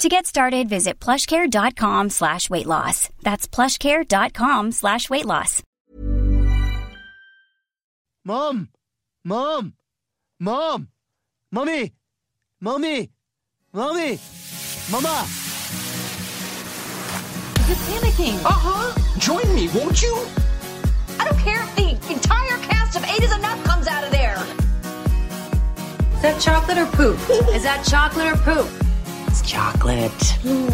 To get started, visit plushcare.com slash weight loss. That's plushcare.com slash weight loss. Mom! Mom! Mom! Mommy! Mommy! Mommy! Mama! You're panicking. Uh huh. Join me, won't you? I don't care if the entire cast of Eight is Enough comes out of there. Is that chocolate or poop? Is that chocolate or poop? It's chocolate.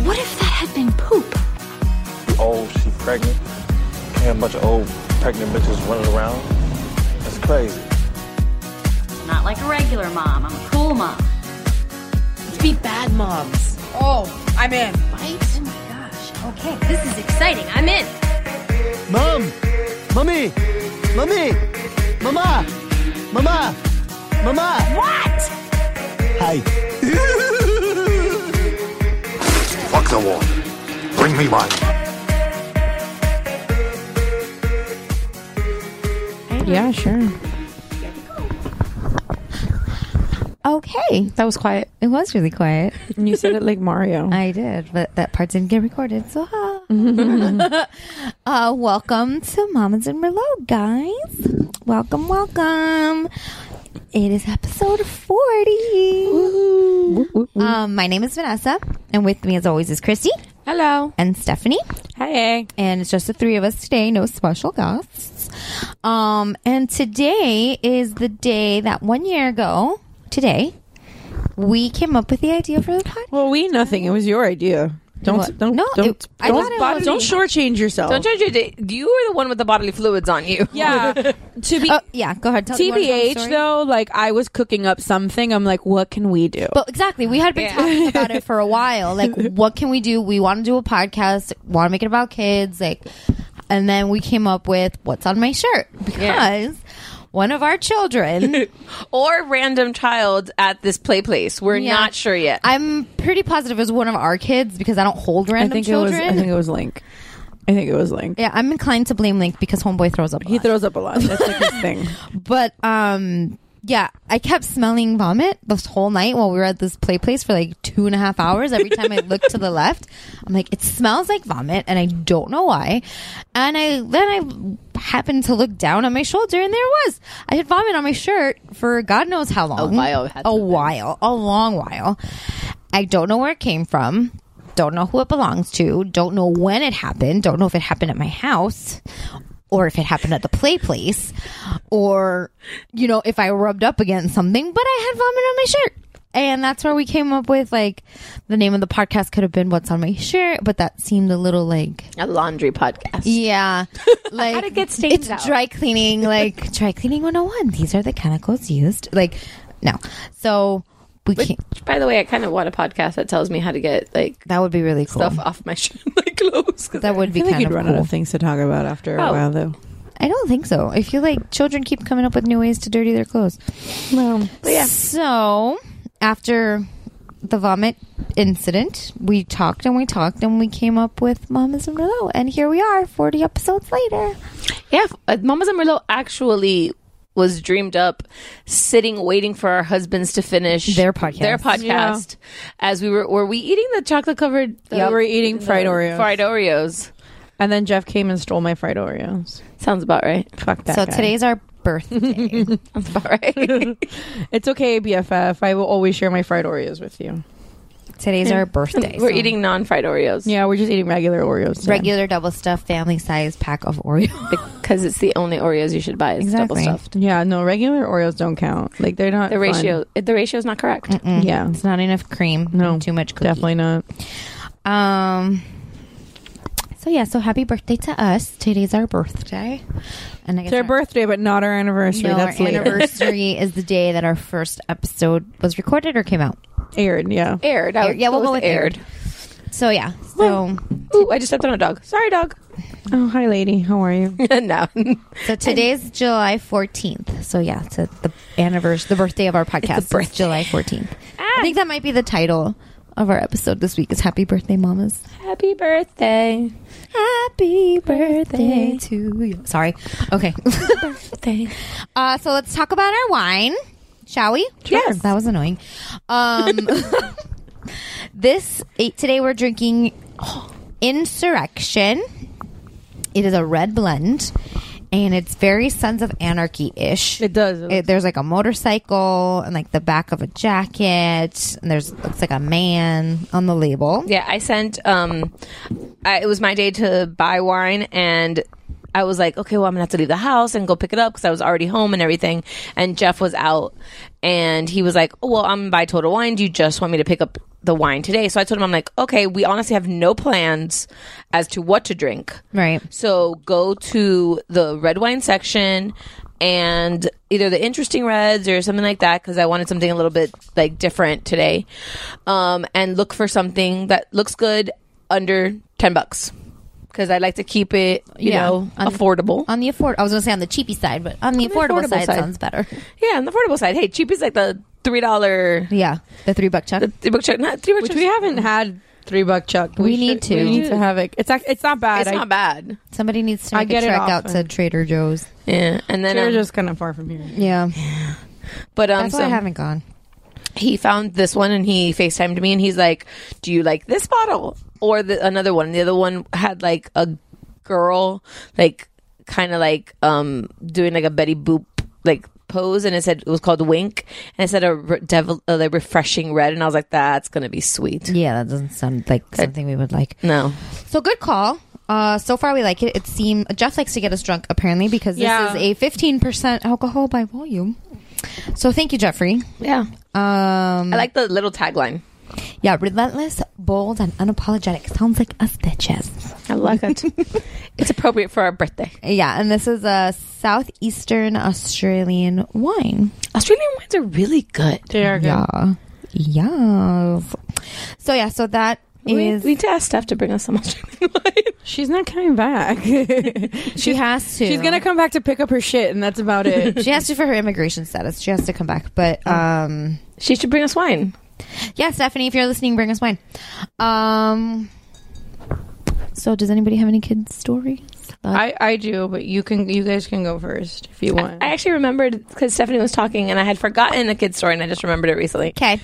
What if that had been poop? old, she pregnant. And a bunch of old pregnant bitches running around. That's crazy. Not like a regular mom, I'm a cool mom. Let's be bad mobs. Oh, I'm in. Right? Oh my gosh. Okay, this is exciting. I'm in. Mom! Mommy! Mommy! Mama! Mama! Mama! What? Hi. Fuck the war. Bring me mine. Yeah, sure. Okay, that was quiet. Oh, It was really quiet. And you said it like Mario. I did, but that part didn't get recorded. So, ha. uh, welcome to Mamas and Merlot, guys. Welcome, welcome. It is episode 40. Whoop, whoop, whoop. Um, my name is Vanessa, and with me, as always, is Christy Hello. and Stephanie. Hey. And it's just the three of us today, no special guests. Um, and today is the day that one year ago, today, we came up with the idea for the podcast. Well, we nothing. It was your idea. Don't What? don't No, don't it- I thought don't, it bo- was- don't shortchange yourself. Don't judge your day. You are the one with the bodily fluids on you. yeah. Uh, to be Oh, yeah, go ahead. Tell you wanna tell the TBH story? though, like I was cooking up something. I'm like, what can we do? But exactly, we had been talking about it for a while. Like, what can we do? We want to do a podcast. Want to make it about kids? Like, and then we came up with what's on my shirt because one of our children. Or random child at this play place. We're Yeah. not sure yet. I'm pretty positive it was one of our kids because I don't hold I random think children. it was. I think it was Link. I think it was Link. yeah, I'm inclined to blame Link because homeboy throws up. a He lot. throws up a lot. That's like his thing. but um, yeah, I kept smelling vomit this whole night while we were at this play place for like two and a half hours. Every time I looked to the left, I'm like, it smells like vomit, and I don't know why. And I then I happened to look down on my shoulder, and there it was. I had vomit on my shirt for God knows how long. A while it had to a have been. while, a long while. I don't know where it came from. Don't know who it belongs to. Don't know when it happened. Don't know if it happened at my house or if it happened at the play place or, you know, if I rubbed up against something, but I had vomit on my shirt. And that's where we came up with like the name of the podcast could have been What's on My Shirt, but that seemed a little like A laundry podcast. yeah. Like How to get stains it's out. dry cleaning, like dry cleaning 101. These are the chemicals used. Like no. So we can't By the way, I kind of want a podcast that tells me how to get like that would be really cool. stuff off my sh- my clothes. 'cause That would I be feel like kind you'd of run out cool. of things to talk about after a Oh. while, though. I don't think so. I feel like children keep coming up with new ways to dirty their clothes. Well, So after the vomit incident, we talked and we talked and we came up with Mamas and Merlot, and here we are, forty episodes later. Yeah, f- uh, Mamas and Merlot actually was dreamed up sitting waiting for our husbands to finish Their podcast. Their podcast. As we were were we eating the chocolate covered we were eating fried Oreos, fried Oreos. and then Jeff came and stole my fried Oreos. Sounds about right. Fuck that. so guy. today's our birthday. Sounds about right. It's okay, BFF. I will always share my fried Oreos with you. Today's Yeah. our birthday. We're so- eating non-fried Oreos. Yeah, we're just eating regular Oreos. today. regular double stuffed family size pack of Oreos because it's the only Oreos you should buy. Is double stuffed. Yeah, no, regular Oreos don't count. Like they're not The fun. Mm. ratio, the ratio is not correct. Yeah, It's not enough cream. No, too much. Cookie. definitely not. Um. So yeah, so happy birthday to us. Today's our birthday, and I It's guess our birthday, but not our anniversary. no, That's our later. anniversary is the day that our first episode was recorded or came out. aired. Yeah, Aired. I Aired, yeah, would- we'll it go was with aired. So yeah, so Ooh, I just stepped on a dog. Sorry, dog. Oh, hi, lady. How are you? no. so today's July fourteenth. So yeah, it's a, the anniversary, the birthday of our podcast. It's July fourteenth. I think that might be the title of our episode this week. Is Happy Birthday, Mamas. Happy birthday. Happy birthday to you. Sorry. Okay. birthday. Uh, so let's talk about our wine, shall we? Yes. That was annoying. Um, this eight, today we're drinking Insurrection. It is a red blend, and it's very Sons of Anarchy ish. It does. It, there's like a motorcycle and like the back of a jacket, and there's looks like a man on the label. Yeah, I sent. Um, I, it was my day to buy wine, and I was like, okay, well, I'm gonna have to leave the house and go pick it up because I was already home and everything. And Jeff was out, and he was like, oh, well, I'm by Total Wine. Do you just want me to pick up the wine today? So I told him, I'm like, okay, we honestly have no plans as to what to drink. Right. So go to the red wine section and either the interesting reds or something like that because I wanted something a little bit like different today. Um, and look for something that looks good under 10 bucks because I like to keep it, you Yeah. uh, know, On- affordable. On the afford, I was going to say on the cheapy side, but on the On the affordable, affordable side, side. sounds better. yeah, on the affordable side. Hey, cheap is like the $3. Yeah, the three buck chuck. Three buck check, not three buck Which check. we haven't had three buck chuck. We, should- need to. We need to have it. It's act- it's not bad. It's I- not bad. Somebody needs to I make a get it trek out to often. Trader Joe's. Yeah, and then They're um, just kind of far from here. Yeah, but um, that's why I so- haven't gone. he found this one and he FaceTimed me and he's like, Do you like this bottle or the, another one? The other one had like a girl, like kind of like um doing like a Betty Boop like pose and it said it was called Wink and it said a re- devil, uh, like refreshing red and I was like, That's gonna be sweet. Yeah, that doesn't sound like something we would like. No, So good call. Uh, so far we like it. It seemed Jeff likes to get us drunk apparently because this Yeah. is a fifteen percent alcohol by volume. So thank you, Jeffrey. yeah, Um, I like the little tagline. yeah, relentless, bold, and unapologetic. Sounds like us bitches. I like it. it's appropriate for our birthday. Yeah, and this is a southeastern Australian wine. Australian wines are really good. They are good. Yeah, yes. So yeah, so that is. We, we need to ask Steph to bring us some Australian wine. She's not coming back. she has to. She's gonna come back to pick up her shit, and that's about it. She has to for her immigration status. She has to come back. But um She should bring us wine. yeah, Stephanie, if you're listening, bring us wine. Um So does anybody have any kids stories? I I do, but you can you guys can go first if you want. I actually remembered because Stephanie was talking and I had forgotten a kid's story and I just remembered it recently. Okay.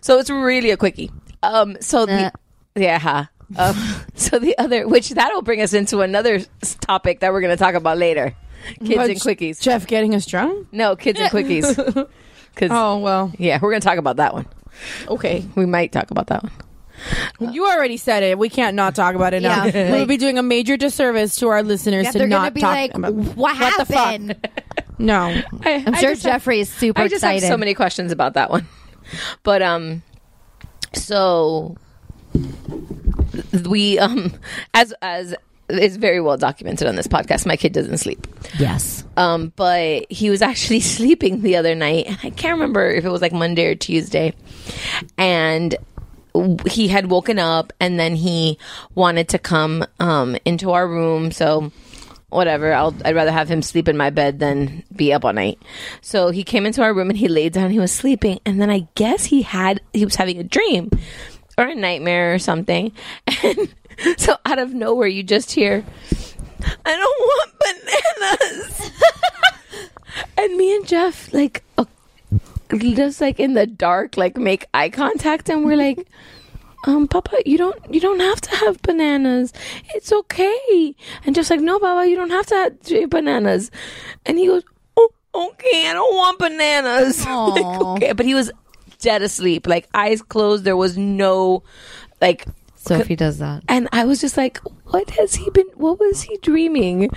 So it's really a quickie. Um, so the, yeah, huh. Um, so the other, which that'll bring us into another s- topic that we're going to talk about later. Kids But and quickies. Oh, Jeff getting us drunk. No, kids and quickies. Because, Oh well. yeah, we're going to talk about that one. Okay. We might talk about that one. You already said it. We can't not talk about it now. Yeah. we would be doing a major disservice to our listeners Yeah, to they're gonna not be talk like, about what the fuck?" happened? No. I, I'm I sure just have- Jeffrey is super I just excited. have so many questions about that one. But um so we um as as is very well documented on this podcast, my kid doesn't sleep. yes. Um but he was actually sleeping the other night and I can't remember if it was like Monday or Tuesday. And w- he had woken up and then he wanted to come um into our room, so whatever. I'll, I'd rather have him sleep in my bed than be up all night. So he came into our room and he laid down. He was sleeping, and then I guess he had he was having a dream or a nightmare or something. And so out of nowhere, you just hear, "I don't want bananas." and me and Jeff like. uh, just like in the dark, like make eye contact, and we're like, um, Papa, you don't you don't have to have bananas. It's okay. And just like, no, Papa, you don't have to have drink bananas. And he goes, oh, okay, I don't want bananas. Like, Aw. okay, but he was dead asleep, like eyes closed. There was no like Sophie does that. and I was just like, what has he been? What was he dreaming?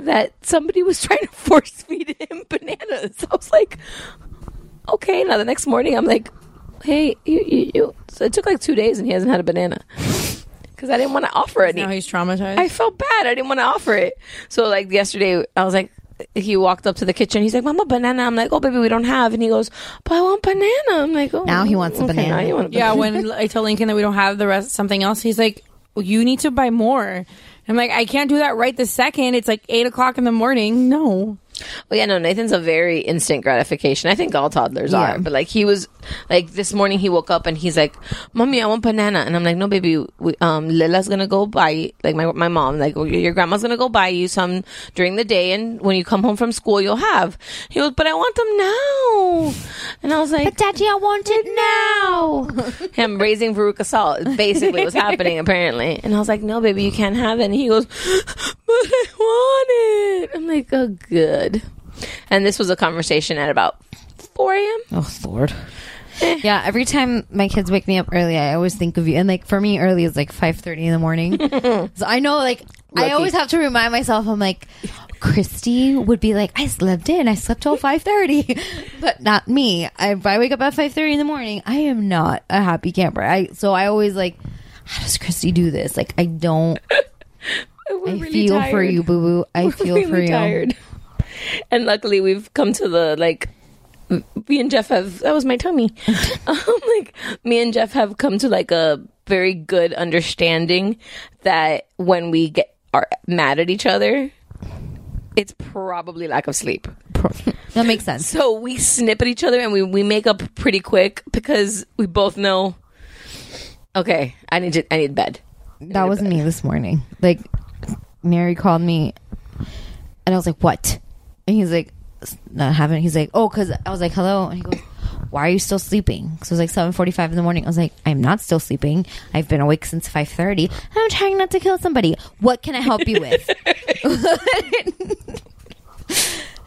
That somebody was trying to force feed him bananas. I was like, okay. Now the next morning, I'm like, hey, you, you, you. So it took like two days, and he hasn't had a banana because I didn't want to offer it. Now he's traumatized. I felt bad. I didn't want to offer it. So like yesterday, I was like. He walked up to the kitchen. He's like, "Mama, banana." I'm like, "Oh, baby, we don't have." And he goes, "But I want banana." I'm like, "Oh." Now he wants a okay, banana. now you want a yeah, banana. when I tell Lincoln that we don't have the rest something else, he's like, well, "You need to buy more." I'm like, "I can't do that right this second. It's like eight o'clock in the morning." No, Well, yeah, no, Nathan's a very instant gratification. I think all toddlers are, but like he was, like this morning he woke up and he's like, "Mommy, I want banana," and I'm like, "No, baby, we, um, Lila's gonna go buy like my my mom, like well, your grandma's gonna go buy you some during the day, and when you come home from school, you'll have." He goes, "But I want them now," and I was like, But Daddy, I want it now. him raising Veruca Salt is basically what's happening apparently. And I was like, no, baby, you can't have it. And he goes, but I want it. I'm like, oh, good. And this was a conversation at about 4 a.m. Oh Lord. yeah, every time my kids wake me up early, I always think of you. And like for me, early is like five thirty in the morning. so I know, like I Lucky. always have to remind myself. I'm like, Christy would be like, I slept in. I slept till five thirty, but not me. I, if I wake up at five thirty in the morning, I am not a happy camper. I so I always like, how does Christy do this? Like I don't. I feel for you, boo boo. I We're feel for really you. tired. And luckily, we've come to the like. Me and Jeff have that was my tummy. um, like me and Jeff have come to like a very good understanding that when we get are mad at each other, it's probably lack of sleep. That makes sense. So we snip at each other and we, we make up pretty quick because we both know. Okay, I need to, I need bed. That was me this morning. Like, Mary called me, and I was like, "What?" And he's like, "S- "Not having." He's like, "Oh, because I was like, hello," and he goes, "Why are you still sleeping?" So it was like seven forty-five in the morning. I was like, "I'm not still sleeping. I've been awake since five thirty. I'm trying not to kill somebody. What can I help you with?"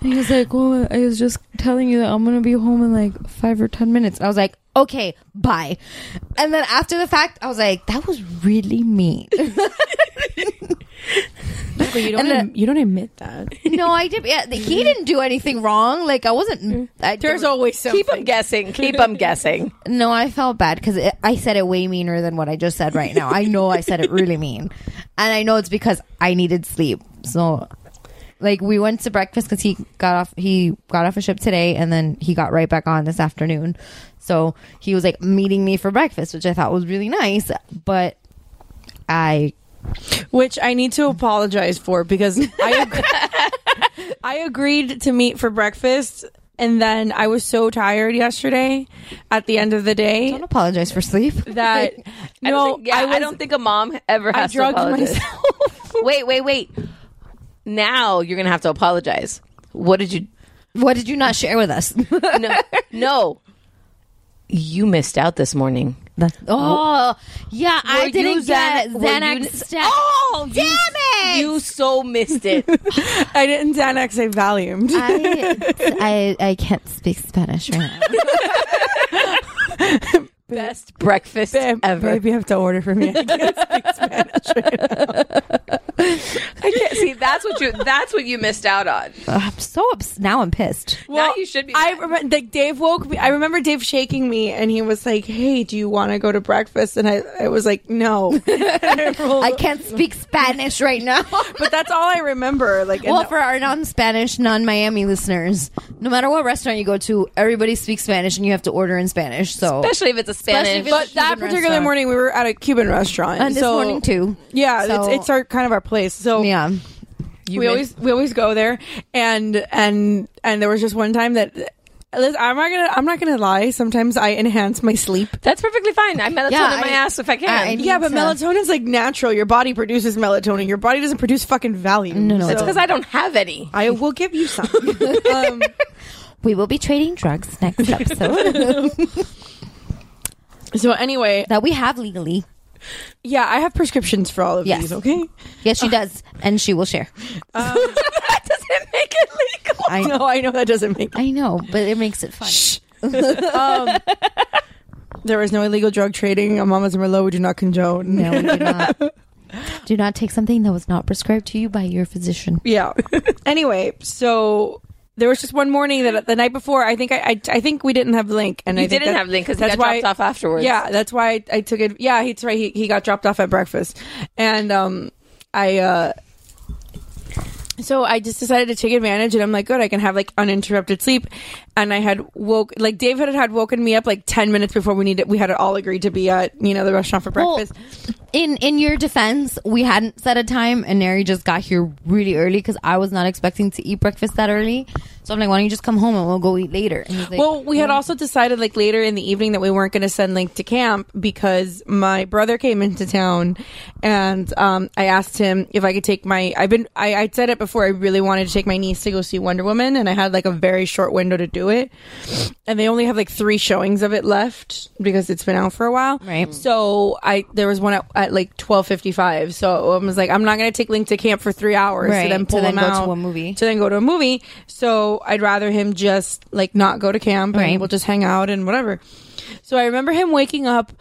And he was like, Well, I was just telling you that I'm going to be home in like five or 10 minutes. And I was like, Okay, bye. And then after the fact, I was like, That was really mean. you don't. then- you don't admit that. no, I did. Yeah, he didn't do anything wrong. Like, I wasn't. I, Mm. There's always something. Keep them guessing. Keep them guessing. no, I felt bad because I said it way meaner than what I just said right now. I know I said it really mean. And I know it's because I needed sleep. So. Like we went to breakfast because he got off he got off a ship today and then he got right back on this afternoon, so he was like meeting me for breakfast, which I thought was really nice. But I which I need to apologize for because I ag- I agreed to meet for breakfast and then I was so tired yesterday at the end of the day don't apologize for sleep. that I don't no, think, yeah, I, was- don't think a mom ever I has to drugged apologize. myself. wait, wait, wait. Now you're gonna have to apologize. What did you? What did you not share with us? No, no. You missed out this morning. oh yeah, Were I you didn't get Xan- were Xanax. you- stat- Oh, you- Damn it! You so missed it. I didn't Xanax, I Valium. I, I I can't speak Spanish right now. Best breakfast Babe, ever. Babe, you have to order for me. I can't speak Spanish right now. I can't see. That's what you. That's what you missed out on. I'm so ups- now I'm pissed. Now you should be I mad. remember, like Dave woke me. I remember Dave shaking me, and he was like, "Hey, do you want to go to breakfast?" And I, I was like, "No." I I rolled- can't speak Spanish right now. But that's all I remember. Like, and well, for our non-Spanish, non-Miami listeners, no matter what restaurant you go to, everybody speaks Spanish, and you have to order in Spanish. So especially if it's a Especially Spanish. if it's- But that Cuban particular restaurant. morning, we were at a Cuban restaurant, and this so- morning too. Yeah, So- it's, it's our kind of our place. So Yeah, we always we always go there, and and and there was just one time that. Liz, I'm not gonna. I'm not gonna lie. Sometimes I enhance my sleep. that's perfectly fine. I melatonin Yeah, my I- ass if I can. I- I- Yeah, but to- melatonin's like natural. Your body produces melatonin. Your body doesn't produce fucking Valium. No, no, it's because I don't have any. I will give you some. um, we will be trading drugs next episode so anyway, that we have legally. yeah, I have prescriptions for all of Yes. these. Okay. Yes, she does, and she will share. that doesn't make it legal. I know. I know that doesn't make. I know, but it makes it fun. Um, There is no illegal drug trading. On Mamas and Merlot, we do not condone. No, we do not. do not take something that was not prescribed to you by your physician. Yeah. anyway, so there was just one morning that the night before, I think I, I, I think we didn't have Link, and You I think didn't that- have Link 'cause he that's got dropped why- off afterwards. Yeah, that's why I, I took it. Yeah, he's right. He, he got dropped off at breakfast, and um, I uh. So I just decided to take advantage, and I'm like, good, I can have like uninterrupted sleep. And I had woke, like David had, had woken me up like ten minutes before we needed. We had all agreed to be at you know the restaurant for Well, breakfast. in in your defense, we hadn't set a time, and Neri just got here really early because I was not expecting to eat breakfast that early. So I'm like, why don't you just come home and we'll go eat later? And he's like, well, we had also decided like later in the evening that we weren't going to send Link to camp because my brother came into town, and um, I asked him if I could take my. I've been. I, I said it before. I really wanted to take my niece to go see Wonder Woman, and I had like a very short window to do it, and they only have like three showings of it left because it's been out for a while. Right. So I there was one at, at like twelve fifty five. So I was like, I'm not going to take Link to camp for three hours. Right, To then to pull then him go to out a movie. to then go to a movie. So I'd rather him just like not go to camp Right. and we'll just hang out and whatever. So I remember him waking up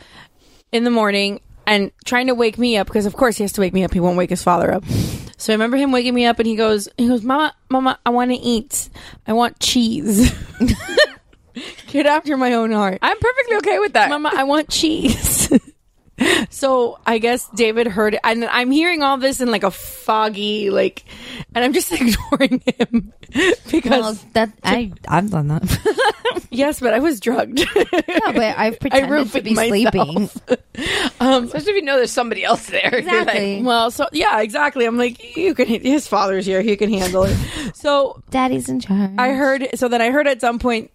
in the morning and trying to wake me up because of course he has to wake me up. He won't wake his father up. So I remember him waking me up and he goes, he goes, Mama, Mama, I want to eat. I want cheese. Get after my own heart. I'm perfectly okay with that. Mama, I want cheese. so I guess David heard it. And I'm hearing all this in like a foggy, like, and I'm just ignoring him because Well, that I I've done that. yes, but I was drugged. yeah, but I've pretended to ruined be myself. sleeping. um, Especially if you know there's somebody else there. You're like, well, so yeah, exactly. I'm like, you can. His father's here. He can handle it. So Daddy's in charge. I heard. So then I heard at some point.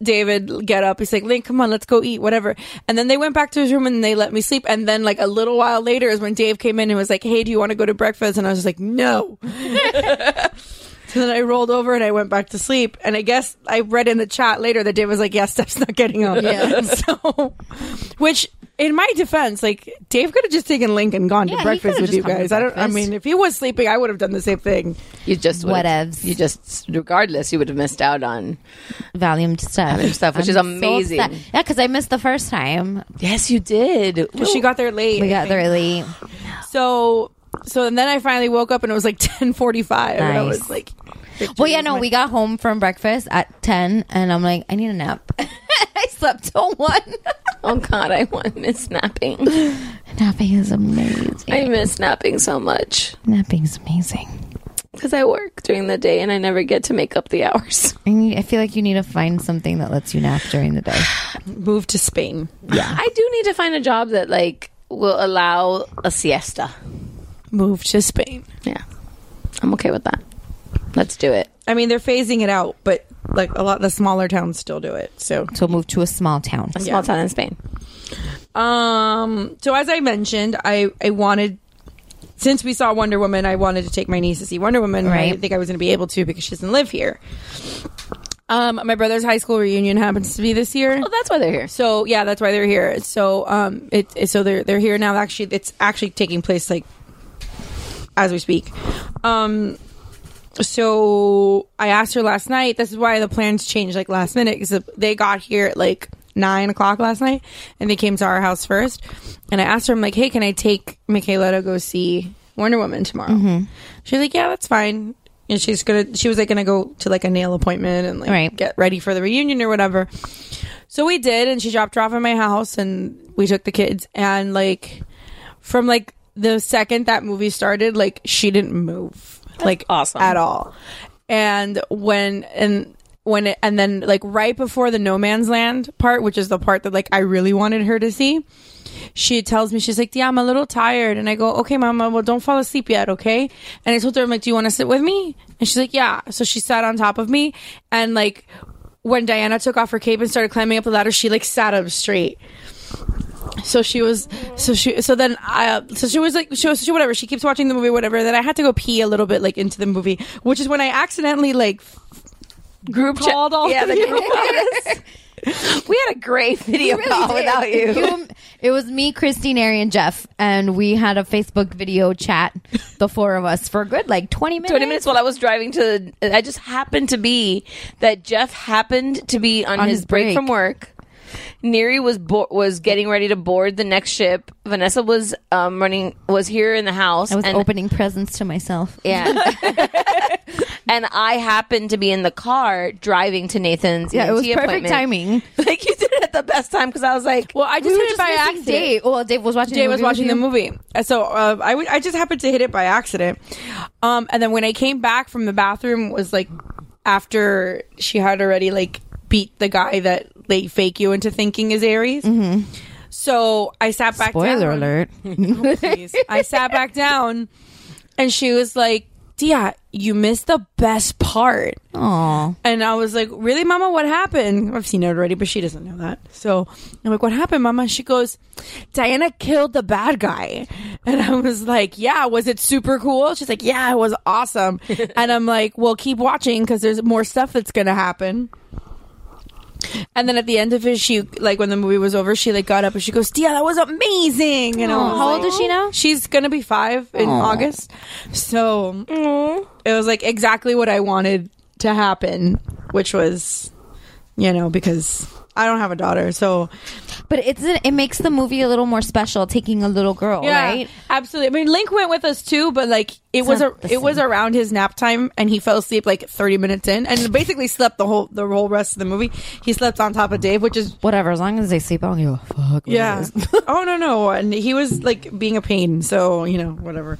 David get up. He's like, Link, come on, let's go eat, whatever. And then they went back to his room and they let me sleep. And then like a little while later is when Dave came in and was like, Hey, do you want to go to breakfast? And I was just like, No. so then I rolled over and I went back to sleep. And I guess I read in the chat later that Dave was like, Yeah, Steph's not getting up. Yeah. so which in my defense, like Dave could have just taken Link and gone Yeah, to he breakfast could've with just you come to guys. I don't I breakfast. mean, if he was sleeping, I would have done the same thing. You just would've- Whatevs. You just, regardless, you would have missed out on Valium stuff, stuff, which is amazing. yeah, because I missed the first time. Yes, you did. But she got there late. We I got think. there late. So so and then I finally woke up and it was like ten forty five. And I Nice. was like Well, yeah, no, we got home from breakfast at ten, and I'm like, I need a nap. I slept till one. Oh God, I want miss napping. Napping is amazing. I miss napping so much Napping is amazing. because I work during the day and I never get to make up the hours. I, need, I feel like you need to find something that lets you nap during the day. moved to Spain. I do need to find a job that like will allow a siesta. Moved to Spain. Yeah, I'm okay with that. Let's do it. I mean they're phasing it out, but like a lot of the smaller towns still do it. So So move to a small town. A small town in Spain. um so as I mentioned, I I wanted since we saw Wonder Woman, I wanted to take my niece to see Wonder Woman. and I Right. didn't think I was going to be able to because she doesn't live here. Um, my brother's high school reunion happens to be this year. Oh, that's why they're here. So yeah, that's why they're here. So um, it, it- so they're they're here now. Actually, it's actually taking place like as we speak. Um, so I asked her last night. This is why the plans changed like last minute because they got here at like nine o'clock last night and they came to our house first. And I asked her, I'm like, hey, can I take Michaela to go see Wonder Woman tomorrow? She's like, yeah, that's fine. And she's gonna. She was like gonna go to like a nail appointment and like Right. get ready for the reunion or whatever. So we did, and she dropped her off at my house, and we took the kids, and like from like the second that movie started, like she didn't move, like awesome. at all. And when and when it, and then like right before the no man's land part, which is the part that like I really wanted her to see, she tells me she's like, "Yeah, I'm a little tired," and I go, "Okay, mama, well, don't fall asleep yet, okay?" And I told her, "I'm like, do you want to sit with me?" And she's like, "Yeah." So she sat on top of me, and like when Diana took off her cape and started climbing up the ladder, she like sat up straight. So she was, so she, so then I, uh, so she was like, she was, she, whatever, she keeps watching the movie, whatever. Then I had to go pee a little bit, like, into the movie, which is when I accidentally, like, Group chat. called all yeah, of the you. group call. we had a great video call without you. It was me, Christine, Ari, and Jeff, and we had a Facebook video chat, the four of us, for a good like twenty minutes. 20 minutes while I was driving to. I just happened to be that Jeff happened to be on, On his, his break. break. from work. Neri was bo- was getting ready to board the next ship. Vanessa was um, running was here in the house. I was and- opening presents to myself. Yeah. and I happened to be in the car driving to Nathan's. Yeah, it was ENT perfect appointment. timing. Like you did it at the best time because I was like, well, I just hit it by accident. Dave. Well, Dave was watching. Jay the was movie with watching the you. movie, Uh, so uh, I would I just happened to hit it by accident. Um, and then when I came back from the bathroom was like after she had already like beat the guy that they fake you into thinking is Aries. Mhm. So I sat back. Spoiler down. alert. Oh, please. I sat back down, and she was like, "Dia, you missed the best part." Aw. And I was like, Really, Mama, what happened? I've seen it already, but she doesn't know that. So I'm like, What happened, Mama? She goes, Diana killed the bad guy. And I was like, Yeah, was it super cool? She's like, Yeah, it was awesome. and I'm like, Well, keep watching because there's more stuff that's going to happen. And then at the end of it, she like when the movie was over, she like got up and she goes, "Dia, that was amazing." You know, Aw. How old is she now? She's gonna be five in Aw. August. So it was like exactly what I wanted to happen, which was, you know, because I don't have a daughter, so But it's it makes the movie a little more special, taking a little girl, right? absolutely. I mean, Link went with us too, but like it was a, not it the was same. around his nap time, and he fell asleep like thirty minutes in, and basically slept the whole the whole rest of the movie. He slept on top of Dave, which is Whatever, as long as they sleep, I don't give a fuck. yeah. oh no no, and he was like being a pain, so you know whatever.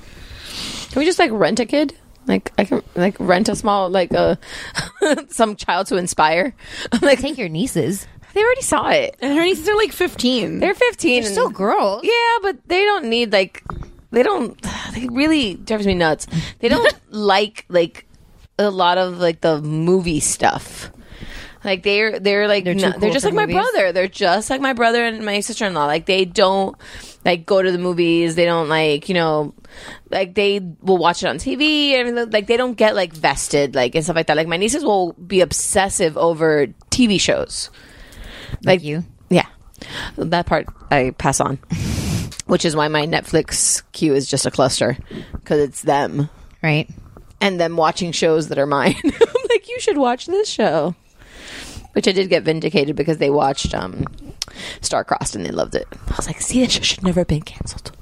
Can we just like rent a kid? Like I can like rent a small like a some child to inspire. I'm like take your nieces. They already saw it. And her nieces are like fifteen. They're 15. They're still and- girls. Yeah, but they don't need like they don't. They really drives me nuts. They don't like like a lot of like the movie stuff. Like they're they're like They're no- too they're, cool just for like my movies. brother. They're just like my brother and my sister in law. Like they don't like go to the movies. They don't like you know like they will watch it on TV and like they don't get like vested like and stuff like that. Like my nieces will be obsessive over TV shows. Like you. Yeah. That part I pass on. Which is why my Netflix queue is just a cluster because it's them Right. and them watching shows that are mine. I'm like, you should watch this show. Which I did get vindicated because they watched um, Star Crossed and they loved it. I was like, see, that show should never have been canceled.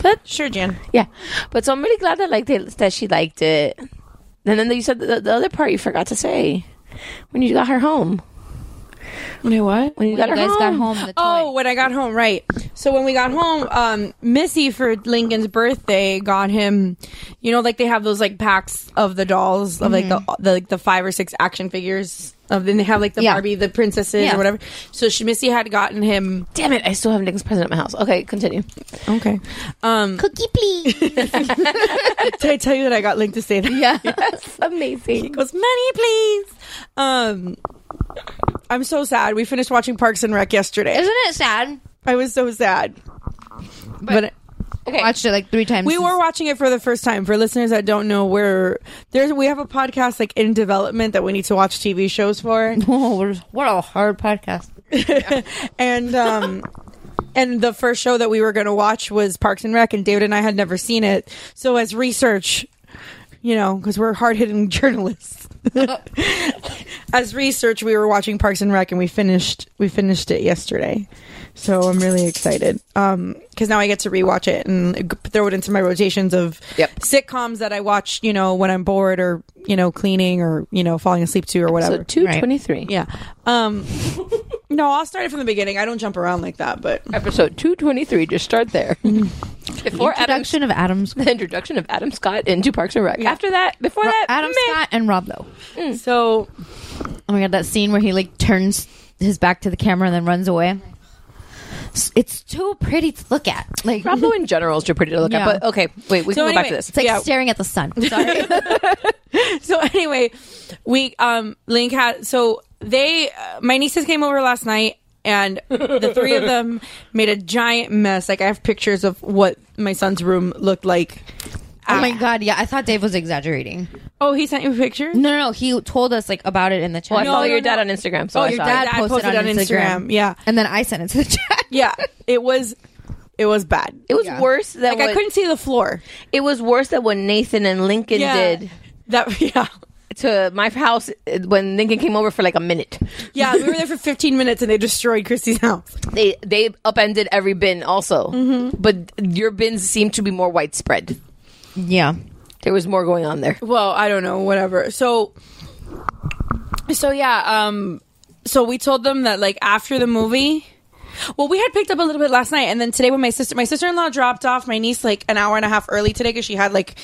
But Sure, Jan. yeah, but so I'm really glad that like they, that she liked it. And then you said the, the other part you forgot to say when you got her home. Wait, what? When you got When you her guys home. got home, the toy. Oh, when I got home, right. So when we got home, um, Missy for Lincoln's birthday got him, you know, like they have those like packs of the dolls of like the, the like the five or six action figures. Of then they have like the Mm-hmm. Yeah. Barbie, the princesses Yeah. or whatever. So she, Missy had gotten him. Damn it! I still have Nick's present at my house. Okay, continue. Okay. Um, Cookie, please. did I tell you that I got Link to say that? yeah. That's amazing. goes, money, please. Um, I'm so sad. We finished watching Parks and Rec yesterday. Isn't it sad? I was so sad. but Okay. Watched it like three times. We were watching it for the first time. For listeners that don't know, where there's we have a podcast like in development that we need to watch TV shows for, Oh, we're- what a hard podcast. and um, and the first show that we were going to watch was Parks and Rec, and David and I had never seen it. So as research, you know, because we're hard hitting journalists, as research, we were watching Parks and Rec, and we finished we finished it yesterday. So I'm really excited Um 'cause because now I get to rewatch it and g- throw it into my rotations of Yep. sitcoms that I watch, you know, when I'm bored or you know cleaning or you know falling asleep to or whatever. So two twenty three. yeah. Um, no, I'll start it from the beginning. I don't jump around like that, but Episode two twenty three. Just start there. before Adam, Introduction of Adams. the introduction of Adam Scott into Parks and Rec. After that, before that, Adam meh. Scott and Rob Lowe. so Oh my god, that scene where he like turns his back to the camera and then runs away. S- It's too pretty to look at. Like Rob Lowe in general is too pretty to look Yeah. at. But okay, wait, we So can go back to anyway, this. it's like yeah. staring at the sun. Sorry. so anyway, we um Link had so they uh, my nieces came over last night and the three of them made a giant mess. Like I have pictures of what my son's room looked like. oh my god, yeah, I thought Dave was exaggerating. Oh, he sent you a picture? No, no, no. He told us like about it in the Well, I chat. follow no, your dad no. on Instagram, so Oh, I your saw dad- it. I posted on Instagram, yeah. and then I sent it to the chat. Yeah, it was it was bad. It was worse than like what, I couldn't see the floor. It was worse than what Nathan and Lincoln did. That yeah. to my house uh, when Lincoln came over for like a minute. Yeah, we were there for 15 minutes and they destroyed Christy's house. They they upended every bin also, mm-hmm. but your bins seem to be more widespread. Yeah, there was more going on there. Well, I don't know, whatever. So, so yeah, um, so we told them that like after the movie. Well, we had picked up a little bit last night, and then today when my sister, my sister in law dropped off my niece like an hour and a half early today because she had like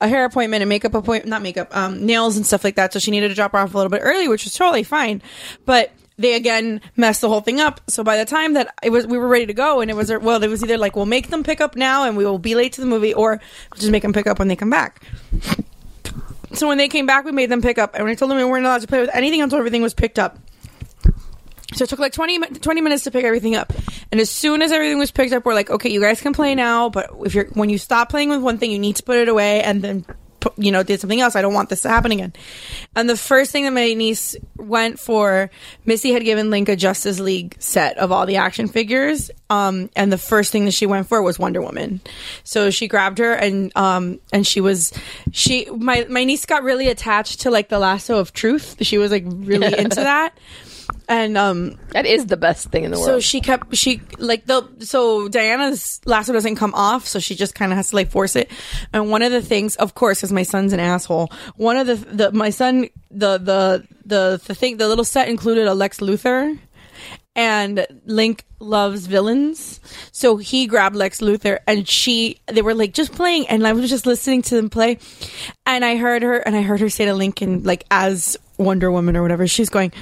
a hair appointment and makeup appointment, not makeup, um, nails and stuff like that. So she needed to drop her off a little bit early, which was totally fine. But they again messed the whole thing up. So by the time that it was, we were ready to go, and it was well, it was either like we'll make them pick up now and we will be late to the movie, or we'll just make them pick up when they come back. So when they came back, we made them pick up, and we told them we weren't allowed to play with anything until everything was picked up. So it took like 20, 20, minutes to pick everything up. And as soon as everything was picked up, we're like, okay, you guys can play now, but if you're when you stop playing with one thing, you need to put it away and then put, you know, did something else. I don't want this to happen again. And the first thing that my niece went for, Missy had given Link a Justice League set of all the action figures. Um, and the first thing that she went for was Wonder Woman. So she grabbed her and um, and she was she my my niece got really attached to like the lasso of truth. She was like really into that and um that is the best thing in the so world so she kept she like the so diana's lasso doesn't come off so she just kind of has to like force it and one of the things of course because my son's an asshole one of the the my son the the the the thing the little set included a lex luthor and Link loves villains. So he grabbed Lex Luthor and she they were like just playing and I was just listening to them play and I heard her and I heard her say to Lincoln like as Wonder Woman or whatever she's going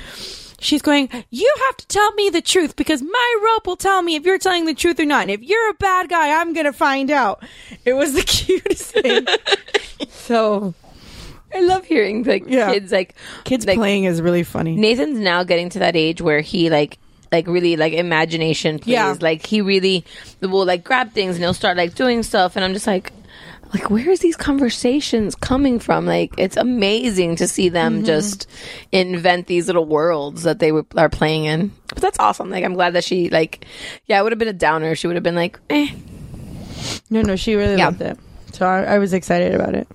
She's going, You have to tell me the truth because my rope will tell me if you're telling the truth or not. And if you're a bad guy, I'm going to find out. It was the cutest thing. so. I love hearing the yeah. kids like kids like, playing is really funny. Nathan's now getting to that age where he like like really like imagination plays. Yeah. Like he really will like grab things and he'll start like doing stuff and I'm just like like where is these conversations coming from like it's amazing to see them mm-hmm. just invent these little worlds that they w- are playing in but that's awesome like i'm glad that she like yeah it would have been a downer she would have been like eh. no no she really yeah. loved it so I, I was excited about it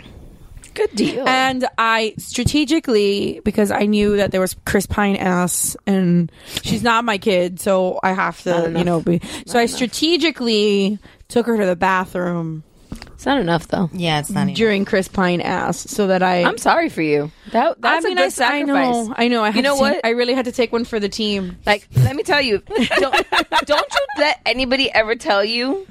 good deal and i strategically because i knew that there was chris pine ass and she's not my kid so i have to you know be not so enough. i strategically took her to the bathroom it's not enough, though. Yeah, it's not during enough. Chris Pine ass, so that I. I'm sorry for you. That that's I mean, a good I, sacrifice. I know. I know. I you know to, what? I really had to take one for the team. Like, let me tell you, don't don't you let anybody ever tell you,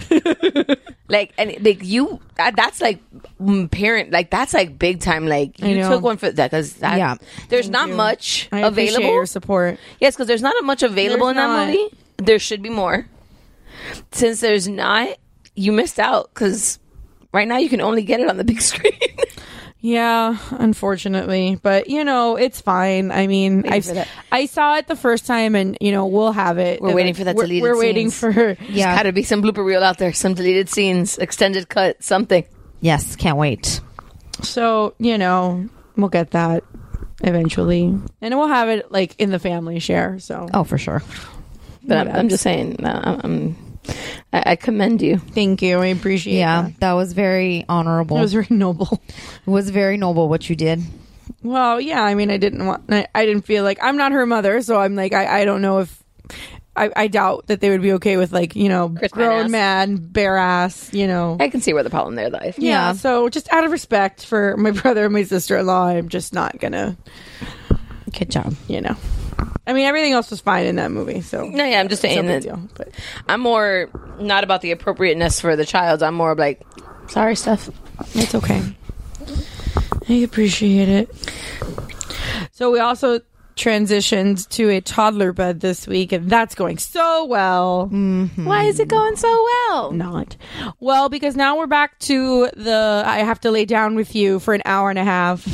like, and like you. That, that's like mm, parent. Like that's like big time. Like you took one for that because yeah, there's Thank not you. much I available. Your support. Yes, because there's not much available there's in not. that movie. There should be more. Since there's not, you missed out because right now you can only get it on the big screen. yeah, unfortunately, but you know it's fine. I mean, Thanks I I saw it the first time, and you know we'll have it. We're and waiting for that we're, deleted. We're waiting scenes. for her. Yeah, There's gotta be some blooper reel out there, some deleted scenes, extended cut, something. Yes, can't wait. So you know we'll get that eventually, and we'll have it like in the family share. So oh, for sure. But I'm, I'm, just saying, uh, I'm I, commend you. Thank you. I appreciate. Yeah, that. that, was very honorable. It was very noble. It was very noble what you did. Well, yeah. I mean, I didn't want. I, I didn't feel like I'm not her mother, so I'm like, I, I don't know if. I, I doubt that they would be okay with like you know Chris grown man bare ass you know I can see where the problem there lies yeah, yeah so just out of respect for my brother and my sister in law I'm just not gonna good job you know I mean, everything else was fine in that movie. So no, yeah, I'm just saying that. Deal, but. I'm more not about the appropriateness for the child. I'm more like, sorry, stuff. It's okay. I appreciate it. So we also transitioned to a toddler bed this week, and that's going so well. Mm-hmm. Why is it going so well? Not well because now we're back to the I have to lay down with you for an hour and a half.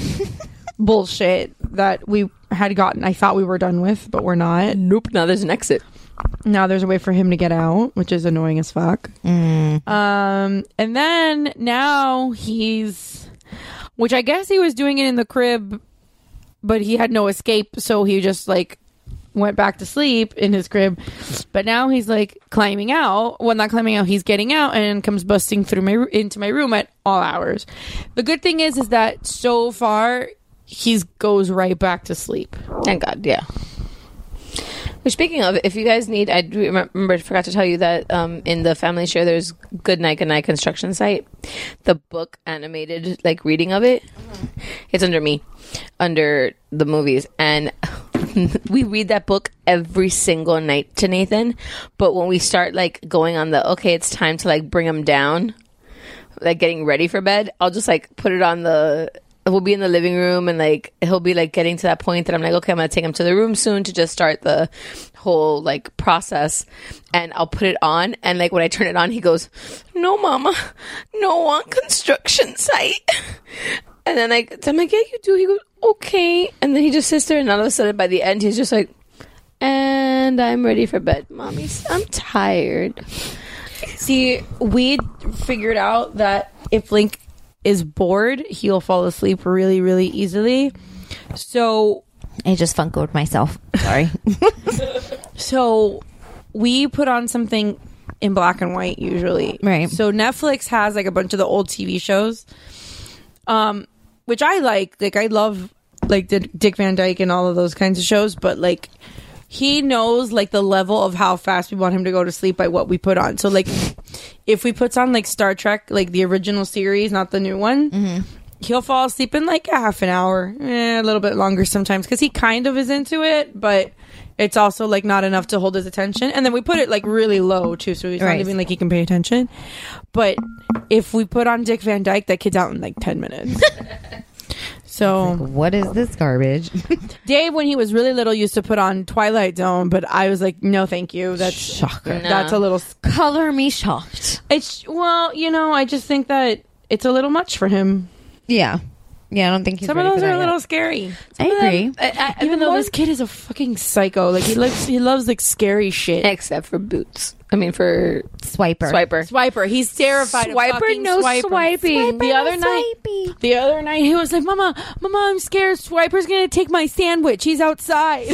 bullshit that we had gotten I thought we were done with, but we're not. Nope, now there's an exit. Now there's a way for him to get out, which is annoying as fuck. Mm. Um and then now he's which I guess he was doing it in the crib but he had no escape, so he just like went back to sleep in his crib. But now he's like climbing out. Well, not climbing out. He's getting out and comes busting through my into my room at all hours. The good thing is is that so far he's goes right back to sleep. Thank God. Yeah. Which, speaking of, if you guys need, I do remember, I forgot to tell you that um, in the family share, there's Good Night, Good Night Construction Site, the book animated, like reading of it. It's under me, under the movies. And we read that book every single night to Nathan. But when we start, like, going on the, okay, it's time to, like, bring him down, like, getting ready for bed, I'll just, like, put it on the we'll be in the living room and like he'll be like getting to that point that I'm like, okay, I'm gonna take him to the room soon to just start the whole like process. And I'll put it on and like when I turn it on, he goes, No mama, no on construction site. And then like I'm like, Yeah, you do. He goes, Okay. And then he just sits there and all of a sudden by the end he's just like and I'm ready for bed, mommy. I'm tired. See, we figured out that if Link is bored, he'll fall asleep really, really easily. So I just funkoed myself. Sorry. so we put on something in black and white usually. Right. So Netflix has like a bunch of the old TV shows. Um which I like. Like I love like the Dick Van Dyke and all of those kinds of shows, but like he knows like the level of how fast we want him to go to sleep by what we put on. So like if we put on like Star Trek, like the original series, not the new one, mm-hmm. he'll fall asleep in like a half an hour, eh, a little bit longer sometimes because he kind of is into it, but it's also like not enough to hold his attention. And then we put it like really low too, so he's Right. not even like he can pay attention. But if we put on Dick Van Dyke, that kid's out in like ten minutes. So what is this garbage? Dave, when he was really little, used to put on Twilight Zone, but I was like, no, thank you. That's Shocker. That's No. a little color me shocked. It's well, you know, I just think that it's a little much for him. Yeah. Yeah, I don't think he's Some of ready those for are that a yet. little scary. I agree. Even though this kid is a fucking psycho, like he loves he loves like scary shit. Except for Boots. I mean, for Swiper. Swiper. Swiper. He's terrified. of Swiper, fucking no Swiper. swiping. The Swiper, other no night, the other night, he was like, "Mama, Mama, I'm scared. Swiper's gonna take my sandwich. He's outside."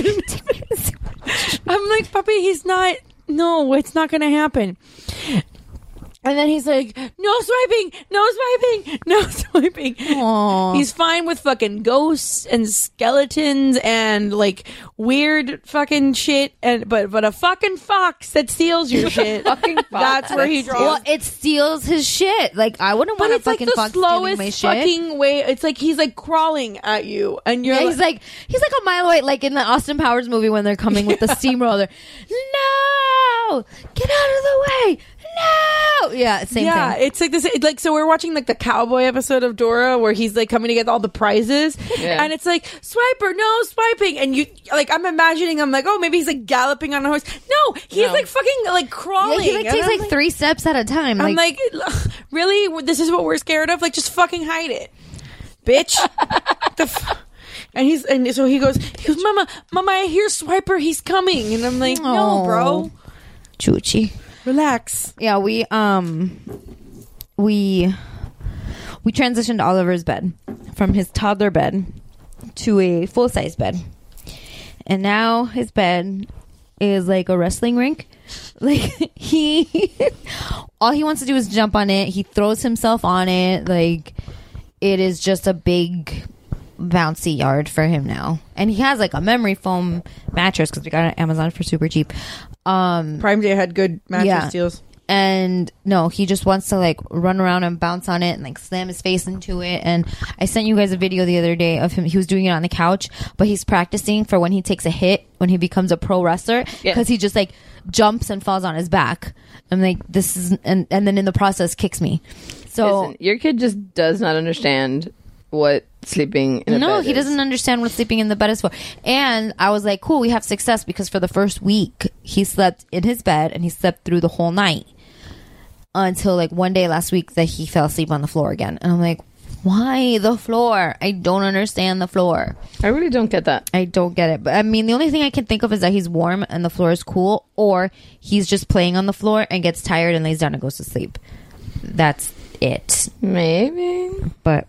I'm like, "Puppy, he's not. No, it's not gonna happen." And then he's like, "No swiping, no swiping, no swiping." He's fine with fucking ghosts and skeletons and like weird fucking shit, and but but a fucking fox that steals your shit. That's where he draws. Well, it steals his shit. Like I wouldn't But want a it's like fucking the fox stealing slowest my shit. fucking way. It's like he's like crawling at you, and you're yeah, he's like he's like a mile away, like in the Austin Powers movie when they're coming with the steamroller. No, get out of the way. No, yeah, same yeah, thing. it's like this. It's like so we're watching like the cowboy episode of Dora where he's like coming to get all the prizes, Yeah. and it's like swiper, no swiping, and you like I'm imagining I'm like oh maybe he's like galloping on a horse. No, he's No. like fucking like Yeah, crawling. he like And takes I'm like, three steps at a time. I'm like, "Ugh, really? This is what we're scared of? Like, just fucking hide it, bitch. the f- and he's and so he goes, he goes, Mama, Mama, I hear Swiper, he's coming, and I'm like, No, bro, Chuchi. Relax. Yeah, we um we we transitioned Oliver's bed from his toddler bed to a full size bed. And now his bed is like a wrestling rink. Like he all he wants to do is jump on it. He throws himself on it. Like it is just a big bouncy yard for him now. And he has like a memory foam mattress because we got it on Amazon for super cheap. Um Prime Day had good mattress deals. And no, he just wants to like run around and bounce on it and like slam his face into it. And I sent you guys a video the other day of him. He was doing it on the couch, but he's practicing for when he takes a hit when he becomes a pro wrestler because Yeah. he just like jumps and falls on his back. I'm like, this is and and then in the process kicks me. So Listen, your kid just does not understand what sleeping in a no, bed he is. doesn't understand what sleeping in the bed is for. And I was like, cool, we have success because for the first week, he slept in his bed and he slept through the whole night until like one day last week that he fell asleep on the floor again. And I'm like, why the floor? I don't understand the floor. I really don't get that. I don't get it. But I mean, the only thing I can think of is that he's warm and the floor is cool, or he's just playing on the floor and gets tired and lays down and goes to sleep. That's it. Maybe. But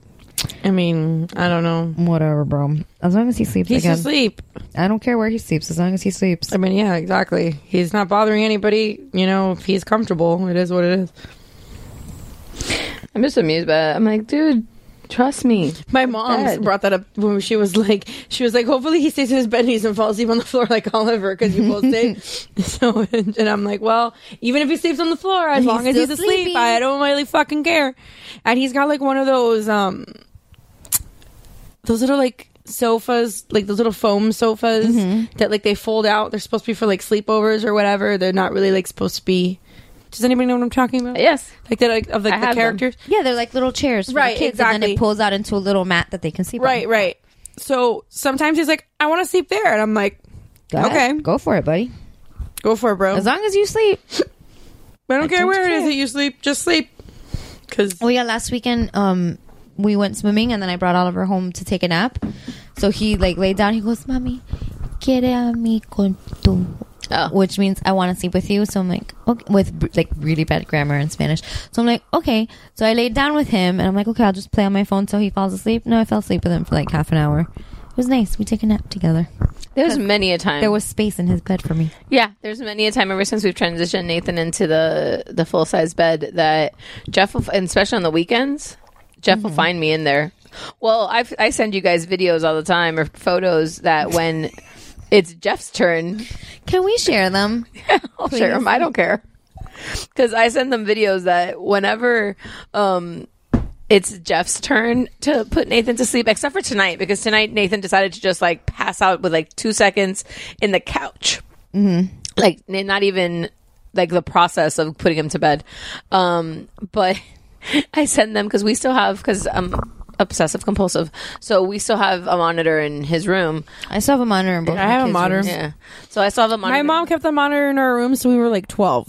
I mean, I don't know. Whatever, bro. As long as he sleeps He's again. asleep. I don't care where he sleeps as long as he sleeps. I mean, yeah, exactly. He's not bothering anybody. You know, if he's comfortable, it is what it is. I'm just amused by it. I'm like, dude, Trust me. My mom bed. brought that up when she was like, she was like, hopefully he stays in his bed and he doesn't fall asleep on the floor like Oliver because you both did. so, and, I'm like, well, even if he sleeps on the floor, as He's long as still he's asleep, sleeping. I don't really fucking care. And he's got like one of those, um, those little like sofas, like those little foam sofas Mm-hmm. that like they fold out. They're supposed to be for like sleepovers or whatever. They're not really like supposed to be. Does anybody know what I'm talking about? Yes, like that, like, of like the characters. Yeah, they're like little chairs, for the Right, kids, And then exactly. it pulls out into a little mat that they can sleep. Right, on. right. So sometimes he's like, I want to sleep there. And I'm like, Go ahead. okay, go for it, buddy. Go for it, bro. As long as you sleep. I don't care don't where it is care. that you sleep. Just sleep. Cause oh yeah, last weekend um we went swimming and then I brought Oliver home to take a nap. So he like laid down. He goes, "Mommy, quiere a mi con tu," which means I want to sleep with you. So I'm like, okay, with br- like really bad grammar in Spanish. So I'm like, okay. So I laid down with him and I'm like, okay, I'll just play on my phone till he falls asleep. No, I fell asleep with him for like half an hour. It was nice. We took a nap together. There's many a time. There was space in his bed for me. Yeah, there's many a time ever since we've transitioned Nathan into the the full size bed that Jeff, will, f- and especially on the weekends, Jeff Mm-hmm. will find me in there. Well, I I send you guys videos all the time or photos that when it's Jeff's turn, can we share them? I'll share them. I don't care because I send them videos that whenever um, it's Jeff's turn to put Nathan to sleep, except for tonight because tonight Nathan decided to just like pass out with like two seconds in the couch Mm-hmm. like n- not even like the process of putting him to bed um but i send them because we still have because i'm obsessive compulsive so we still have a monitor in his room i still have a monitor in both I my have a kids' monitor. rooms. yeah so i still have a monitor my mom kept the monitor in our room, so we were like twelve.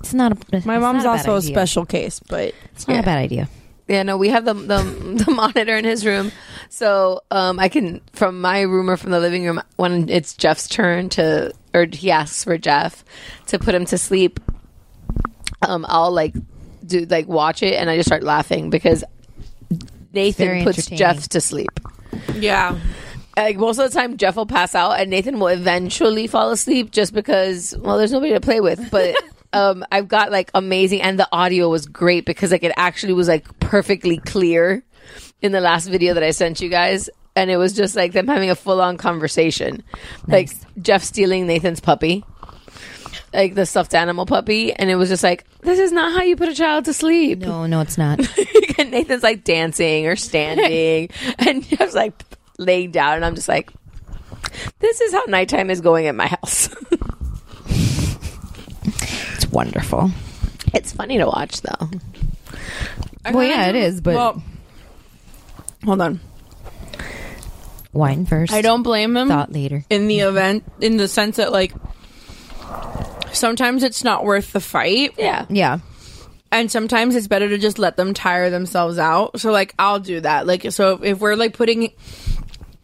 It's not a. My mom's also a special case, but It's not a bad idea. yeah no we have the, the the monitor in his room so um i can from my room or from the living room when it's jeff's turn to or he asks for jeff to put him to sleep um i'll like do like watch it and i just start laughing because very nathan puts entertaining. jeff to sleep Yeah. like most of the time jeff will pass out and nathan will eventually fall asleep just because well there's nobody to play with but um i've got like amazing and the audio was great because like it actually was like perfectly clear in the last video that i sent you guys and it was just like them having a full-on conversation like jeff stealing nathan's puppy like the stuffed animal puppy and it was just like this is not how you put a child to sleep No, no, it's not. and Nathan's like dancing or standing, and Jeff's like laying down, and I'm just like, this is how nighttime is going at my house. It's wonderful. it's funny to watch though. well, yeah, it is, but Well, hold on. wine first. I don't blame him. Thought later. In the event, in the sense that like sometimes it's not worth the fight. Yeah. Yeah. and sometimes it's better to just let them tire themselves out. So like I'll do that. Like so if we're like putting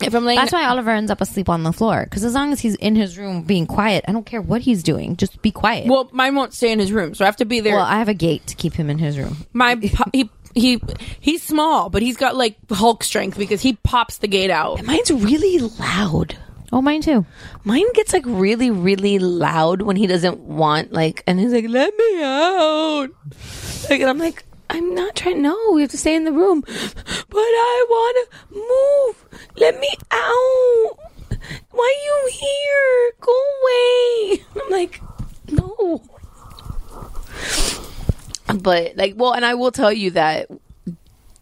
if I'm laying That's why Oliver ends up asleep on the floor because as long as he's in his room being quiet, I don't care what he's doing. Just be quiet. well mine won't stay in his room, so I have to be there. Well, I have a gate to keep him in his room. my pu- he he he's small, but he's got like Hulk strength because he pops the gate out. Mine's really loud. Oh, mine too. Mine gets like really, really loud when he doesn't want like, and he's like, "Let me out!" Like, and I'm like, "I'm not trying. No, we have to stay in the room." But I want to move. Let me out. Why you here? Go away. I'm like, no. But like, well, and I will tell you that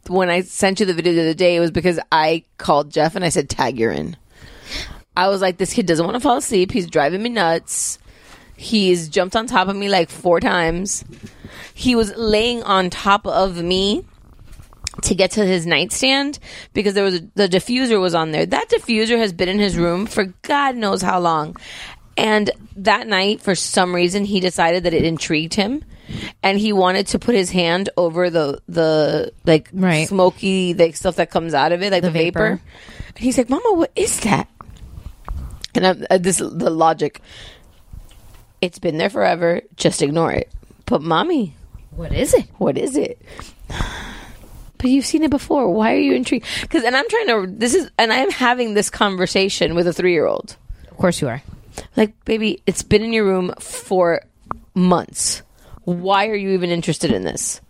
when I sent you the video the other day, it was because I called Jeff and I said, "Tag you're in." I was like, this kid doesn't want to fall asleep. He's driving me nuts. He's jumped on top of me like four times. He was laying on top of me to get to his nightstand because there was a, the diffuser was on there. That diffuser has been in his room for God knows how long. And that night, for some reason, he decided that it intrigued him, and he wanted to put his hand over the the like smoky like stuff that comes out of it, like the, vapor. vapor. And he's like, "Mama, what is that?" And I'm, uh, this the logic. It's been there forever. Just ignore it. But mommy, what is it? What is it? But you've seen it before. Why are you intrigued? Because and I'm trying to. This is and I am having this conversation with a three year old. Of course you are. Like, baby, it's been in your room for months. Why are you even interested in this?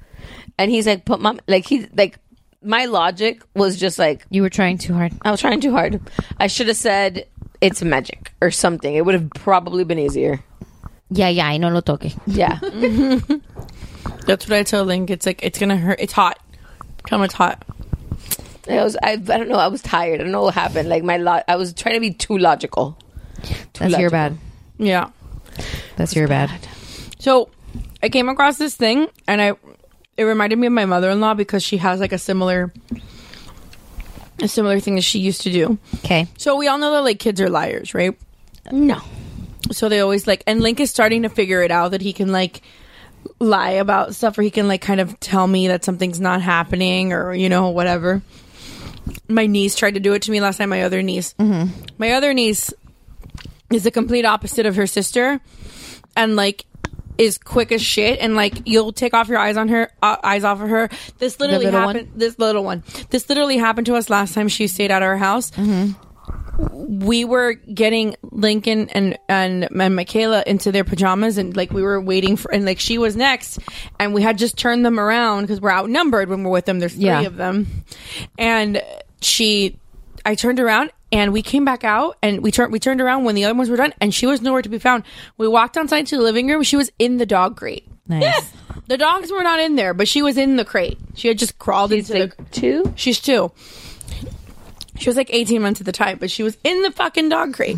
And he's like, but mom, like he like my logic was just like you were trying too hard. I was trying too hard. I should have said it's magic or something. It would have probably been easier. Yeah, yeah, I know lo toque. Yeah. That's what I tell Link. It's like it's gonna hurt. It's hot. Tell him it's hot. I was I, I don't know, I was tired. I don't know what happened. Like my lot I was trying to be too logical. That's your bad. Yeah. That's your bad. So I came across this thing and I it reminded me of my mother in law because she has like a similar a similar thing that she used to do. Okay. So we all know that like kids are liars, right? No. So they always like and Link is starting to figure it out that he can like lie about stuff or he can like kind of tell me that something's not happening or you know whatever. My niece tried to do it to me last night, my other niece. Mm-hmm. My other niece is the complete opposite of her sister and like is quick as shit and like you'll take off your eyes on her uh, eyes off of her this literally little happened this little one this literally happened to us last time she stayed at our house we were getting lincoln and, and and michaela into their pajamas and like we were waiting for and like she was next and we had just turned them around because we're outnumbered when we're with them there's three Yeah. of them and she i turned around and we came back out and we turned we turned around when the other ones were done and she was nowhere to be found we walked outside to the living room she was in the dog crate Nice. the dogs were not in there but she was in the crate she had just crawled into the two she's two she was like 18 months at the time but she was in the fucking dog crate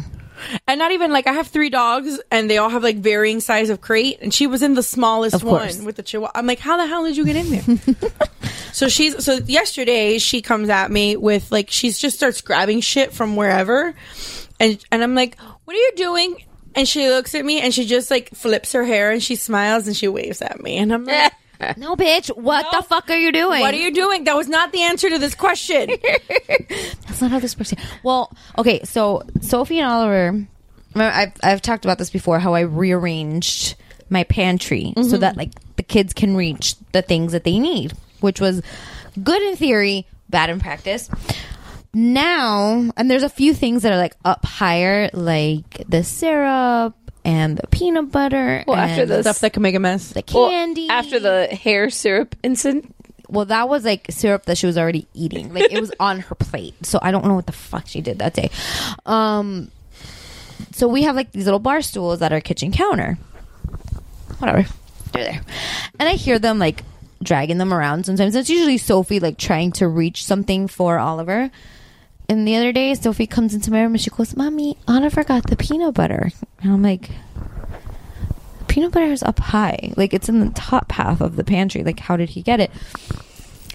and not even like i have three dogs and they all have like varying size of crate and she was in the smallest Of course. one with the chihuahua i'm like how the hell did you get in there so she's so yesterday she comes at me with like she's just starts grabbing shit from wherever and and i'm like what are you doing and she looks at me and she just like flips her hair and she smiles and she waves at me and i'm like No, bitch. What the fuck are you doing? what are you doing that was not the answer to this question That's not how this works. Well, okay, so Sophie and Oliver, remember, I've I've talked about this before. How I rearranged my pantry so Mm-hmm. Mhm. that like the kids can reach the things that they need, which was good in theory, bad in practice. Now, and there's a few things that are like up higher, like the syrup and the peanut butter. Well, after and the stuff that can make a mess. The Well, candy. after the hair syrup incident. Well, that was like syrup that she was already eating. Like it was on her plate. So I don't know what the fuck she did that day. Um so we have like these little bar stools at our kitchen counter. Whatever. They're there. And I hear them like dragging them around sometimes. It's usually Sophie like trying to reach something for Oliver. And the other day Sophie comes into my room and she goes, Mommy, Oliver got the peanut butter. And I'm like, peanut butter is up high. Like it's in the top half of the pantry. Like how did he get it?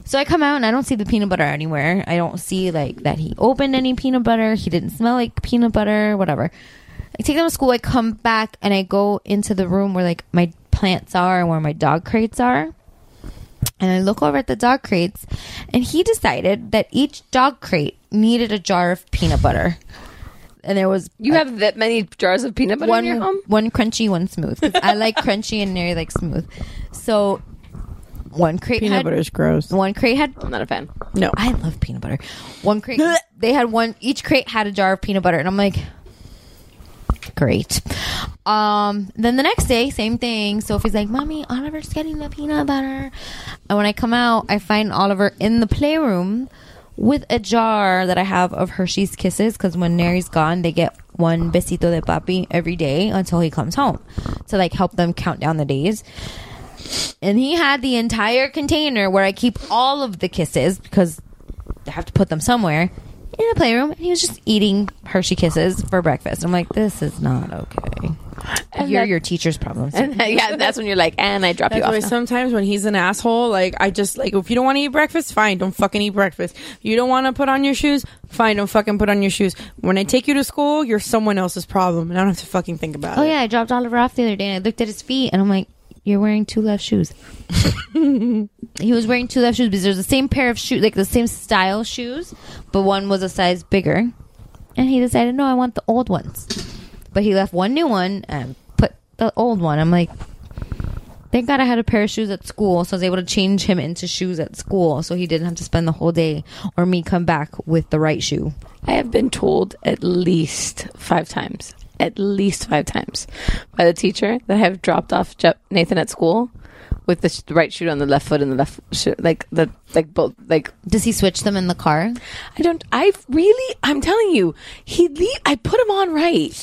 So I come out and I don't see the peanut butter anywhere. I don't see like that he opened any peanut butter. He didn't smell like peanut butter, whatever. I take them to school. I come back and I go into the room where like my plants are and where my dog crates are. And I look over at the dog crates and he decided that each dog crate needed a jar of peanut butter. And there was You have that many jars of peanut butter one, in your home? One crunchy, one smooth. 'Cause I like crunchy and Neri likes smooth. So one crate Peanut had- butter's gross. One crate had. I'm not a fan. No, I love peanut butter. One crate. they had one. Each crate had a jar of peanut butter, and I'm like, great. Um. Then the next day, same thing. Sophie's like, "Mommy, Oliver's getting the peanut butter," and when I come out, I find Oliver in the playroom with a jar that I have of Hershey's Kisses because when Neri's gone, they get one besito de papi every day until he comes home to like help them count down the days. And he had the entire container where I keep all of the kisses because I have to put them somewhere in a playroom. And he was just eating Hershey kisses for breakfast. I'm like, this is not okay. And You're that- your teacher's problems. And yeah, that's when you're like, and I drop That's you off. why now. sometimes when he's an asshole, like I just like if you don't want to eat breakfast, fine, don't fucking eat breakfast. You don't want to put on your shoes, fine, don't fucking put on your shoes. When I take you to school, you're someone else's problem, and I don't have to fucking think about Oh it. yeah, I dropped Oliver off the other day and I looked at his feet and I'm like, You're wearing two left shoes. he was wearing two left shoes because there's the same pair of shoes like the same style shoes, but one was a size bigger. And he decided, No, I want the old ones. But he left one new one and put the old one. I'm like Thank God I had a pair of shoes at school, so I was able to change him into shoes at school, so he didn't have to spend the whole day or me come back with the right shoe. I have been told at least five times, at least five times by the teacher that I have dropped off Je- Nathan at school with the, sh- the right shoe on the left foot and the left shoe, like the like both like. Does he switch them in the car? I don't. I really. I'm telling you, he. Le- I put him on right.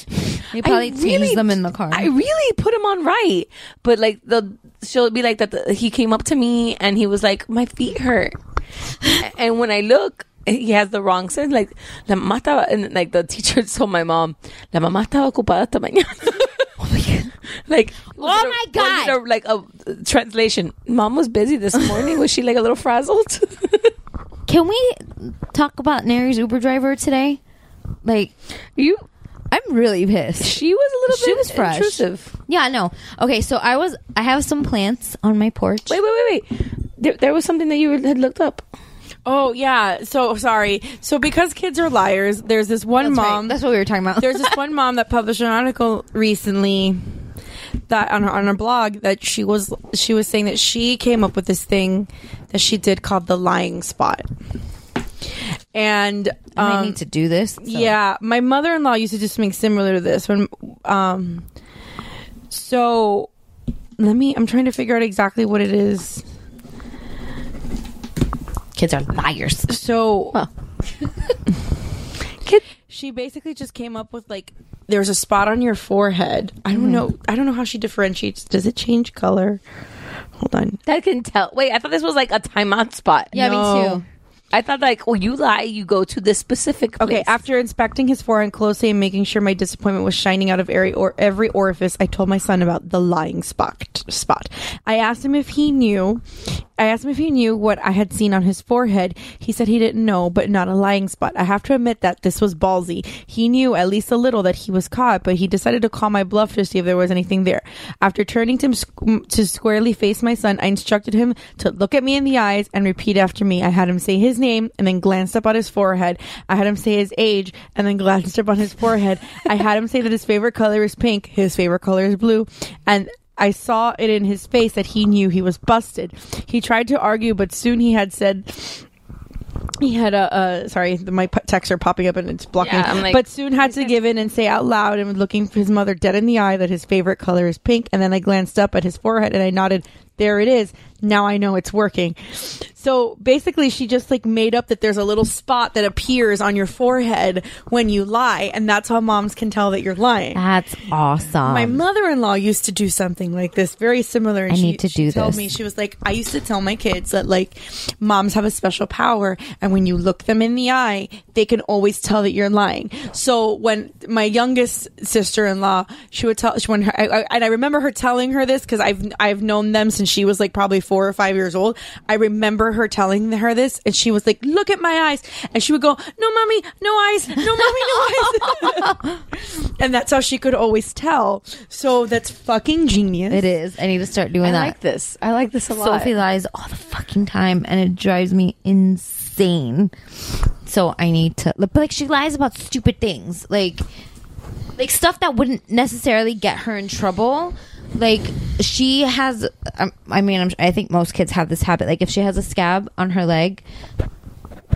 He probably changed changed them in the car. I really put him on right, but like the she'll be like that. The, he came up to me and he was like, "My feet hurt," and when I look. He has the wrong sense, like la mamá estaba, and like the teacher told my mom, la mamá estaba ocupada esta mañana. like Oh my God. was it a- like a uh, translation. Mom was busy this morning. was she like a little frazzled? Can we talk about Nary's Uber driver today? Like you, I'm really pissed. She was a little she bit was fresh. intrusive. Yeah, no. Okay, so I was. I have some plants on my porch. wait, wait, wait, wait. There, there was something that you had looked up. Oh yeah. So sorry. So because kids are liars, there's this one That's right. mom. That's what we were talking about. there's this one mom that published an article recently that on her on her blog that she was she was saying that she came up with this thing that she did called the lying spot. And um, I might need to do this. so- yeah, my mother in law used to do something similar to this when um so let me I'm trying to figure out exactly what it is. kids are liars. So Kid- she basically just came up with like there's a spot on your forehead. I Mm-hmm. don't know. I don't know how she differentiates. Does it change color? Hold on. That can tell. Wait, I thought this was like a timeout spot. Yeah, me No. too. I thought like, oh, you lie, you go to this specific place. Okay, after inspecting his forehead closely and making sure my disappointment was shining out of every, or- every orifice, I told my son about the lying spot. Spot. I asked him if he knew. I asked him if he knew what I had seen on his forehead. He said he didn't know, but not a lying spot. I have to admit that this was ballsy. He knew at least a little that he was caught, but he decided to call my bluff to see if there was anything there. After turning to him squ- to squarely face my son, I instructed him to look at me in the eyes and repeat after me. I had him say his name and then glanced up on his forehead. I had him say his age and then glanced up on his forehead. I had him say that his favorite color is pink, his favorite color is blue, and I saw it in his face that he knew he was busted. He tried to argue, but soon he had said he had a uh, sorry th- my p- texts are popping up and it's blocking Yeah, I'm like- but soon had to give in and say out loud and looking his mother dead in the eye that his favorite color is pink and then i glanced up at his forehead and i nodded there it is now i know it's working so basically she just like made up that there's a little spot that appears on your forehead when you lie and that's how moms can tell that you're lying That's awesome. my mother-in-law used to do something like this, very similar. And I she, need to she do told this. me she was like, I used to tell my kids that like moms have a special power, and when you look them in the eye, they can always tell that you're lying. So when my youngest sister-in-law, she would tell she, when her, I, I, and I remember her telling her this because I've I've known them since she was like probably four or five years old. I remember her telling her this, and she was like, "Look at my eyes," and she would go, "No, mommy, no eyes, no mommy, no eyes." and that's how she could always tell. So that's fucking genius. it is. I need to start doing I that. like this. I like this a lot. Sophie lies all the fucking time, and it drives me insane. So I need to, but like she lies about stupid things, like like stuff that wouldn't necessarily get her in trouble. Like she has, um, I mean, I'm, I think most kids have this habit. Like if she has a scab on her leg.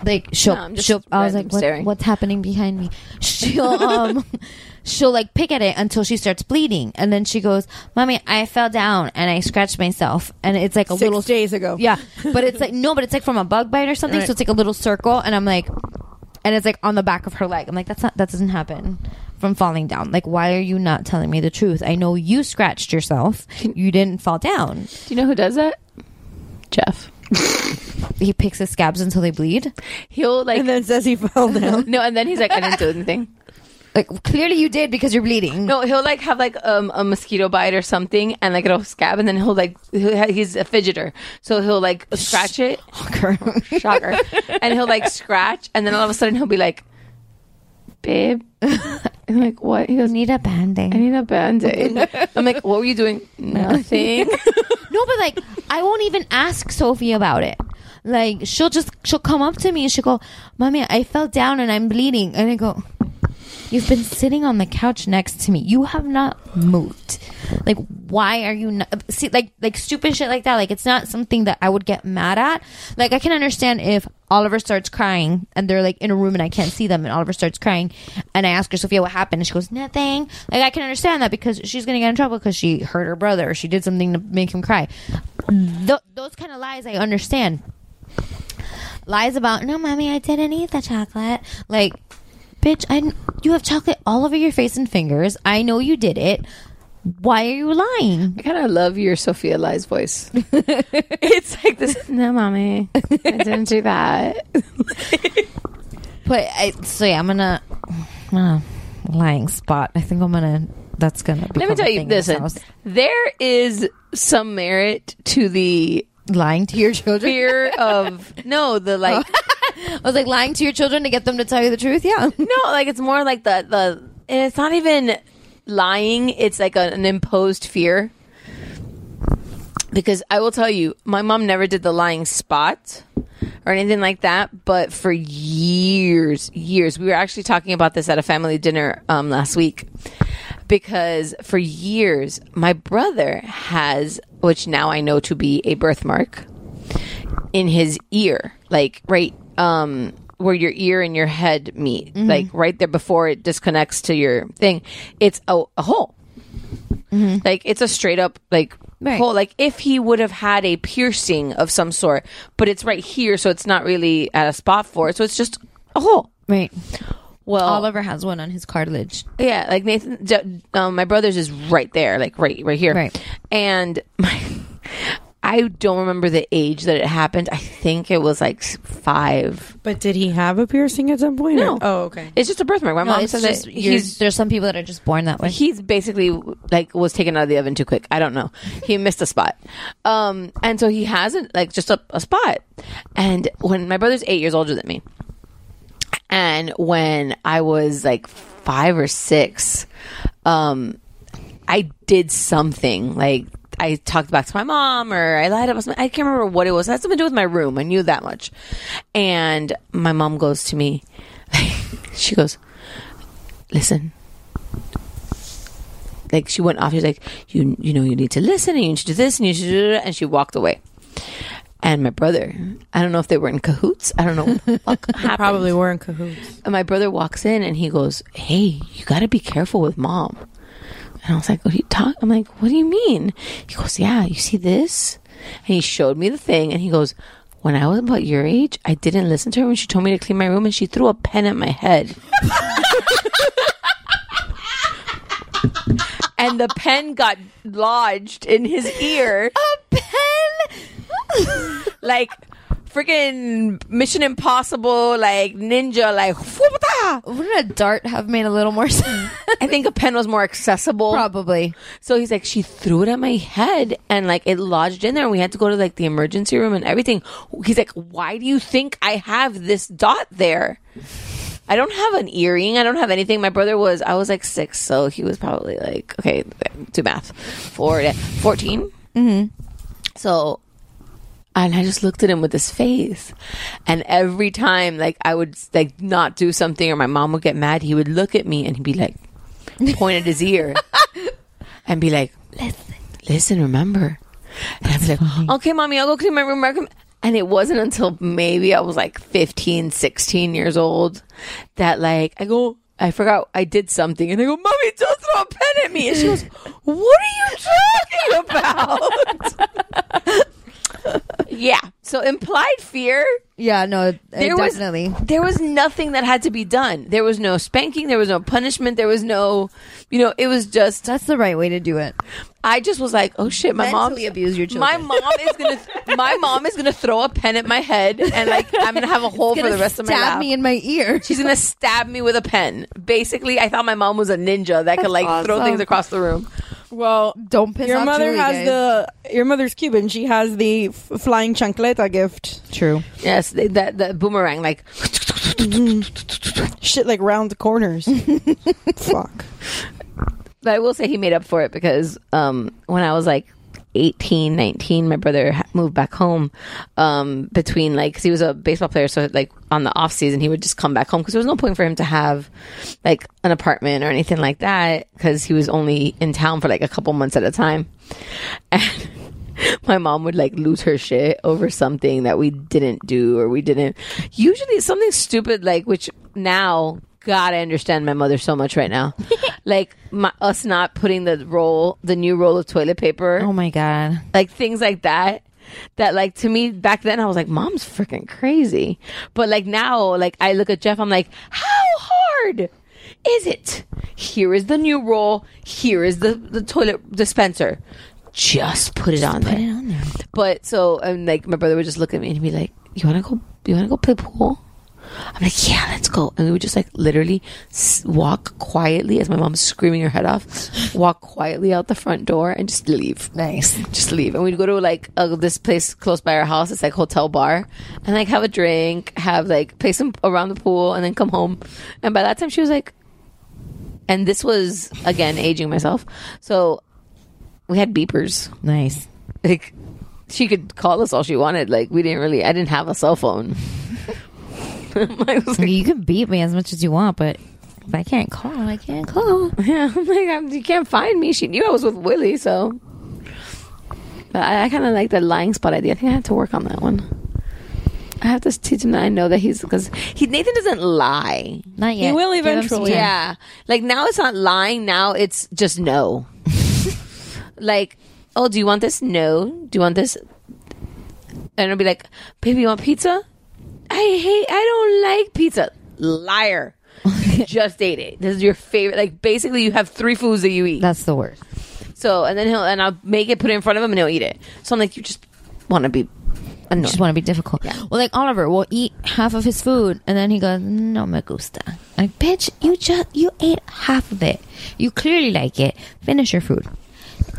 Like she'll, No, I'm just she'll. I was random like, what, staring. "What's happening behind me?" She'll, um, she'll like pick at it until she starts bleeding, and then she goes, "Mommy, I fell down and I scratched myself," and it's like a Six little days ago. yeah, but it's like no, but it's like from a bug bite or something. Right. So it's like a little circle, and I'm like, and it's like on the back of her leg. I'm like, that's not that doesn't happen from falling down. Like, why are you not telling me the truth? I know you scratched yourself. You didn't fall down. Do you know who does that? Jeff. He picks his scabs until they bleed. He'll like And then says he fell down. no, and then he's like, I didn't do anything. Like clearly you did because you're bleeding. No, he'll like have like um, a mosquito bite or something, and like it'll scab, and then he'll like he'll, ha- he's a fidgeter, so he'll like scratch it, shocker, and he'll like scratch, and then all of a sudden he'll be like, "Babe," and like what? He goes, need a band-aid. "I need a band aid." I'm like, "What were you doing?" Nothing. No, but like I won't even ask Sophie about it. Like she'll just she'll come up to me and she'll go, "Mommy, I fell down and I'm bleeding." And I go, "You've been sitting on the couch next to me. You have not moved. Like why are you not see like like stupid shit like that? Like it's not something that I would get mad at. Like I can understand if Oliver starts crying and they're like in a room and I can't see them and Oliver starts crying and I ask her Sophia what happened and she goes nothing. Like I can understand that because she's gonna get in trouble because she hurt her brother or she did something to make him cry. Th- those kind of lies I understand. Lies about no, mommy, I didn't eat the chocolate. Like, bitch, I you have chocolate all over your face and fingers. I know you did it. Why are you lying? I kind of love your Sophia Lies voice. it's like this. No, mommy, I didn't do that. but I, so yeah, I'm gonna, I'm gonna lying spot. I think I'm gonna. That's gonna. Let me become a tell you, thing in this listen, house. there is some merit to the lying to your children. Fear of no, the like. I was like lying to your children to get them to tell you the truth. Yeah, no, like it's more like the the. and It's not even lying. It's like a, an imposed fear. Because I will tell you, my mom never did the lying spot or anything like that. But for years, years, we were actually talking about this at a family dinner um, last week. Because for years, my brother has, which now I know to be a birthmark in his ear, like right um, where your ear and your head meet, Mhm. like right there before it disconnects to your thing. It's a, a hole. Like it's a straight up like Right. hole. Like if he would have had a piercing of some sort, but it's right here, so it's not really at a spot for it. So it's just a hole. Right. Well, Oliver has one on his cartilage. Yeah, like Nathan, d- um, my brother's is right there, like right, right here. Right. And my, I don't remember the age that it happened. I think it was like s- five. But did he have a piercing at some point? or- No. Oh, okay. It's just a birthmark. My No, mom it's says just that you're- he's. There's some people that are just born that way. He's basically like was taken out of the oven too quick. I don't know. He missed a spot, um, and so he hasn't like just a, a spot. And when my brother's eight years older than me, and when I was like five or six, um, I did something like I talked back to my mom or I lied about something. I can't remember what it was. It had something to do with my room. I knew that much. And my mom goes to me, she goes, listen. Like she went off. She's like, you you know, you need to listen, and you need to do this, and you should do that. And she walked away. And my brother, I don't know if they were in cahoots. I don't know what the fuck happened. Probably were in cahoots. And my brother walks in and he goes, "Hey, you got to be careful with mom." And I was like, "What are you talking?" I'm like, "What do you mean?" He goes, "Yeah, you see this?" And he showed me the thing, and he goes, "When I was about your age, I didn't listen to her when she told me to clean my room, and she threw a pen at my head." and the pen got lodged in his ear. A pen? like freaking Mission Impossible, like ninja, like wouldn't a dart have made a little more sense? I think a pen was more accessible. Probably. So he's like, she threw it at my head and like it lodged in there and we had to go to like the emergency room and everything. He's like, Why do you think I have this dot there? I don't have an earring. I don't have anything. My brother was, I was like six, so he was probably like, okay, do math. Four, 14? Mm-hmm. So, and I just looked at him with this face. And every time, like, I would, like, not do something or my mom would get mad, he would look at me and he'd be like, point at his ear and be like, listen, listen, remember. And I'd be like, okay, mommy, I'll go clean my room. I'll come-" And it wasn't until maybe I was like 15, 16 years old that, like, I go, I forgot I did something. And I go, mommy, don't throw a pen at me. And she goes, what are you talking about? Yeah. So implied fear. Yeah, no, There was- definitely. There was nothing that had to be done. There was no spanking. There was no punishment. There was no, you know, it was just. That's the right way to do it. I just was like, oh shit, my mom Mentally abuse your My children. mom is gonna, my mom is gonna throw a pen at my head, and like I'm gonna have a hole for gonna the rest of my stab life. me in my ear. She's gonna stab me with a pen. Basically, I thought my mom was a ninja that could like throw awesome. things across the room. Well, don't piss your off mother Julie, has guys. the your mother's Cuban. She has the f- flying chancleta gift. True. Yes, they, that that boomerang like Shit like round the corners. Fuck. But I will say he made up for it because um, when I was like 18, 19, my brother ha- moved back home um, between like, 'cause he was a baseball player. So like on the off season, he would just come back home because there was no point for him to have like an apartment or anything like that because he was only in town for like a couple months at a time. And my mom would like lose her shit over something that we didn't do or we didn't. Usually it's something stupid like, which now God, I understand my mother so much right now. like my, us not putting the roll, the new roll of toilet paper. Oh my god! Like things like that. That like to me back then I was like, "Mom's freaking crazy," but like now, like I look at Jeff, I'm like, "How hard is it? Here is the new roll. Here is the the toilet dispenser. Just put it on put there." it on there. But so and like my brother would just look at me and he'd be like, "You want to go? You want to go play pool?" I'm like, "Yeah, let's go." And we would just like literally s- walk quietly as my mom's screaming her head off, walk quietly out the front door and just leave. Nice. Just leave. And we'd go to like uh, this place close by our house. It's like hotel bar and like have a drink, have like play some around the pool and then come home. And by that time she was like and this was again aging myself. So we had beepers. Nice. Like she could call us all she wanted. Like we didn't really. I didn't have a cell phone. you can beat me as much as you want, but if I can't call, I can't call. Yeah, I'm like I'm, you can't find me. She knew I was with Willie, so. But I, I kind of like that lying spot idea. I think I have to work on that one. I have to teach him that I know that he's because he Nathan doesn't lie. Not yet. will Give him some eventually. time. Yeah, like now it's not lying. Now it's just no. like, oh, do you want this? No. Do you want this? And it'll be like, baby, you want pizza? I hate. I don't like pizza. Liar. You just ate it. This is your favorite. Like basically, you have three foods that you eat. That's the worst. So and then he'll and I'll make it, put it in front of him, and he'll eat it. So I'm like, you just want to be. I just want to be difficult. Well, like Oliver will eat half of his food and then he goes, "No me gusta." Like, bitch, you just you ate half of it. You clearly like it. Finish your food.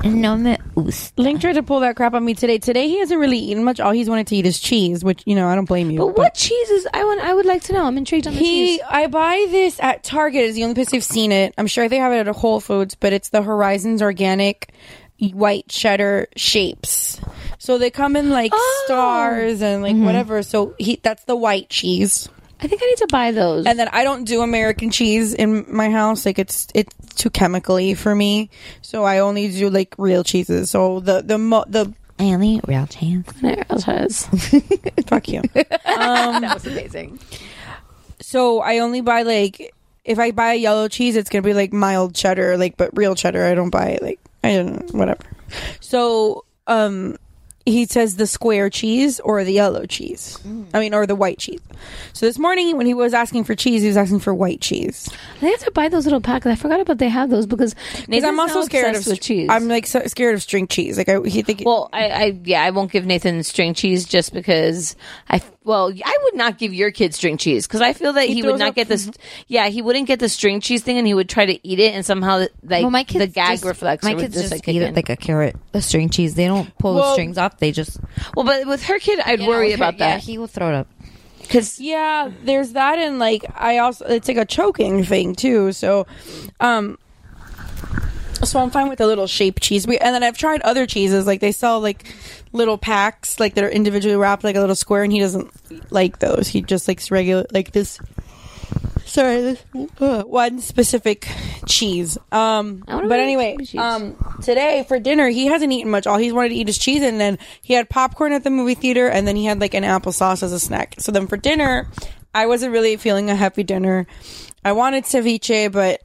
No me gusta. Link tried to pull that crap on me today. Today he hasn't really eaten much. All he's wanted to eat is cheese, which you know I don't blame you. But what cheeses? I want. I would like to know. I'm intrigued on the He, cheese. I buy this at Target. Is the only place I've seen it. I'm sure they have it at Whole Foods, but it's the Horizons Organic White Cheddar shapes. So they come in like stars and like whatever. So he, that's the white cheese. I think I need to buy those. And then I don't do American cheese in my house. Like it's it's too chemically for me. So I only do like real cheeses. So the the mo- the I only eat real chance. fuck you. that was amazing. So I only buy like if I buy yellow cheese, it's gonna be like mild cheddar, like but real cheddar. I don't buy like I don't whatever. So um, he says the square cheese or the yellow cheese. Mm. I mean, or the white cheese. So this morning when he was asking for cheese, he was asking for white cheese. I have to buy those little packets. I forgot about they have those because Because Nathan's I'm also now scared of obsessed with cheese. I'm like so scared of string cheese. Like I, he think well, I, I yeah, I won't give Nathan string cheese just because I well, I would not give your kid string cheese because I feel that he, Mm-hmm. would throws not up- get this. Yeah, he wouldn't get the string cheese thing, and he would try to eat it, and somehow like well, my kids the gag just, reflex. My would kids just, like, eat kick it in. like a carrot, the string cheese. They don't pull the Well- strings off. They just well, but with her kid, I'd worry about Yeah, that he will throw it up. because Yeah, there's that, and like I also, it's like a choking thing too. So, um, so I'm fine with the little shape cheese. We and then I've tried other cheeses, like they sell like little packs, like that are individually wrapped, like a little square, and he doesn't like those. He just likes regular, like this. Sorry, this uh, one specific cheese. Um, I wonder but what anyway, cheese. um, today for dinner he hasn't eaten much. All he's wanted to eat is cheese, and then he had popcorn at the movie theater, and then he had like an applesauce as a snack. So then for dinner, I wasn't really feeling a happy dinner. I wanted ceviche, but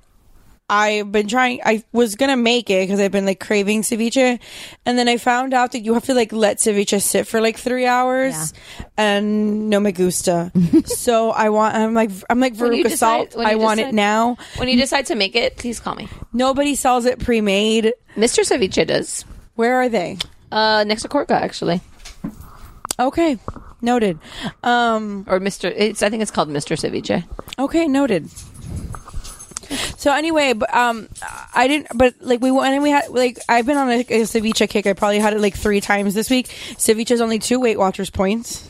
I've been trying. I was gonna make it because I've been like craving ceviche, and then I found out that you have to like let ceviche sit for like three hours, and no me gusta. so I want. I'm like I'm like When you Veruca decide- Salt. when you I want decide- it now. when you decide to make it, please call me. Nobody sells it pre-made. Mr. Ceviche does. Where are they? Uh, next to Corca actually, Okay, noted. Um, or Mr. It's I think it's called Mr. Ceviche. okay, noted. So anyway, but um, I didn't. But like we went and we had like I've been on a, a ceviche kick. I probably had it like three times this week. Ceviche is only two Weight Watchers points,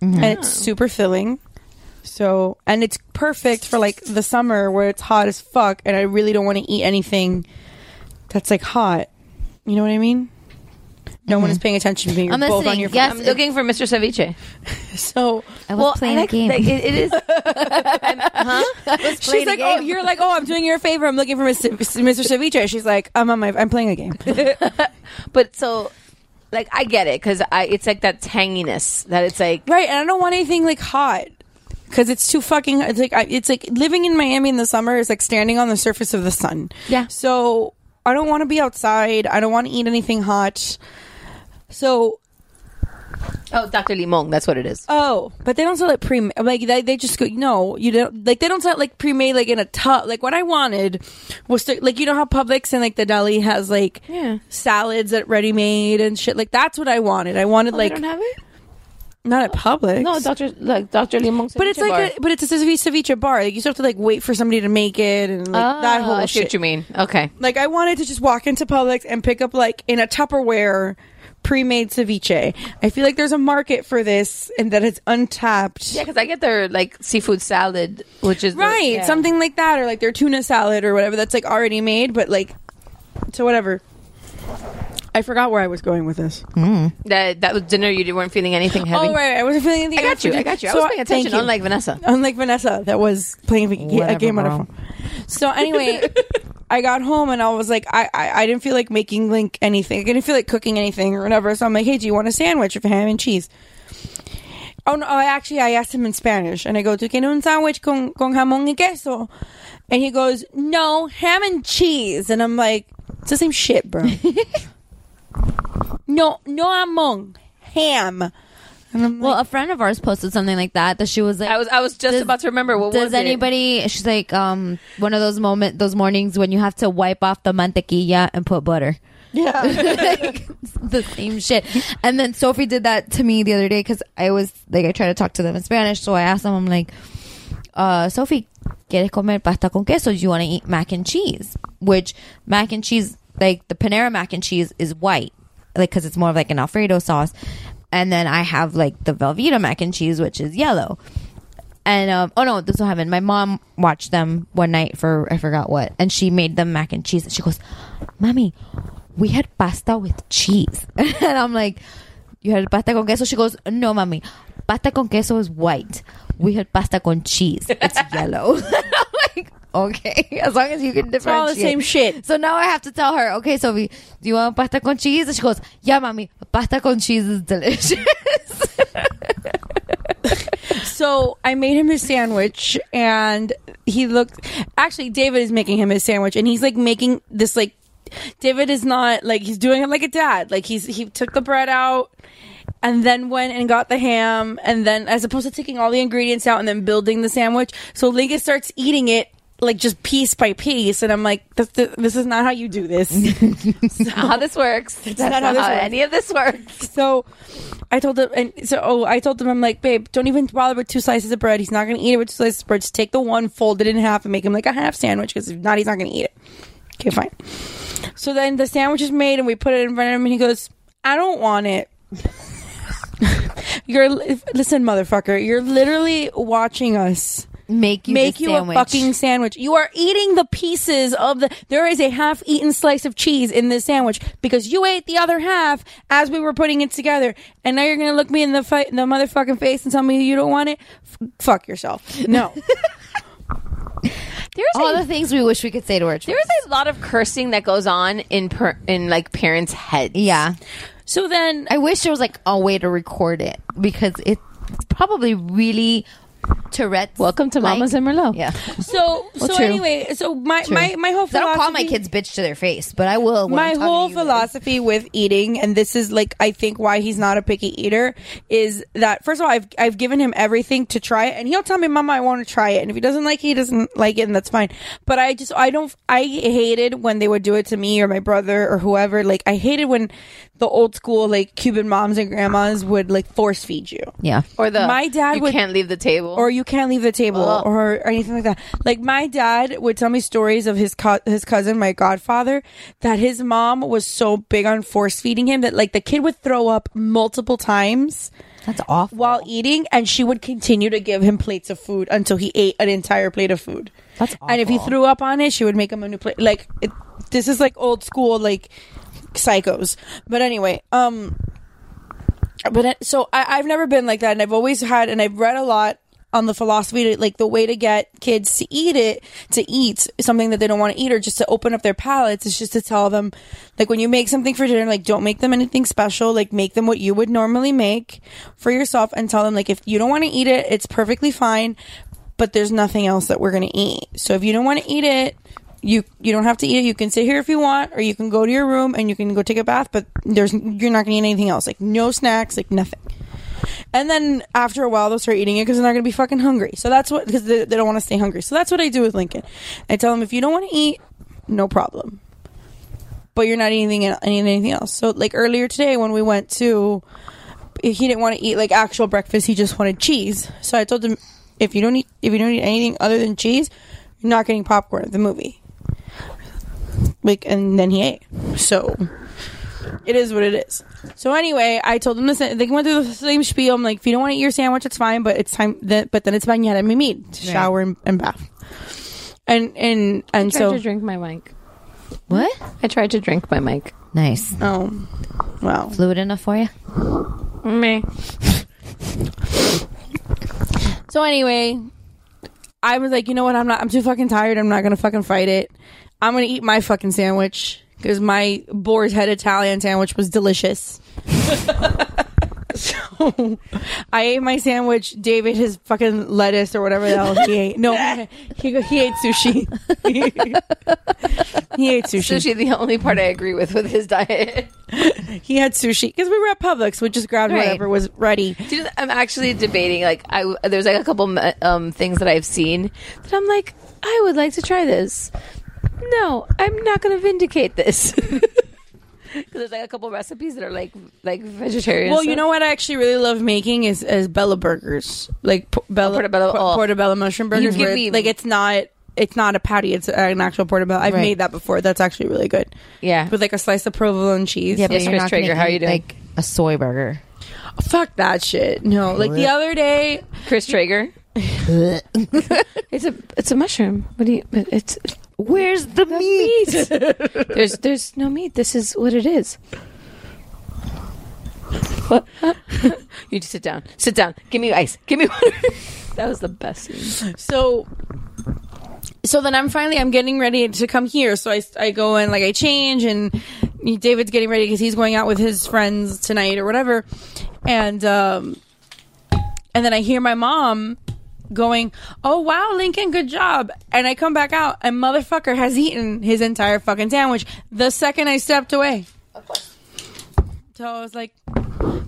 and it's super filling. So and it's perfect for like the summer where it's hot as fuck, and I really don't want to eat anything that's like hot. You know what I mean? No one is paying attention to me. You're I'm both on listening. your Yes, I'm looking for Mr. Ceviche. So I was playing a game. like, it- it is. I'm- huh? She's like, oh, you're like, oh, I'm doing you a favor. I'm looking for Mr. Mr. Ceviche. She's like, "Um, I'm on my, I'm playing a game. But so, like, I get it because I it's like that tanginess that it's like right, and I don't want anything like hot. because it's too fucking. It's like I- it's like living in Miami in the summer is like standing on the surface of the sun. Yeah. So I don't want to be outside. I don't want to eat anything hot. So Oh, Dr. Limon, that's what it is. Oh, but they don't sell it pre like they, they just go no, you don't like they don't sell it like pre made like in a tub. Like what I wanted was to like you know how Publix and like the deli has like Yeah. salads that ready made and shit. Like that's what I wanted. I wanted Oh, they like don't have it? not at Publix. No, Dr. like Dr. Limon. But it's like a, but it's a ceviche bar. Like you still have to like wait for somebody to make it and like that Oh, whole I see Ah, shit. what you mean. Okay. Like I wanted to just walk into Publix and pick up like in a Tupperware pre-made ceviche. I feel like there's a market for this and that it's untapped. Yeah, because I get their like seafood salad, which is the- right yeah. something like that or like their tuna salad or whatever that's like already made but like so whatever i forgot where i was going with this That that was dinner. You didn't- weren't feeling anything heavy. oh right i wasn't feeling anything I got you, after- I got you. I So was paying thank attention, you. unlike Vanessa. unlike vanessa that was playing a, ga- a Whatever, game on her bro. phone so anyway i got home and i was like I, I i didn't feel like making like anything i didn't feel like cooking anything or whatever so i'm like hey do you want a sandwich with ham and cheese Oh no! I actually I asked him in Spanish, and I go, "Tu quieres un sándwich con con jamón y queso?" And he goes, "No, ham and cheese." And I'm like, "It's the same shit, bro." no, no jamón, ham. well, a friend of ours posted something like that that she was like, I was I was just about to remember what does was anybody? She's like, um, one of those moment, those mornings when you have to wipe off the mantequilla and put butter. Yeah. the same shit. And then Sophie did that to me the other day because I was like, I tried to talk to them in Spanish, so I asked them, I'm like, uh, Sophie, ¿quieres comer pasta con queso? Do you want to eat mac and cheese? Which mac and cheese, like the Panera mac and cheese, is white, like because it's more of like an Alfredo sauce. And then I have like the Velveeta mac and cheese, which is yellow. And um, oh no, this will happen. My mom watched them one night for I forgot what, and she made them mac and cheese. And she goes, "Mommy, we had pasta with cheese," and I'm like, "You had pasta con queso?" She goes, "No, mommy, pasta con queso is white. We had pasta con cheese. It's yellow." okay, as long as you can differentiate. all the same shit. So now I have to tell her, okay, Sophie, do you want pasta con cheese? And she goes, yeah, mommy, pasta con cheese is delicious. so I made him his sandwich, and he looked. Actually, David is making him his sandwich, and he's like making this like. David is not like he's doing it like a dad. Like he's he took the bread out, and then went and got the ham, and then as opposed to taking all the ingredients out and then building the sandwich. So Lingus starts eating it like just piece by piece, and I'm like, this, this, this is not how you do this. it? How this works? That's not how, works. any of this works. So I told him, and so oh, I told him, I'm like, babe, don't even bother with two slices of bread. He's not going to eat it with two slices of bread. Just take the one, fold it in half, and make him like a half sandwich. Because if not, he's not going to eat it. Okay, fine. So then the sandwich is made, and we put it in front of him, and he goes, I don't want it. You're li- listen, motherfucker. You're literally watching us make you make this you sandwich. a fucking sandwich. You are eating the pieces of the. There is a half-eaten slice of cheese in this sandwich because you ate the other half as we were putting it together, and now you're gonna look me in the fi- the motherfucking face and tell me you don't want it. F- fuck yourself. No. There's all the things we wish we could say to our children. There's a lot of cursing that goes on in per- in like parents' heads. Yeah. So then I wish there was like a way to record it because it's probably really Tourette's. Welcome to like- Mamas and Merlot. Yeah. So so true. anyway, so my True. my my whole I don't call my philosophy- kids bitch to their face, but I will. When my I'm talking whole to you. philosophy with eating and this is like i think why he's not a picky eater is that first of all i've, I've given him everything to try it and he'll tell me mama i want to try it and if he doesn't like it he doesn't like it and that's fine but i just i don't i hated when they would do it to me or my brother or whoever like i hated when the old school like cuban moms and grandmas would like force feed you Yeah. Or the My dad you would- can't leave the table. or you can't leave the table Ugh. or, or anything like that. Like my dad would tell me stories of his co- his cousin, my godfather, that his mom was so big on force feeding him that like the kid would throw up multiple times That's awful. while eating, and she would continue to give him plates of food until he ate an entire plate of food. That's And if he awful. threw up on it, she would make him a new plate. Like it, this is like old school, like psychos. But anyway, um, but it- so I, I've never been like that, and I've always had, and I've read a lot on the philosophy to like the way to get kids to eat it to eat something that they don't want to eat or just to open up their palates is just to tell them like when you make something for dinner like don't make them anything special like make them what you would normally make for yourself and tell them like if you don't want to eat it it's perfectly fine but there's nothing else that we're going to eat so if you don't want to eat it you you don't have to eat it. You can sit here if you want, or you can go to your room and you can go take a bath. But there's you're not gonna eat anything else. Like no snacks, like nothing. And then after a while, they'll start eating it because they're not gonna be fucking hungry. So that's what because they, they don't want to stay hungry. So that's what I do with Lincoln. I tell him if you don't want to eat, no problem. But you're not eating anything eating anything else. So like earlier today when we went to, he didn't want to eat like actual breakfast. He just wanted cheese. So I told him if you don't eat if you don't eat anything other than cheese. You're not getting popcorn at the movie like and then he ate so it is what it is so anyway i told him listen they went through the same spiel i'm like if you don't want to eat your sandwich it's fine but it's time that but then it's bañera and mimid yeah. shower and, and, bath and and and I so to drink my mic what i tried to drink my mic nice oh wow fluid enough for you me so anyway i was like you know what i'm not i'm too fucking tired i'm not gonna fucking fight it I'm gonna eat my fucking sandwich because my boar's head Italian sandwich was delicious. so I ate my sandwich. David his fucking lettuce or whatever the hell he ate. No, he he ate sushi. he ate sushi. Sushi, the only part I agree with with his diet. he had sushi because we were at Publix. We just grabbed right. whatever was ready. Dude, I'm actually debating. Like, I there's like a couple um, things that I've seen that I'm like, I would like to try this no, I'm not going to vindicate this. Because there's like a couple recipes that are like like vegetarian. Well, stuff. you know what I actually really love making is is Bella burgers, like po- Bella oh, portobello, po- oh. portobello mushroom burgers. Where me- like it's not it's not a patty; it's an actual portobello. I've right. made that before. That's actually really good. Yeah, with like a slice of provolone cheese. Yeah, but yes, you're Chris not Traeger, how are you doing? Like a soy burger. Oh, fuck that shit. No, like the other day, Chris Traeger. it's a it's a mushroom. What do you? It's Where's the That's meat? meat. there's there's no meat. This is what it is. What? you just sit down. Sit down. Give me ice. Give me water. that was the best. Scene. So so then I'm finally I'm getting ready to come here. So I I go and like I change and David's getting ready cuz he's going out with his friends tonight or whatever. And um and then I hear my mom going, "Oh wow, Lincoln, good job!" And I come back out, and motherfucker has eaten his entire fucking sandwich the second I stepped away. So I was like,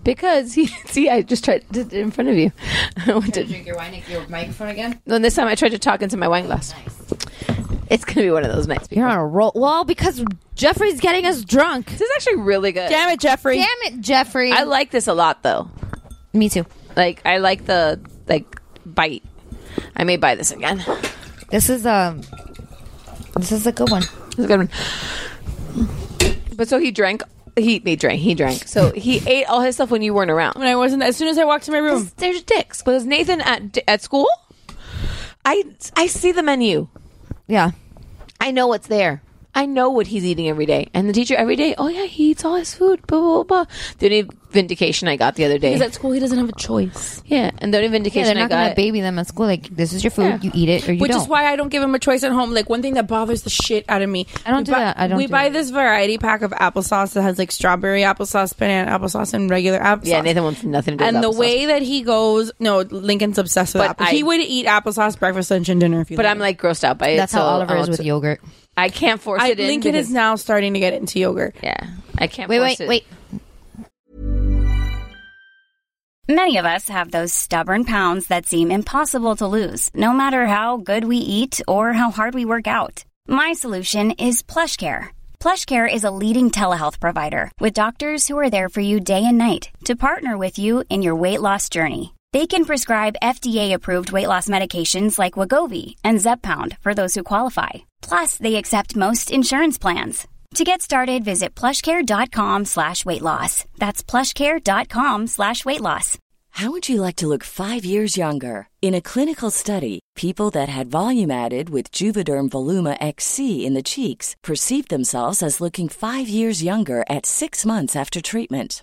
because he see, I just tried did it in front of you. I want to drink your wine, your microphone again. No, this time I tried to talk into my wine glass. Nice. It's gonna be one of those nights. People. You're on a roll. Well, because Jeffrey's getting us drunk. This is actually really good. Damn it, Jeffrey! Damn it, Jeffrey! I like this a lot, though. Me too. Like I like the like bite. I may buy this again. This is um this is a good one. This is a good one. But so he drank he they drank he drank. So he ate all his stuff when you weren't around. When I wasn't as soon as I walked to my room. There's dicks. Was Nathan at at school? I I see the menu. Yeah. I know what's there. I know what he's eating every day. And the teacher every day, oh yeah, he eats all his food, blah, blah, blah. The only vindication I got the other day. Because at school he doesn't have a choice. Yeah, and the only vindication yeah, they're not I got. Gonna baby them at school. Like, this is your food, yeah. you eat it or you Which don't. is why I don't give him a choice at home. Like, one thing that bothers the shit out of me. I don't we do buy, that. I don't We do buy that. this variety pack of applesauce that has like strawberry applesauce, banana applesauce, and regular applesauce. Yeah, Nathan wants nothing to do And with the way that he goes, no, Lincoln's obsessed with But applesauce. I- he would eat applesauce breakfast, lunch, and dinner if you But let I'm him. like grossed out by it. That's how so Oliver I'll is with t- yogurt. I can't force I, it in. Lincoln because- is now starting to get into yogurt. Yeah, I can't. Wait, force wait, it. wait. Many of us have those stubborn pounds that seem impossible to lose, no matter how good we eat or how hard we work out. My solution is PlushCare. PlushCare is a leading telehealth provider with doctors who are there for you day and night to partner with you in your weight loss journey. They can prescribe FDA-approved weight loss medications like Wagovi and Zepbound for those who qualify. Plus, they accept most insurance plans. To get started, visit plushcare.com slash weight loss. That's plushcare.com slash weight loss. How would you like to look five years younger? In a clinical study, people that had volume added with Juvederm Voluma XC in the cheeks perceived themselves as looking five years younger at six months after treatment.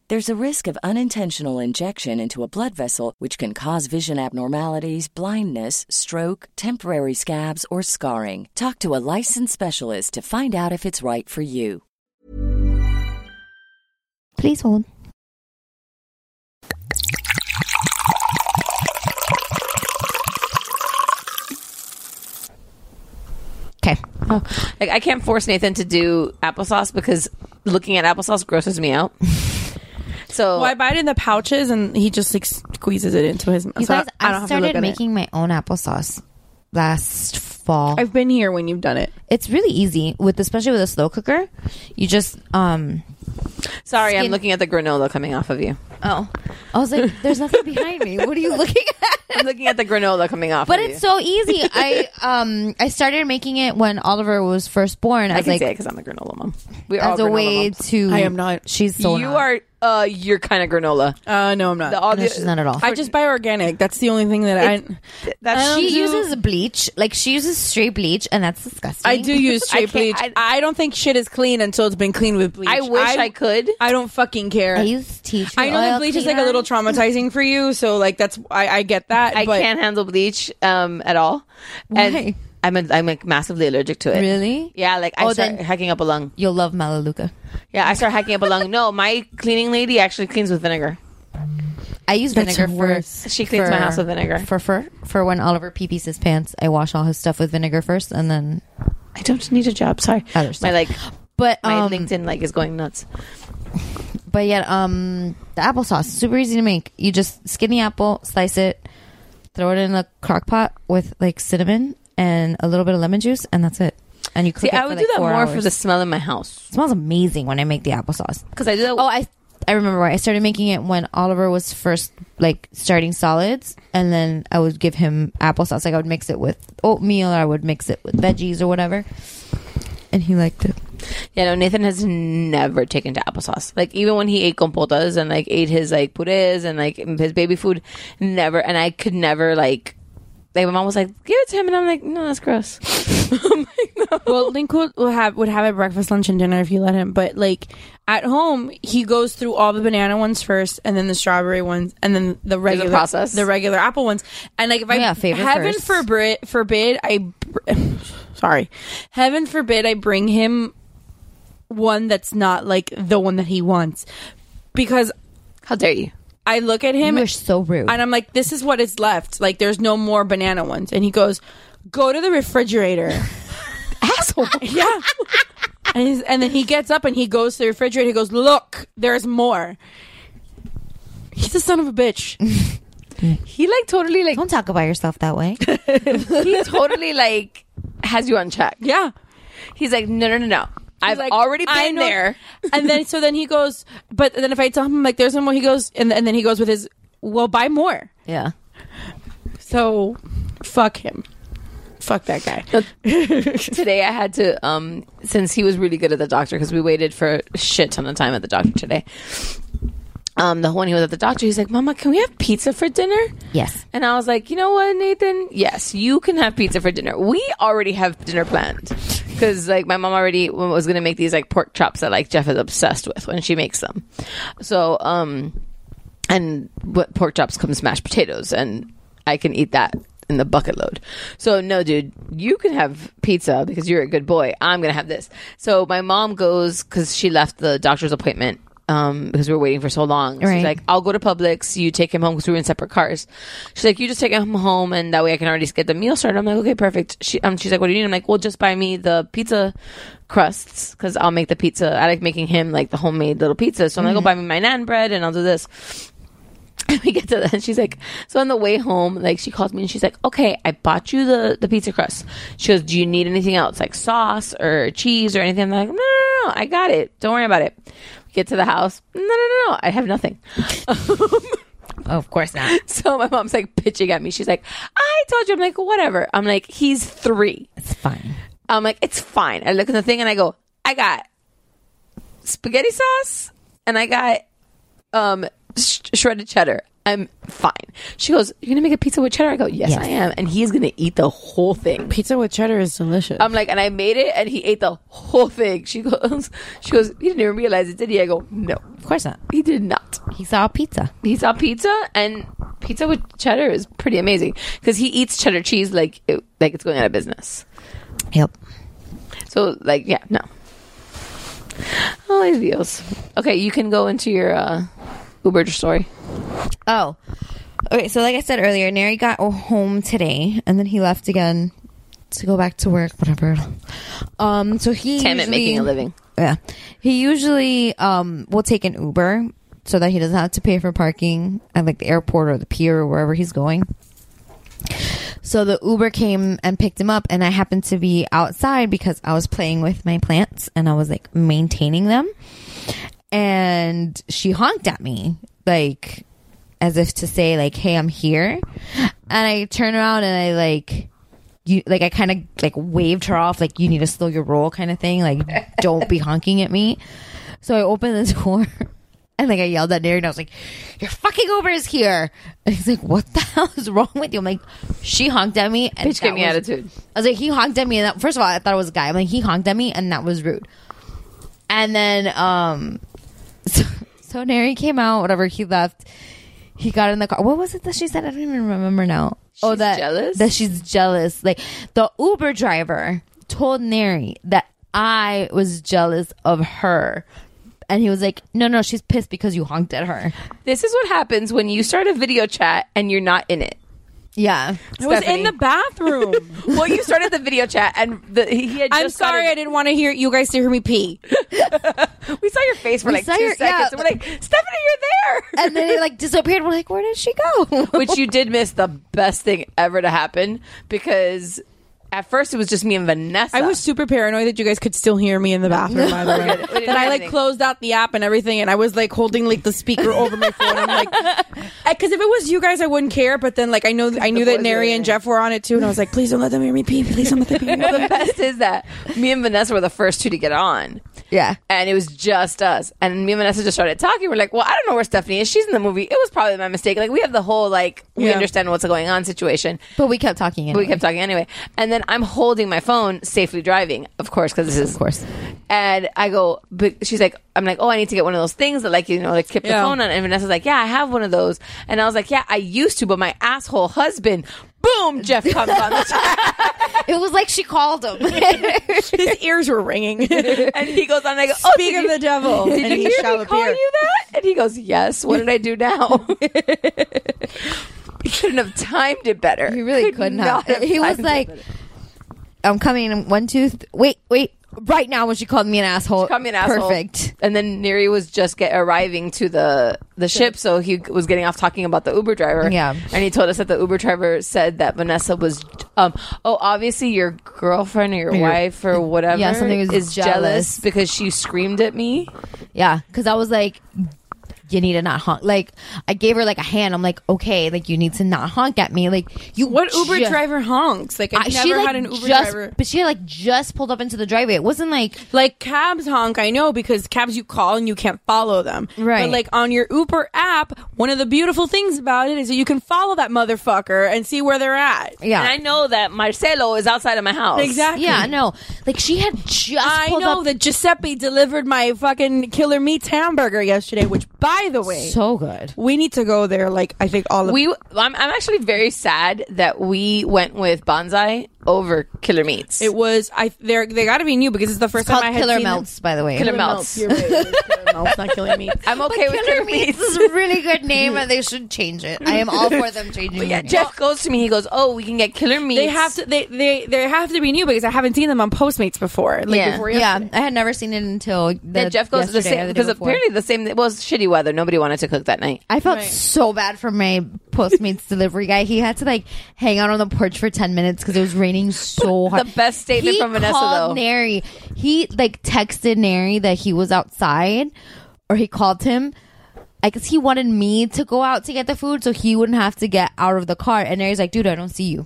There's a risk of unintentional injection into a blood vessel, which can cause vision abnormalities, blindness, stroke, temporary scabs, or scarring. Talk to a licensed specialist to find out if it's right for you. Please hold. Okay. Oh, like I can't force Nathan to do applesauce because looking at applesauce grosses me out. Oh. So well, I buy it in the pouches, and he just like squeezes it into his. You so guys, I, I, don't have to look started at making my own applesauce last fall. I've been here when you've done it. It's really easy with especially with a slow cooker. You just um Sorry, I'm looking at the granola coming off of you. Oh, I was like, there's nothing behind me. What are you looking at? I'm looking at the granola coming off. But of you. it's so easy. I um I started making it when Oliver was firstborn. I As can like say because I'm a granola mom. We are as all a granola way moms. to She's so you not. are. Uh, you're kind of granola. Uh, no, I'm not. The, all No, the- she's not at all. I just buy organic. That's the only thing that I. I don't she do- uses bleach. Like she uses straight bleach, and that's disgusting. I do use I straight can't- bleach. I, don't think shit is clean until it's been cleaned with bleach. I wish I could. I don't fucking care. I use tea tree I know oil that bleach is like a cleaner. little traumatizing for you, so like that's I, I get that. I but can't handle bleach um, at all. And Why? I'm a, I'm like massively allergic to it. Really? Yeah, like I Oh, start then- hacking up a lung. You'll love Melaleuca. Yeah, I start hacking up a lung. No, my cleaning lady actually cleans with vinegar. I use That's vinegar worse. for She cleans my house with vinegar. for for for when Oliver pee pees his pants. I wash all his stuff with vinegar first, and then I don't need a job. Sorry, other stuff. My like, but my um, LinkedIn like is going nuts. But yet, um, the applesauce is super easy to make. You just skinny apple, slice it, throw it in a crock pot with like cinnamon and a little bit of lemon juice, and that's it. And you cook See, it I for, would like, do that four more for hours. the smell in my house. It smells amazing when I make the applesauce. Because I do that. Oh, I I remember I started making it when Oliver was first like starting solids, and then I would give him applesauce. Like I would mix it with oatmeal, or I would mix it with veggies or whatever, and he liked it. Yeah, no, Nathan has never taken to applesauce. Like even when he ate compotas and like ate his like purees and like his baby food, never. And I could never like. Like my mom was like, "Give it to him," and I'm like, "No, that's gross." well, Link would, will have would have a breakfast, lunch, and dinner if you let him. But like at home, he goes through all the banana ones first, and then the strawberry ones, and then the regular process. the regular apple ones. And like if I Yeah, favorite heaven first. forbid forbid I br- sorry heaven forbid I bring him one that's not like the one that he wants because how dare you. I look at him You are so rude. and I'm like, this is what is left. Like, there's no more banana ones. And he goes, go to the refrigerator. Asshole. Yeah. And, he's, and then he gets up and he goes to the refrigerator. He goes, look, there's more. He's a son of a bitch. He like totally like Don't talk about yourself that way. he totally like has you on check. Yeah, he's like, "No, no, no, no." I've like, already I been know- there. and then so then he goes, but then if I tell him like there's no more, he goes, and, and then he goes with his, well, buy more. Yeah. So, fuck him. Fuck that guy. today I had to um since he was really good at the doctor because we waited for a shit ton of time at the doctor today. Um, the when he was at the doctor, he's like, "Mama, can we have pizza for dinner?" Yes. And I was like, "You know what, Nathan? Yes, you can have pizza for dinner. We already have dinner planned because like my mom already was gonna make these like pork chops that like Jeff is obsessed with when she makes them. So um, and what pork chops comes mashed potatoes, and I can eat that in the bucket load. So no, dude, you can have pizza because you're a good boy. I'm gonna have this. So my mom goes because she left the doctor's appointment um, because we were waiting for so long. So Right. She's like, I'll go to Publix. You take him home because we were in separate cars. She's like, you just take him home, and that way I can already get the meal started. I'm like, okay, perfect. She, um, she's like, what do you need? I'm like, well, just buy me the pizza crusts because I'll make the pizza. I like making him like the homemade little pizza. So I'm like, go buy me my nan bread, and I'll do this. And we get to that. And she's like, so on the way home, like she calls me and she's like, okay, I bought you the, the pizza crust. She goes, do you need anything else like sauce or cheese or anything? I'm like, no, no, no, I got it. Don't worry about it. We get to the house. No, no, no, no. I have nothing. of course not. So my mom's like bitching at me. She's like, I told you. I'm like, whatever. I'm like, he's three. It's fine. I'm like, it's fine. I look at the thing and I go, I got spaghetti sauce and I got um sh- shredded cheddar. I'm fine. She goes, You're gonna make a pizza with cheddar? I go, Yes, I am. And he's gonna eat the whole thing. Pizza with cheddar is delicious. I'm like, and I made it and he ate the whole thing. She goes she goes, He didn't even realize it, did he? I go, No. Of course not. He did not. He saw pizza. He saw pizza and pizza with cheddar is pretty amazing. Because he eats cheddar cheese like it, like it's going out of business. Yep. So like yeah, no. All these deals. Okay, you can go into your uh, Uber story. Oh. Okay, so like I said earlier, Neri got home today and then he left again to go back to work, whatever. Um so he Damn it, usually- making a living. Yeah. He usually um will take an Uber so that he doesn't have to pay for parking at like the airport or the pier or wherever he's going. So the Uber came and picked him up, and I happened to be outside because I was playing with my plants and I was like maintaining them. And she honked at me, like as if to say, like, "Hey, I'm here." And I turned around and I like, you like, I kind of like waved her off, like, "You need to slow your roll," kind of thing, like, "Don't be honking at me." So I opened the door. And like I yelled at Neri and I was like, Your fucking Uber is here. And he's like, What the hell is wrong with you? I'm like, She honked at me and Bitch gave that me was- attitude. I was like, he honked at me and that first of all I thought it was a guy. I'm like, he honked at me and that was rude. And then um so, so Neri came out, whatever, he left. He got in the car. What was it that she said? I don't even remember now. oh, that jealous? that she's jealous. Like the Uber driver told Neri that I was jealous of her. And he was like, "No, no, she's pissed because you honked at her." This is what happens when you start a video chat and you're not in it. Yeah, I was in the bathroom. well, you started the video chat and the, he had just I'm sorry, I didn't want to hear you guys to hear me pee. we saw your face for We like two saw your- seconds. yeah. And we're like, Stephanie, you're there. And then it like disappeared. We're like, "Where did she go?" Which you did miss the best thing ever to happen because at first it was just me and Vanessa. I was super paranoid that you guys could still hear me in the bathroom. By the We didn't way, that I like anything. closed out the app and everything, and I was like holding like the speaker over my phone. I'm like, because if it was you guys, I wouldn't care. But then like I know I knew that Neri and Jeff were on it too, and I was like, please don't let them hear me pee. Please don't let them hear me. Well, the best is that me and Vanessa were the first two to get on. Yeah. And it was just us. And me and Vanessa just started talking. We're like, well, I don't know where Stephanie is. She's in the movie. It was probably my mistake. Like, we have the whole, like, we Yeah. understand what's going on situation. But we kept talking. But Anyway. we kept talking anyway. And then I'm holding my phone, safely driving, of course, because this is. Of course. And I go, but she's like, I'm like, oh, I need to get one of those things that, like, you know, like, keep Yeah. the phone on. And Vanessa's like, yeah, I have one of those. And I was like, yeah, I used to, but my asshole husband, boom, Jeff comes on the chat. It was like she called him. His ears were ringing. and he goes on. And I go, oh, Speak did of Oh, you- the devil, Did and you he hear shall me call appear. you that? And he goes, yes. What did I do now? he couldn't have timed it better. He really Could could not not. have He was timed it like, "I'm coming in one, two, th- wait, wait." Right now, when she called me an asshole, Call me an asshole. Perfect. And then Neri was just get, arriving to the the ship, so he was getting off talking about the Uber driver. Yeah. and he told us that the Uber driver said that Vanessa was, um, oh, obviously your girlfriend or your Yeah. wife or whatever, Yeah, something was is jealous. because she screamed at me. Yeah, because I was like, "You need to not honk." Like, I gave her like a hand. I'm like, "Okay, like you need to not honk at me." Like, you What Uber just- driver honks? Like I've I- never she like had an Uber just, driver. but she like just pulled up into the driveway. It wasn't like Like cabs honk, I know because cabs you call and you can't follow them. Right. But like on your Uber app, one of the beautiful things about it is that you can follow that motherfucker and see where they're at. yeah, And I know that Marcelo is outside of my house. Exactly. yeah, no, like she had just. I pulled know up- that Giuseppe delivered my fucking killer meats hamburger yesterday, which by the way, so good. we need to go there. Like I think all of We, I'm, I'm actually very sad that we went with Bonsai over Killer Meats. It was I. They're, they got to be new because it's the first called time I had Killer seen them. Melts, by the way. Killer Melts. You're right. Killer Melts, not Killer Meats. I'm okay with Killer Meats. This is a really good name, and they should change it. I am all for them changing. But yeah, their name. Jeff goes to me. He goes, "Oh, we can get Killer Meats." They have to. They they they have to be new because I haven't seen them on Postmates before. Like yeah, before yeah. I had never seen it until the, Yeah, Jeff goes to the yesterday or same day because before. apparently the same. It was shitty weather. Nobody wanted to cook that night. I felt so bad for my Postmates delivery guy. He had to like hang out on the porch for ten minutes because it was raining so hard. The best statement he from Vanessa called though. Nary. He like texted Nary that he was outside, or he called him. I guess he wanted me to go out to get the food so he wouldn't have to get out of the car. And Nary's like, dude, I don't see you.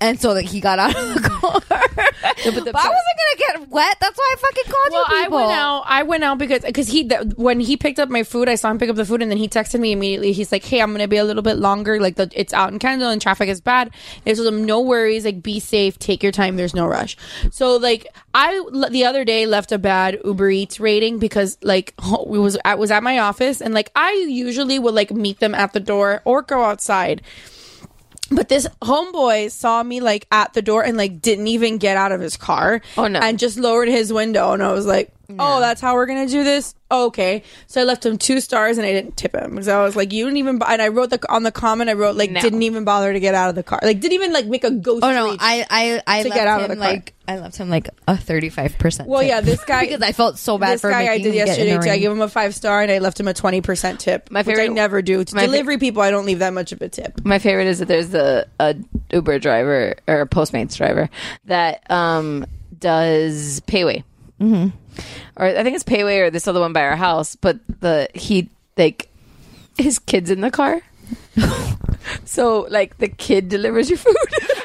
And so like he got out of the car. but I wasn't gonna get wet. That's why I fucking called Well, you I people. went out. I went out because because he that when he picked up my food, I saw him pick up the food, and then he texted me immediately. He's like, "Hey, I'm gonna be a little bit longer. Like the it's out in Kendall and traffic is bad. It's just no worries. Like be safe. Take your time. There's no rush." So like I l- the other day left a bad Uber Eats rating because like we was I was at my office and like I usually would like meet them at the door or go outside. But this homeboy saw me like at the door and like didn't even get out of his car. Oh, no. And just lowered his window, and I was like, "Oh, that's how we're gonna do this." Okay, so I left him two stars, and I didn't tip him because I was like, "You didn't even." bo-" And I wrote the on the comment, I wrote like, No. "Didn't even bother to get out of the car. Like, didn't even like make a ghost." Oh no, I I I to left get out of him the car. like I left him like a thirty five percent. Well, yeah, this guy because I felt so bad this for guy I making did him get in yesterday the too. I ring. gave him a five star, and I left him a twenty percent tip. My which I favorite- never do. To my fa- delivery people, I don't leave that much of a tip. My favorite is that there's a, a Uber driver or a Postmates driver that um, does payway, mm-hmm. or I think it's payway or this other one by our house. But the he like his kids in the car, so like the kid delivers your food.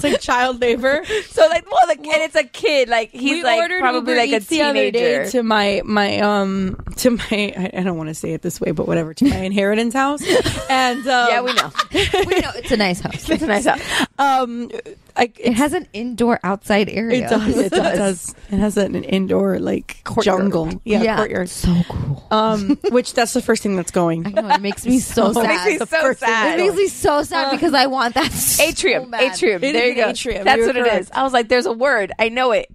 It's like child labor. so like, well, the, and it's a kid. Like he's we like ordered probably Uber like Eats a teenager. The other day to my my um to my I, I don't want to say it this way, but whatever to my inheritance house, and um, yeah, we know. We know it's a nice house. It's a nice house. Um, I, It has an indoor outside area. it does it does it has an, indoor like jungle yeah, Yeah. courtyard So cool. um which that's the first thing that's going. I know it makes me so It makes sad. me It so sad. makes me so sad because I want that so Atrium, bad. atrium. It there you is an go. Uh, atrium. That's You're what it correct. is. I was like, "There's a word. I know it."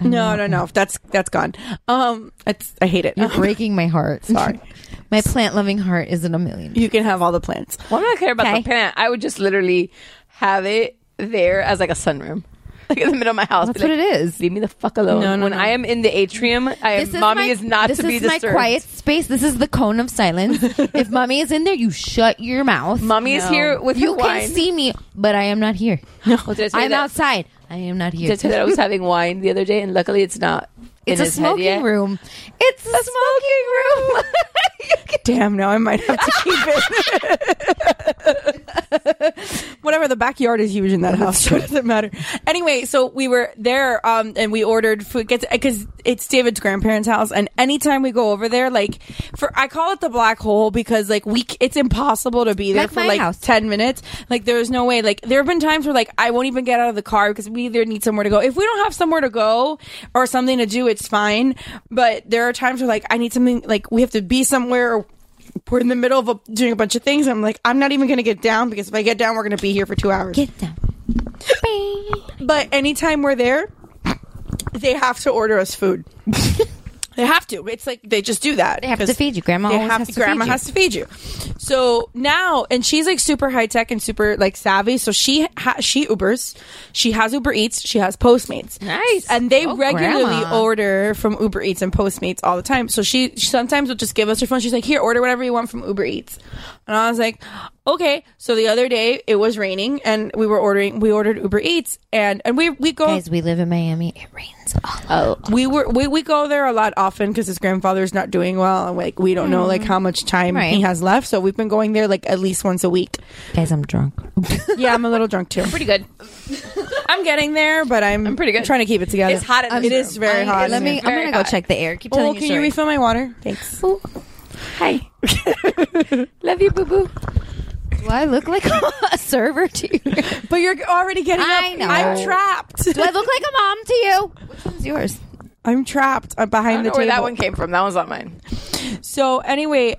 No, no, no. That's that's gone. Um, it's I hate it. You're breaking my heart. Sorry. my plant loving heart isn't a million. You can have all the plants. Well, I'm not care about Okay. the plant. I would just literally have it there as like a sunroom, like in the middle of my house. That's Be like, what it is. Leave me the fuck alone. No, no, when no. I am in the atrium, I am, mommy my- is not this to be is disturbed. my quiet space. This is the cone of silence. if mommy is in there, you shut your mouth. Mommy is here with Um, you her wine. can see me, but I am not here. Oh, did I tell you I'm that- outside. I am not here. Did I tell you that I was having wine the other day, and luckily it's not. in It's a his head yet? smoking room. It's a smoking room. Damn, now I might have to keep it. Whatever, the backyard is huge in that house, so it doesn't matter. Anyway, so we were there, um, and we ordered food because it's David's grandparents' house, and anytime we go over there, like for I call it the black hole because like we c- it's impossible to be there Like for my like house. ten minutes. Like there's no way. Like there have been times where like I won't even get out of the car because we either need somewhere to go. If we don't have somewhere to go or something to do, it's fine. But there are times where like I need something like we have to be somewhere. or We're in the middle of a, doing a bunch of things. I'm like, I'm not even going to get down because if I get down, we're going to be here for two hours. Get down. But anytime we're there, they have to order us food. they have to. It's like they just do that. They have to feed you. Grandma always has to feed grandma you. has to feed you. So now, and she's like super high tech and super like savvy. So she ha- she Ubers, she has Uber Eats, she has Postmates. Nice. And they Go, regularly Grandma. order from Uber Eats and Postmates all the time. So she, she sometimes will just give us her phone. She's like, "Here, order whatever you want from Uber Eats," and I was like, "Okay." So the other day it was raining, and we were ordering. We ordered Uber Eats, and and we we go Guys, we live in Miami. It rains all Oh, we were we, we go there a lot often because his grandfather's not doing well and like we don't know like how much time Right. he has left so we've been going there like at least once a week Guys, I'm drunk. yeah i'm a little drunk too pretty good. i'm getting there but i'm, I'm pretty good. trying to keep it together It's hot in it this is room. very I- hot Let in here. me. I'm gonna go hot. check the air. Keep oh telling can your you refill story. my water thanks Hi. Love you, boo boo. Do I look like a server to you? but Oh, you're already getting up I know. i'm trapped Do I look like a mom to you? Which one's yours? i'm trapped i'm I don't behind know the where table that one came from. That one's not mine. so anyway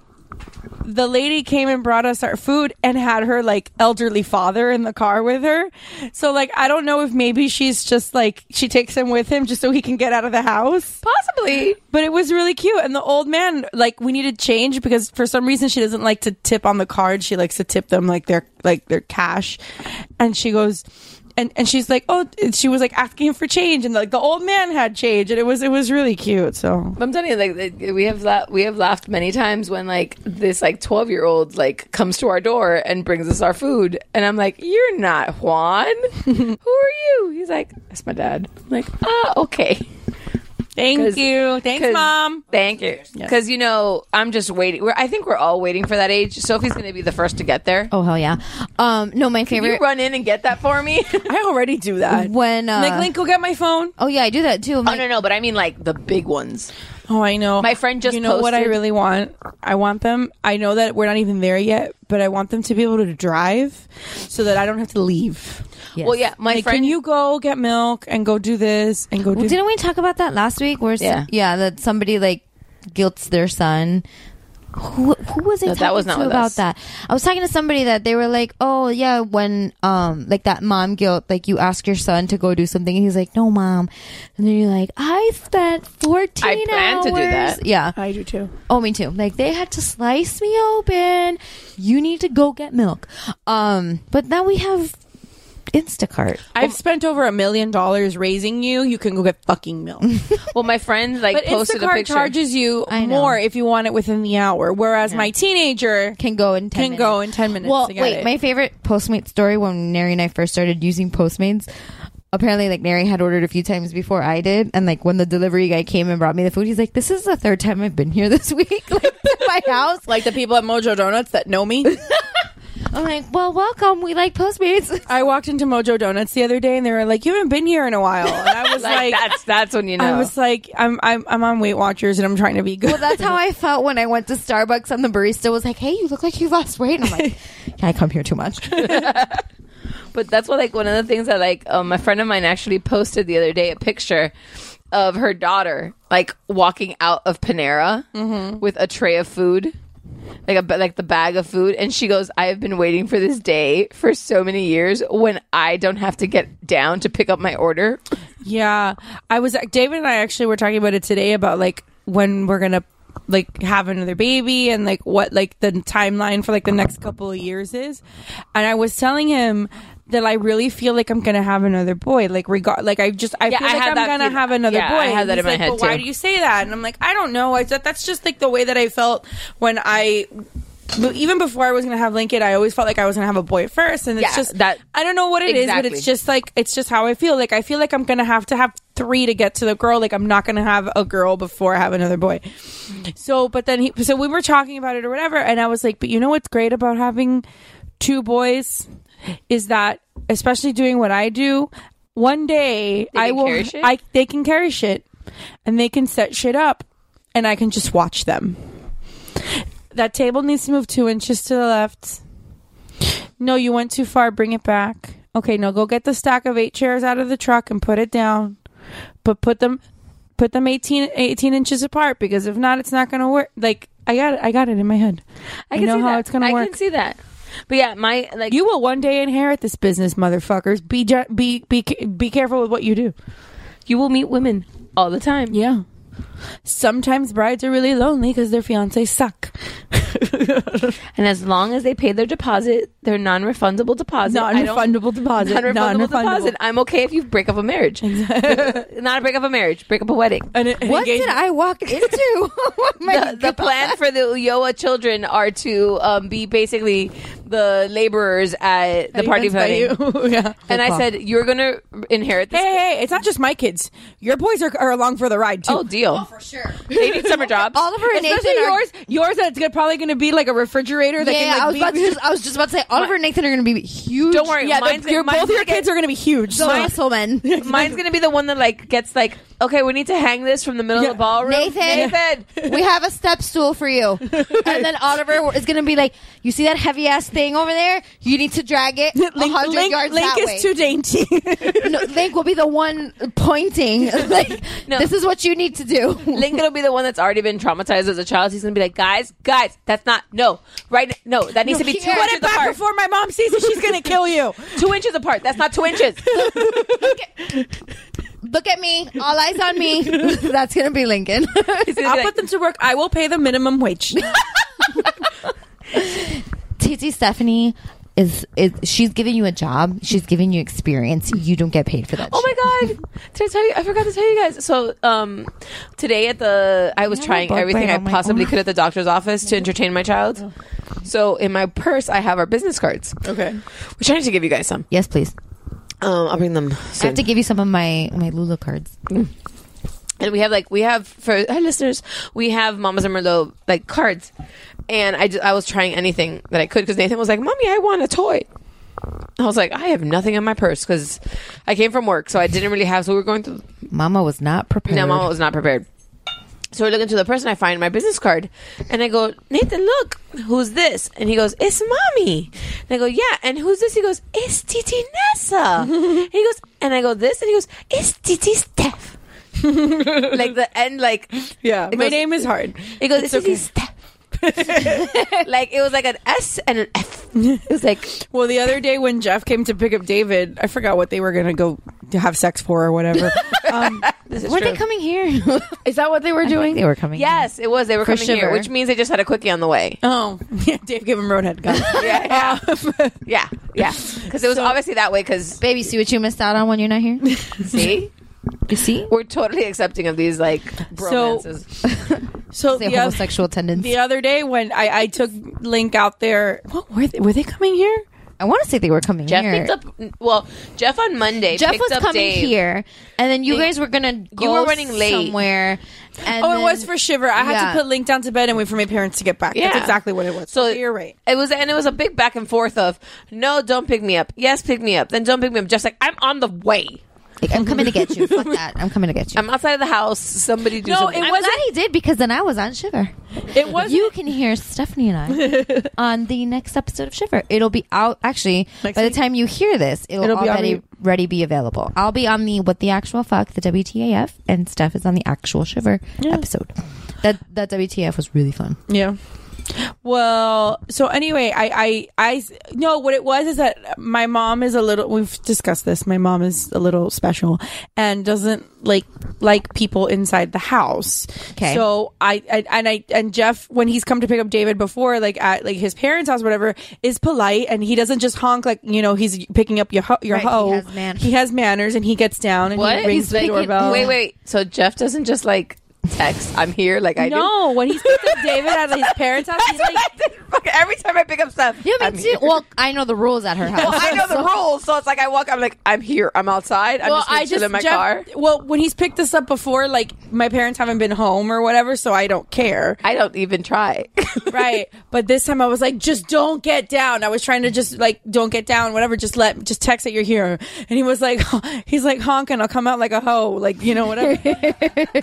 the lady came and brought us our food and had her like elderly father in the car with her. So like I don't know if maybe she's just like she takes him with him just so he can get out of the house. Possibly. But it was really cute and the old man like we needed change because for some reason she doesn't like to tip on the card. She likes to tip them like their like their cash. And she goes and, and she's like, oh, and she was like asking him for change, and like the old man had change, and it was it was really cute. So I'm telling you, like it- we have la- we have laughed many times when like this like 12 year old like comes to our door and brings us our food, and I'm like, you're not Juan. Who are you? He's like, that's my dad. I'm like, ah, okay. Thank you. Thanks, Mom. Thank you. Because you know, I'm just waiting. We're, I think we're all waiting for that age. Sophie's going to be the first to get there. Oh hell yeah! Um, no, my Can you favorite. run in and get that for me? I already do that. When uh, Like, Link, go get my phone. Oh yeah, I do that too. I'm oh no, no, but I mean like the big ones. Oh, I know. My friend just you know what I posted- really want? I want them. I know that we're not even there yet, but I want them to be able to drive so that I don't have to leave. Well, yeah, my Like, Can friend- you go get milk and go do this and go Well, do? didn't we talk about that last week? Where yeah, Yeah. yeah that somebody like guilts their son. Who who was I No, talking that was not to with about us. that? I was talking to somebody that they were like, oh yeah, when um like that mom guilt, like you ask your son to go do something, and he's like, no mom, and then you're like, I spent fourteen I plan hours. to do that. Yeah, I do too. Oh, me too. Like they had to slice me open. You need to go get milk. Um, but now we have Instacart. I've spent over a million dollars raising you. You can go get fucking milk. Well, my friend like but posted a Instacart picture. charges you I know. more if you want it within the hour, whereas my teenager can go in 10 can minutes. go in ten minutes. Well, to get wait. it. My favorite Postmate story when Nary and I first started using Postmates. Apparently, like Nary had ordered a few times before I did, and like when the delivery guy came and brought me the food, he's like, "This is the third time I've been here this week, like to my house." like the people at Mojo Donuts that know me. I'm like, "Well, welcome. We like Postmates." I walked into Mojo Donuts the other day, and they were like, "You haven't been here in a while." And I was like, that's that's when you know. I was like, I'm, I'm I'm on Weight Watchers, and I'm trying to be good. Well, that's how I felt when I went to Starbucks, and the barista was like, "Hey, you look like you lost weight." And I'm like, "Yeah, I come here too much." But that's what like one of the things that like um, a friend of mine actually posted the other day a picture of her daughter like walking out of Panera with a tray of food. Like a ba- like the bag of food, and she goes. I have been waiting for this day for so many years when I don't have to get down to pick up my order. Yeah, I was. David and I actually were talking about it today about like when we're gonna like have another baby and like what like the timeline for like the next couple of years is. And I was telling him that I really feel like I'm gonna have another boy. Like regard, like I just I Yeah, feel I like had I'm that gonna feeling. have another Yeah, boy. I had And that in he's my like, head, "But Why too." do you say that? And I'm like, I don't know. I said that's just like the way that I felt when I. But even before I was gonna have Lincoln, I always felt like I was gonna have a boy first, and it's Yeah, just that- I don't know what it is, but Exactly. it's just just like it's just how I feel. Like I feel like I'm gonna have to have three to get to the girl. Like I'm not gonna have a girl before I have another boy. So, but then he, so we were talking about it or whatever, and I was like, but you know what's great about having two boys is that, especially doing what I do, one day They I can will, carry shit? I they can carry shit, and they can set shit up, and I can just watch them. That table needs to move two inches to the left. No, you went too far. Bring it back. Okay, no, go get the stack of eight chairs out of the truck and put it down. But put them put them 18, 18 inches apart because if not it's not going to work. Like I got it, I got it in my head. I, know how that. it's going to I work. can see that. But yeah, my like you will one day inherit this business, motherfuckers. Be ju- be be ca- be careful with what you do. you will meet women all the time. Yeah. Sometimes brides are really lonely cuz their fiancés suck. And as long as they pay their deposit, their non-refundable deposit, I don't- Non-refundable deposit. non-refundable, Non-refundable. deposit. I'm okay if you break up a marriage. Not a break up a marriage, break up a wedding. And it- what did engagement- I walk into? Oh my The, the God. plan for the Uyoa children are to um, be basically the laborers at the party That's wedding. by you. yeah. And I call. said, you're going to inherit Hey, this. hey, hey, it's not just my kids. Your boys are, are along for the ride too. Oh, deal. for sure. They need summer jobs. Oliver and Especially Nathan are- yours, yours. That's gonna, probably going to be like a refrigerator. That yeah, can, yeah, like, I was be- about to just, I was just about to say Oliver and Nathan are going to be huge. Don't worry. yeah, the- mine's- your, mine's both of your gonna kids are going to be huge. So So muscle men. Mine's going to be the one that like gets like, okay, we need to hang this from the middle Yeah. of the ballroom. Nathan. Nathan. we have a step stool for you, and then Oliver is going to be like, "You see that heavy ass thing over there? You need to drag it a Link, hundred Link, yards Link that is way." too dainty. no, Link will be the one pointing. like, this is what you need to do. Lincoln will be the one that's already been traumatized as a child. He's gonna be like, guys, guys, that's not no right. No, that needs No, to be he- two put inches it back apart. before my mom sees it. She's gonna kill you. two inches apart. That's not two inches. Look at me. All eyes on me. That's going to be Lincoln. I'll put them to work. I will pay the minimum wage. Titi Stephanie is, is she's giving you a job. She's giving you experience. You don't get paid for that. Oh my god! Did I tell you? I forgot to tell you guys. So um, today at the, I was trying bug everything bite I on my possibly "Oh arm. could at the doctor's office to entertain my child. So in my purse, I have our business cards. Okay, which I need to give you guys some. Yes, please. Um, I'll bring them. I soon. have to give you some of my my Lula cards. and we have like we have for our listeners we have mamas and merlot like cards and i just i was trying anything that i could because nathan was like mommy i want a toy i was like i have nothing in my purse because i came from work so i didn't really have so we were going through Mama was not prepared. no mama was not prepared so we're looking to the person i find my business card and i go nathan look who's this and he goes it's mommy and i go yeah and who's this he goes it's titi nessa and he goes and i go this and he goes it's titi steph like the end like yeah it my goes- name is hard. it goes it's, okay. like it was like an S and an F. It was like well, the other day when Jeff came to pick up David, I forgot what they were gonna go to have sex for or whatever. Um, were they coming here? Is that what they were doing? they were coming Yes, it was. They were For coming here, Shiver. which means they just had a quickie on the way. Oh, yeah, Dave gave him roadhead. Got it. yeah, yeah, yeah, yeah. Because it was obviously that way. Because baby, see what you missed out on when you're not here. see, You see, we're totally accepting of these like bromances. So the the oth- homosexual tendency. the other day when I, I took Link out there, what were they, were they coming here? I want to say they were coming Jeff here. picked up. Well, Jeff on Monday. Jeff picked was up coming Dave. here, and then you guys were gonna go were running late. somewhere. And oh, then- it was for Shiver. I had Yeah. to put Link down to bed and wait for my parents to get back. Yeah. That's exactly what it was. So you're right. It was, and it was a big back and forth of no, don't pick me up. Yes, pick me up. Then don't pick me up. Just like I'm on the way. Like, I'm coming to get you. Fuck that. I'm coming to get you. I'm outside of the house. Somebody do No, something. it I'm wasn't- glad he did because then I was on Shiver. It was You can hear Stephanie and I on the next episode of Shiver. It'll be out actually Next by week? the time you hear this, it'll, It'll be already already- ready be available. I'll be on the what the actual fuck the WTAF and Steph is on the actual Shiver episode. That that WTF was really fun. Yeah. Well, so anyway, I, I, I, no, what it was is that my mom is a little, we've discussed this. My mom is a little special and doesn't like, like people inside the house. Okay. So I, I, and I, and Jeff, when he's come to pick up David before, like at like his parents' house, or whatever, is polite and he doesn't just honk like, you know, he's picking up your, ho- your Right, he hoe. has man- He has manners and he gets down and What? he rings He's the like- doorbell. Wait, wait. So Jeff doesn't just like text, I'm here, like I No, when he's picking up David at his parents' house, do. he's like, Fuck, Every time I pick up stuff, Yeah, I'm me too. here. Well, I know the rules at her house. Well, I know the so- rules, so it's like I walk. I'm like, I'm here. I'm outside. I'm just gonna chill in my Jeff- car. Well, when he's picked this up before, like my parents haven't been home or whatever, so I don't care. I don't even try. right. But this time I was like, just don't get down. I was trying to just like, don't get down, whatever. Just let, just text that you're here. And he was like, he's like honking. I'll come out like a hoe, like, you know, whatever.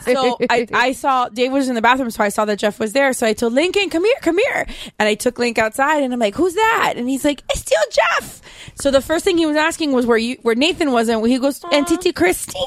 so I, I saw Dave was in the bathroom. So I saw that Jeff was there. So I told Lincoln, come here, come here. And I took Link outside and I'm like, who's that? And he's like, it's still Jeff. So the first thing he was asking was where you, where Nathan was. And he goes, and Titi Christie.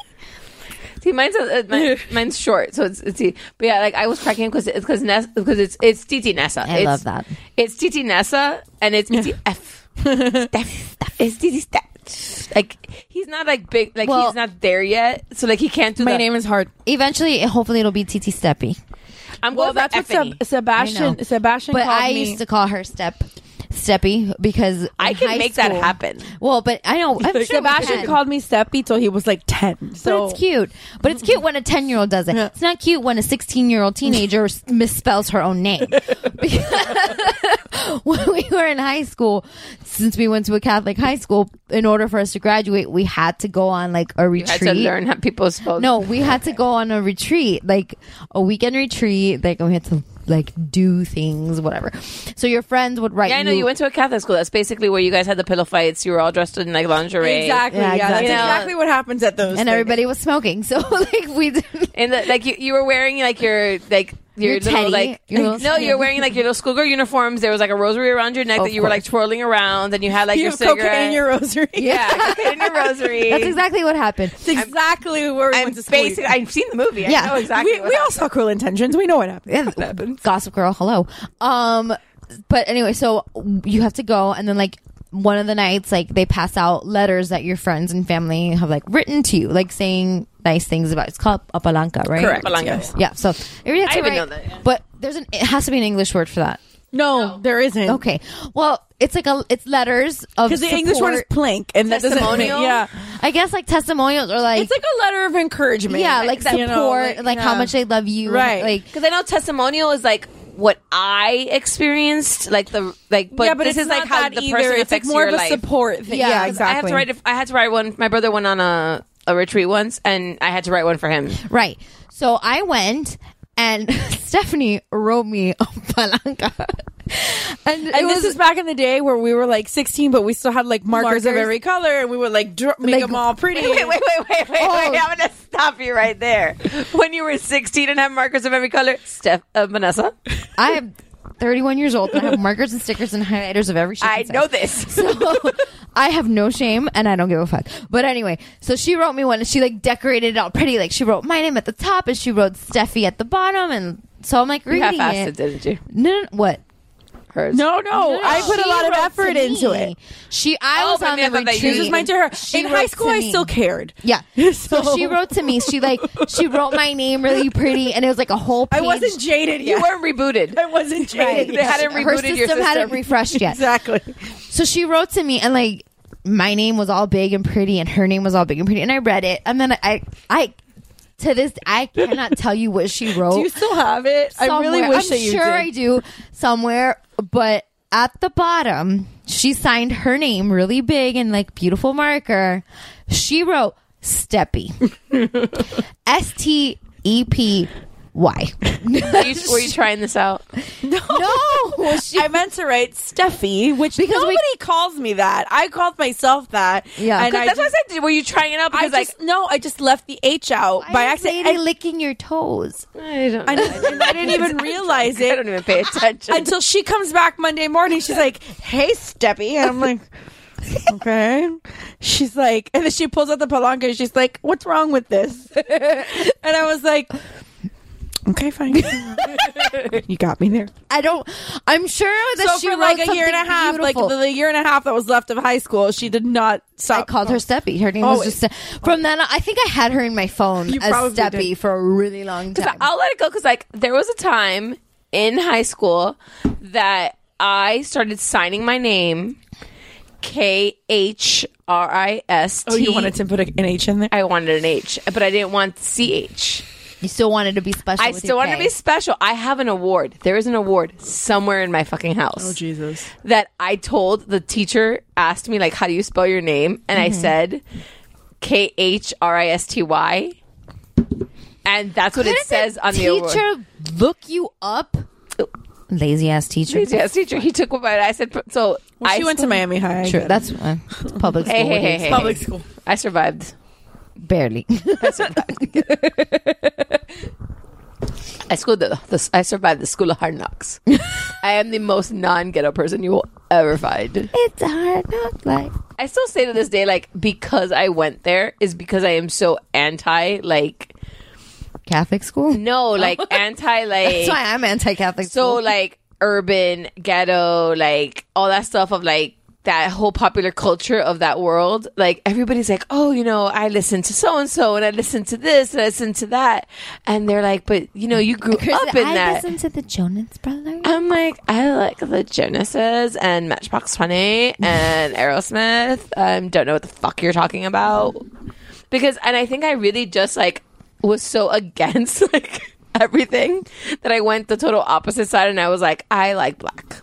See, mine's a, uh, mine, mine's short, so it's, it's but yeah, like I was cracking because it's because because it's it's Titi Nessa. I it's, love that. It's Titi Nessa and it's Titi F. Steph. It's Titi Steph. Like he's not like big. Like Well- he's not there yet, so like he can't do. My the- name is hard. Eventually, hopefully, it'll be TT Steppy. I'm Well, going that's for what Seb- Effany. I Sebastian know. Sebastian but called I me. used to call her Step Steppy because I in can high make that school- happen. Well, but I know I'm sure we Sebastian can. called me Steppy till he was like ten. So But it's cute. But it's cute when a 10 year old does it. It's not cute when a 16 year old teenager s- misspells her own name. Because when we were in high school, since we went to a Catholic high school, in order for us to graduate, we had to go on like a You had to retreat. learn how people spell. No, we had to go on a retreat, like a weekend retreat. Like we had to like do things, whatever. So your friends would write. Yeah, I know you went to a Catholic school. That's basically where you guys had the pillow fights. You were all dressed in like lingerie. exactly, yeah, Yeah, that's exactly. You know. exactly what happens at those. and things. everybody was smoking. So like we didn't. And the, like you, you were wearing like your like your, Your little teddy, like your little- no, you're wearing like your little schoolgirl uniforms. There was like a rosary around your neck Of that you were like twirling around, and you had like You your have cocaine cigarette in your rosary. Yeah, cocaine in your rosary. That's exactly what happened. That's exactly where we went to school. basic- I've seen the movie. I know exactly We, what we all saw Cruel Intentions. We know what happened. Yeah, Gossip Girl, hello. Um, but anyway, so you have to go, and then like one of the nights, like they pass out letters that your friends and family have like written to you, like saying nice things about. It's called apalanca, right? Correct, Apalanca. yes. Yeah. So you have I to even write- know that, yeah. But there's an. It has to be an English word for that. No, there isn't. Okay. Well, it's like a. It's letters of Because the English word is support. plank, and that doesn't mean, Testimonial? yeah. I guess like testimonials or like It's like a letter of encouragement. yeah, like support, you know, like, how yeah. much they love you, Right. Like Because I know testimonial is like what I experienced, like the like. But, Yeah, but this it's is like not how that the either. person It's, like, affects more your of a life. support thing. Yeah, 'cause I had to exactly. write. a- I had to write one. My brother went on a a retreat once, and I had to write one for him. Right. So I went and Stephanie wrote me a palanca. And, it And was this is back in the day where we were like 16, but we still had like markers, of Markers. every color, and we would like dr- make Like- them all pretty. Wait, wait, wait, wait, wait, wait, Oh. wait! I'm gonna stop you right there. When you were 16 and had markers of every color, Steph, uh, Vanessa, I am 31 years old and I have markers and stickers and highlighters of every shape. I and size. know this. So I have no shame and I don't give a fuck. But anyway, so she wrote me one and she like decorated it all pretty. Like she wrote my name at the top and she wrote Steffi at the bottom. And so I'm like you reading half-assed it, it. didn't you? No, no, no, what? Hers. Oh, No, no, I put She a lot of wrote effort to into me. it. She, I Oh, was but on I the thought that retreat. you- This is mine to her. She in wrote high to school, I me. still cared. Yeah. So- So she wrote to me. She like she wrote my name really pretty, and it was like a whole. Page. I wasn't jaded You yet. weren't rebooted. I wasn't Right. jaded. They hadn't Her rebooted system, your system. hadn't refreshed yet. Exactly. So she wrote to me, and like my name was all big and pretty, and her name was all big and pretty, and I read it, and then I I. To this, I cannot tell you what she wrote. Do you still have it? I really somewhere. wish I'm that you sure did. I do somewhere, but at the bottom, she signed her name really big and like beautiful marker. She wrote Steppy, S T E P Y. Were you, were you trying this out? No, she, I meant to write Steffi, which Because we- nobody calls me that. I called myself that. Yeah. and I That's just, what I said. Did- Were you trying it out? I Because like just no, I just left the H out by Why is accident. Lady and- licking your toes. I don't. I didn't, and I didn't even realize I it don't even pay attention. until she comes back Monday morning. She's like, "Hey, Steppy," and I'm like, "Okay." She's like, and then she pulls out the palanca. And she's like, "What's wrong with this?" And I was like, "Okay, fine." you got me there. I don't. I'm sure that so she for wrote like a year and a something half, beautiful. like the, the year and a half that was left of high school, she did not stop. I called her Steppy. Her name was Always. just. From then, on, I think I had her in my phone Oh, You as probably Steppy did. for a really long time. I'll let it go because like there was a time in high school that I started signing my name K H R I S T. Oh, you wanted to put an H in there? I wanted an H, but I didn't want C H. you still wanted to be special. I with still your wanted to K. be special. I have an award. There is an award somewhere in my fucking house. Oh Jesus. That I told the teacher asked me like how do you spell your name and I Mm-hmm. said K H R I S T Y. And that's what it Couldn't says the on the award. teacher look you up. Lazy ass teacher. Crazy ass teacher. He took what I said. pr- So Well, I she went to survived. Miami High. I True. get it. That's uh, it's public school. Hey, hey, what do hey, hey. you public expect? school. I survived. Barely. I schooled the, the. I survived the school of hard knocks. I am the most non-ghetto person you will ever find. it's a hard knock life. I still say to this day, like because I went there is because I am so anti, like Catholic school. no, like anti, like That's why I'm anti-Catholic. so school. like urban ghetto like all that stuff of like that whole popular culture of that world like everybody's like oh you know i listen to so and so and i listen to this and i listen to that and they're like but you know you grew Chris, up in I that listen to the Jonas Brothers. i'm like i like the genesis and matchbox 20 and aerosmith um don't know what the fuck you're talking about because and i think i really just like was so against like everything that i went the total opposite side and i was like i like black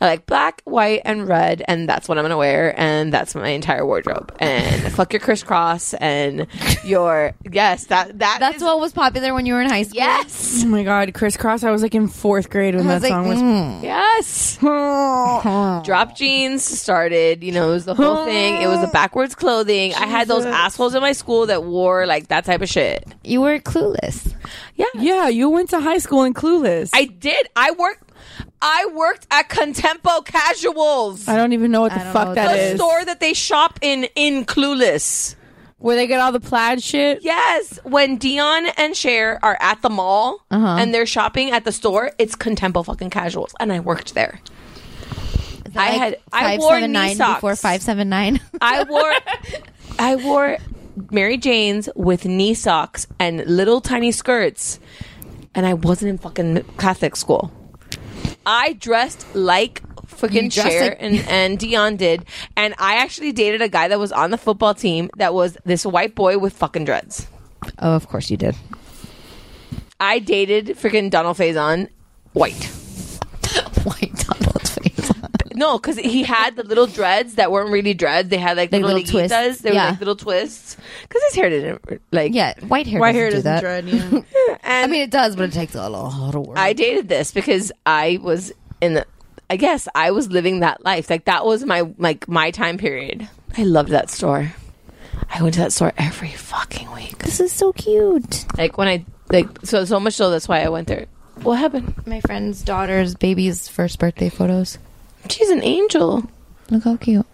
I like black, white, and red, and that's what I'm gonna wear, and that's my entire wardrobe. And fuck your crisscross and your yes, that that That's what was popular when you were in high school. Yes. Oh my god, crisscross. I was like in fourth grade when I that was like, song was. mm. Yes. Drop jeans started, you know, it was the whole thing. It was the backwards clothing. I had those assholes in my school that wore like that type of shit. You were clueless. Yeah. Yeah, you went to high school in Clueless. I did. I worked I worked at Contempo Casuals. I don't even know what the fuck that the is. store that they shop in in Clueless. Where they get all the plaid shit? Yes. When Dion and Cher are at the mall Uh-huh. and they're shopping at the store, it's Contempo fucking casuals. And I worked there. I had I wore knee 579 socks. before 579. I wore I wore Mary Jane's with knee socks and little tiny skirts, and I wasn't in fucking Catholic school. I dressed like You freaking dressed Cher like- and, and Dion did, and I actually dated a guy that was on the football team that was this white boy with fucking dreads. Oh, of course you did. I dated freaking Donald Faison, white. White Donald Faison. No, because he had the little dreads that weren't really dreads. They had like, Like little, little twists. twists. They were Yeah. like little twists. Because his hair didn't like yeah, white hair. White doesn't hair do doesn't that. dread, I mean, it does, but it takes a lot of work. I dated this because I was in the. I guess I was living that life. Like that was my like my time period. I loved that store. I went to that store every fucking week. This is so cute. Like when I like so so much so that's why I went there. What happened? My friend's daughter's baby's first birthday photos. She's an angel. Look how cute.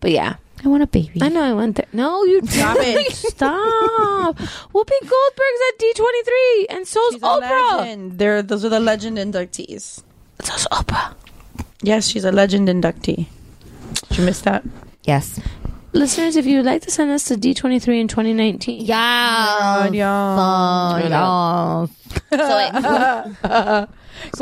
But yeah, I want a baby. I know I went there. No, you stop it. Stop. Whoopi Goldberg's at D twenty three, and so's Oprah. Legend. They're, those are the legend inductees. So's Oprah. Yes, she's a legend inductee. Did you miss that? Yes. Listeners, if you would like to send us to D twenty three in twenty nineteen, Yeah. Oh, y'all. y'all. Can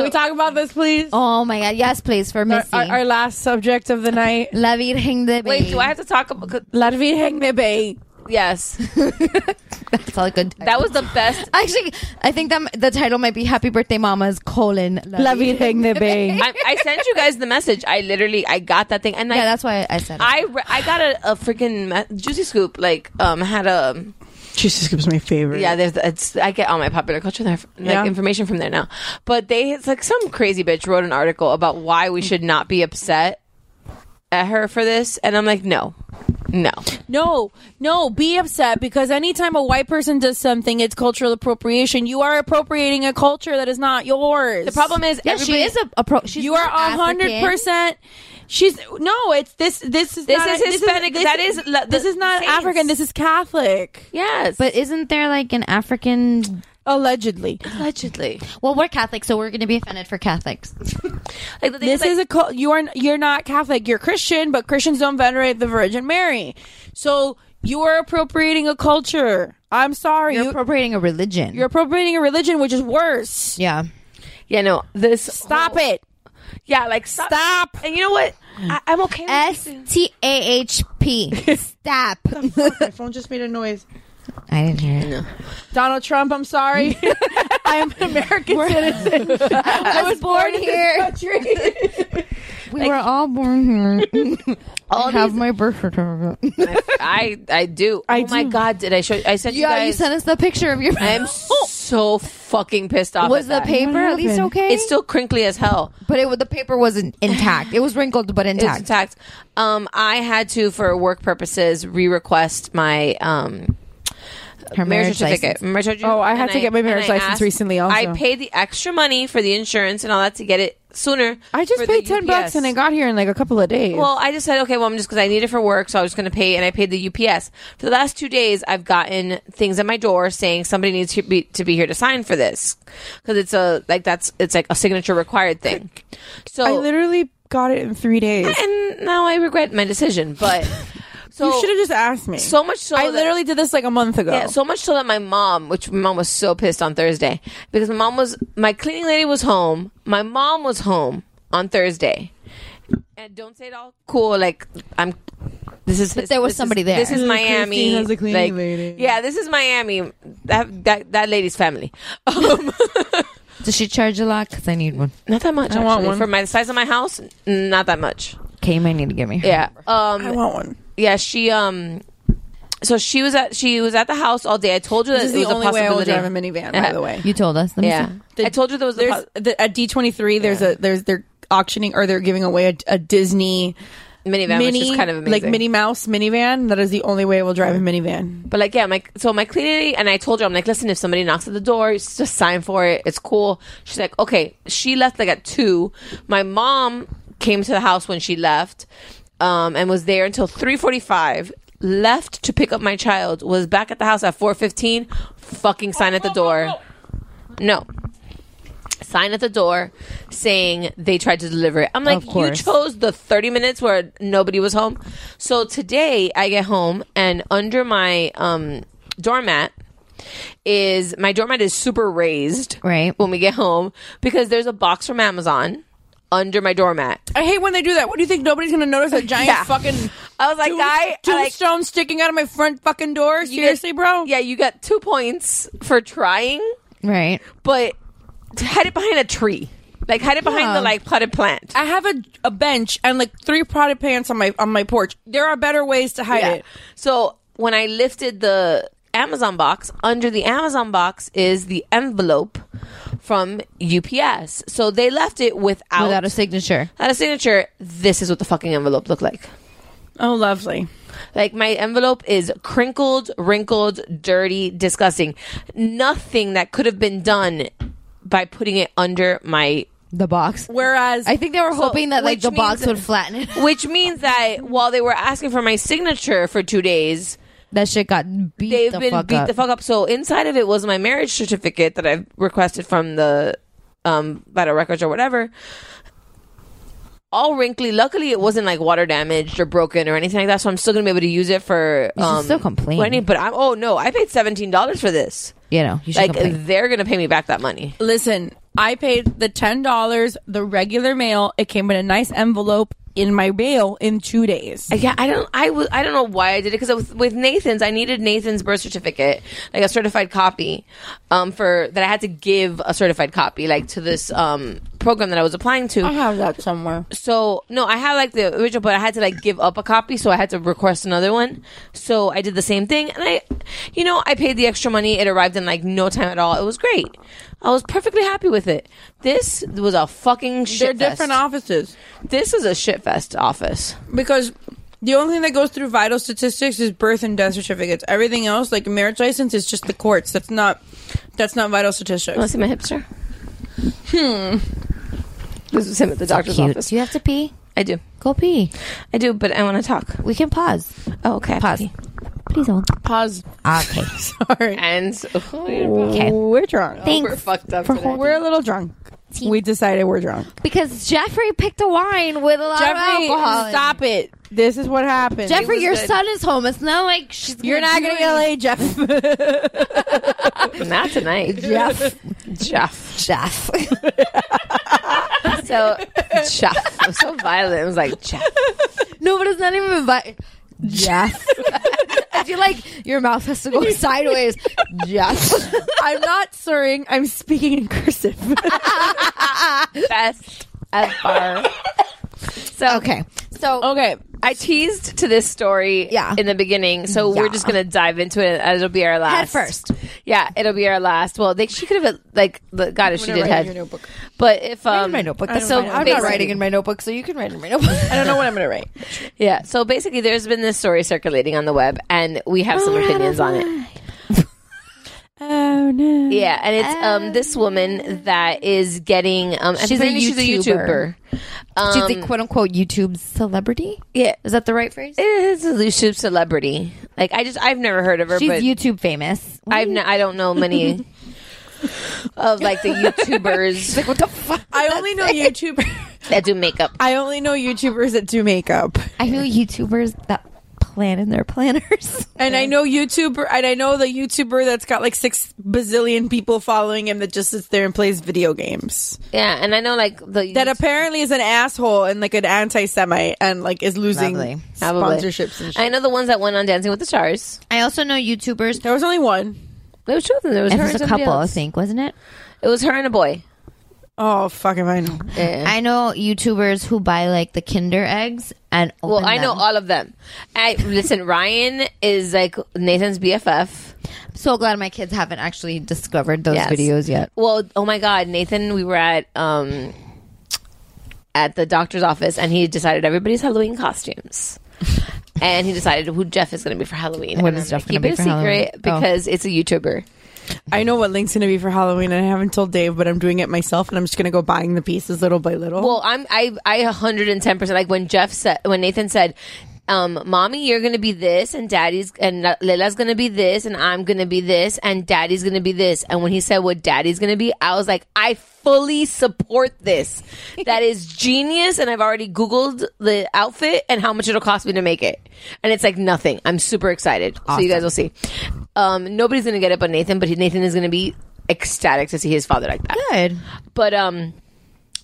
we talk about this, please? Oh my God. Yes, please. For Our, Missy. our, our last subject of the night. La Virgen de Wait, do I have to talk about? La Virgen de Bay. Yes, That's all good. that was the best. Actually, I think that the title might be "Happy Birthday, Mama's colon La Virgen de Bay. I, I sent you guys the message. I literally I got that thing, and Yeah, I that's why I said it. I, re- I got a, a freaking me- juicy scoop. Like um had a Jesus Scoop's my favorite. yeah. There's it's I get all my popular culture there like Yeah. information from there now. But they it's like some crazy bitch wrote an article about why we should not be upset at her for this, and I'm like no, no. No, no, be upset because anytime a white person does something, it's cultural appropriation. You are appropriating a culture that is not yours. The problem is yeah, she everybody- is a, a pro. She's you are not a hundred African. percent. She's no, it's this. This is This not- is Hispanic. This, That is la- this the is not Saints. African. This is Catholic. yes, But isn't there like an African? Allegedly, allegedly Well, we're Catholic, so we're going to be offended for Catholics. like the thing this like- is a cult. You are you're not Catholic. You're Christian, but Christians don't venerate the Virgin Mary. So you are appropriating a culture. I'm sorry. You're You- appropriating a religion. you're appropriating a religion, which is worse. yeah. yeah no this Stop it. yeah like stop, Stop. and you know what I, I'm okay with S T A H P. Stop. My phone just made a noise. I didn't hear it. Donald Trump, I'm sorry. I am an American citizen. I was born here. We were all born here. I have my birth certificate. I I do. I oh my do. god, did I show you? I sent Yeah, you guys. you sent us the picture of your. I'm so fucking pissed off. was the at that. paper at least happened? okay? It's still crinkly as hell. but it, the paper wasn't intact. It was wrinkled but It's intact. intact. Um, I had to, for work purposes, re-request my um Her marriage, certificate. license. Remember I told you- Oh, I had and to get my marriage and I license recently also. I paid the extra money for the insurance and all that to get it sooner. I just for the paid ten bucks UPS. and it got here in like a couple of days. Well, I just said, okay, well, I'm just because I need it for work, so I was going to pay, and I paid the UPS. For the last two days, I've gotten things at my door saying somebody needs to be to be here to sign for this because it's a like that's it's like a signature required thing. So I literally got it in three days. and now I regret my decision, but so you should have just asked me. so much so I that- literally did this like a month ago. yeah, so much so that my mom, which my mom was so pissed on Thursday because my mom was my cleaning lady was home. My mom was home on Thursday, and don't say it all cool like I'm. This is But there was this is- somebody there. This is Miami. Christine has a cleaning like, lady. Yeah, this is Miami. That that that lady's family. Um, Does she charge a lot? Because I need one. Not that much. I want actually. one. for my the size of my house. n- Not that much. Okay, you might need to give me. her. Yeah. Um, I want one. Yeah, she. Um, so she was at she was at the house all day. I told you that This is it the was only a way I will possibility. Uh-huh. drive a minivan, by the way. You told us. Let me Yeah. see. I told you there was there's the, at D23 there's a there's they're auctioning or they're giving away a, a Disney Minivan, which is kind of like amazing. Minnie Mouse minivan. That is the only way I will drive a minivan. But like, yeah, my so my cleaning lady and I told her I'm like, listen, if somebody knocks at the door, it's just sign for it. It's cool. She's like, okay. She left like at two. My mom came to the house when she left, um, and was there until three forty five. Left to pick up my child. Was back at the house at four fifteen. Fucking sign at the door. No. Sign at the door saying they tried to deliver it. I'm like, Of you course. chose the 30 minutes where nobody was home. So today I get home and under my um, doormat is my doormat is super raised. Right. When we get home because there's a box from Amazon under my doormat. I hate when they do that. What do you think? Nobody's gonna notice a giant fucking. I was like, tomb- guy, I like- tombstone sticking out of my front fucking door. You Seriously, get- bro. Yeah, you got two points for trying, Right. but hide it behind a tree. Like hide it behind Yeah. the like potted plant. I have a, a bench and like three potted plants on my on my porch. There are better ways to hide Yeah. it. So when I lifted the Amazon box, under the Amazon box is the envelope from UPS. So they left it without Without a signature. without a signature. This is what the fucking envelope looked like. Oh, lovely. Like my envelope is crinkled, wrinkled, dirty, disgusting. Nothing that could have been done by putting it under my the box. Whereas I think they were hoping that like which the box means- would flatten it. Which means that while they were asking for my signature for two days, that shit got beat They've the been fuck beat up. the fuck up. So inside of it was my marriage certificate that I've requested from the um vital records or whatever. All wrinkly. Luckily, it wasn't like water damaged or broken or anything like that. So I'm still gonna be able to use it for. You should um, still complain. wedding, but I'm. Oh no, I paid seventeen dollars for this. You know, you should like uh, complain. they're gonna pay me back that money. Listen, I paid the ten dollars, the regular mail. It came in a nice envelope in my mail in two days. Uh, Yeah, I don't. I was. I don't know why I did it because with, with Nathan's, I needed Nathan's birth certificate, like a certified copy, um, for that I had to give a certified copy, like to this um program that I was applying to. I have that somewhere. So no, I have like the original, but I had to like give up a copy, so I had to request another one. So I did the same thing, and I, you know, I paid the extra money. It arrived in like no time at all. It was great. I was perfectly happy with it. This was a fucking They're shit. different offices This is a shit fest office. because the only thing that goes through vital statistics is birth and death certificates. Everything else, like marriage license, is just the courts. That's not. That's not vital statistics. Want to see my hipster? Hmm. This was him at the doctor's Cute. office. Do you have to pee? I do. Go pee. I do, but I want to talk. We can pause. Oh, okay. Pause. Please hold. Pause. Okay. Sorry. Ah, And oh, Okay. We're drunk. Thanks. We're fucked up. For today. We're a little drunk. We decided we're drunk. Because Jeffrey picked a wine with a lot Jeffrey, of alcohol. in it. stop it. This is what happened. Jeffrey, your son. son is home. It's not like she's. You're not gonna do get laid, Jeff. Not tonight. Jeff. Jeff. Jeff. So Jeff. I'm so violent. I was like Jeff. no, but it's not even about Jeff. I feel like your mouth has to go sideways. Jeff. I'm not slurring. I'm speaking in cursive. Best ever. So Okay. So okay. I teased to this story Yeah. in the beginning, so we're Yeah. just gonna dive into it. and It'll be our last first. Yeah, it'll be our last. Well, they, she could have uh, like the- got it. She did head, but if um, my notebook. I don't so mind. I'm not basically- writing in my notebook, so you can write in my notebook. I don't know what I'm gonna write. Yeah. So basically, there's been this story circulating on the web, and we have some opinions on it. Oh no. Oh, Yeah, and it's um this woman that is getting um I She's a think she's a YouTuber. YouTuber. Um, She's a quote unquote YouTube celebrity. yeah, Is that the right phrase? it's a YouTube celebrity. Like I just I've never heard of her, She's but YouTube famous. I've n- I don't know many of like the YouTubers What the fuck? I only know YouTubers. that do makeup. I only know YouTubers that do makeup, I know YouTubers that plan in their planners. and I know YouTuber, and I know the YouTuber that's got like six bazillion people following him that just sits there and plays video games. Yeah, and I know like the That apparently is an asshole and like an anti-Semite, and like is losing Lovely. Probably. sponsorships. And shit. I know the ones that went on Dancing with the Stars. I also know YouTubers. There was only one. There was two of them. There was And her and there's a somebody couple, I else. think, wasn't it? It was her and a boy. Oh fuck if I know. I know YouTubers who buy like the Kinder eggs and open Well, I know them. all of them. I listen. Ryan is like Nathan's BFF. I'm so glad my kids haven't actually discovered those videos yet. Well, oh my god, Nathan, we were at um at the doctor's office and he decided everybody's Halloween costumes. and he decided who Jeff is going to be for Halloween. What and is I'm Jeff like, gonna be Keep it a for secret Halloween? Oh. because it's a YouTuber. I know what Link's gonna be for Halloween, and I haven't told Dave, but I'm doing it myself, and I'm just gonna go buying the pieces little by little. Well, I'm I I 110 percent like when Jeff said when Nathan said, um, "Mommy, you're gonna be this, and Daddy's and Lila's gonna be this, and I'm gonna be this, and Daddy's gonna be this." And when he said what Daddy's gonna be, I was like, I fully support this. that is genius, and I've already googled the outfit and how much it'll cost me to make it, and it's like nothing. I'm super excited, so you guys will see. Um, nobody's gonna get it but Nathan, but he- Nathan is gonna be ecstatic to see his father like that. Good, but um.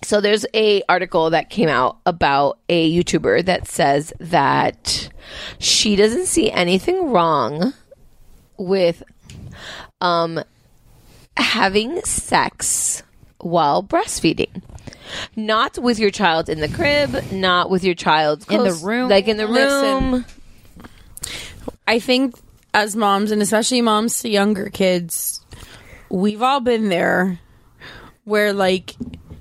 So there's a article that came out about a YouTuber that says that she doesn't see anything wrong with um having sex while breastfeeding. Not with your child in the crib, not with your child In the close- room. Like in the Listen. room. I think as moms, and especially moms to younger kids, we've all been there where, like,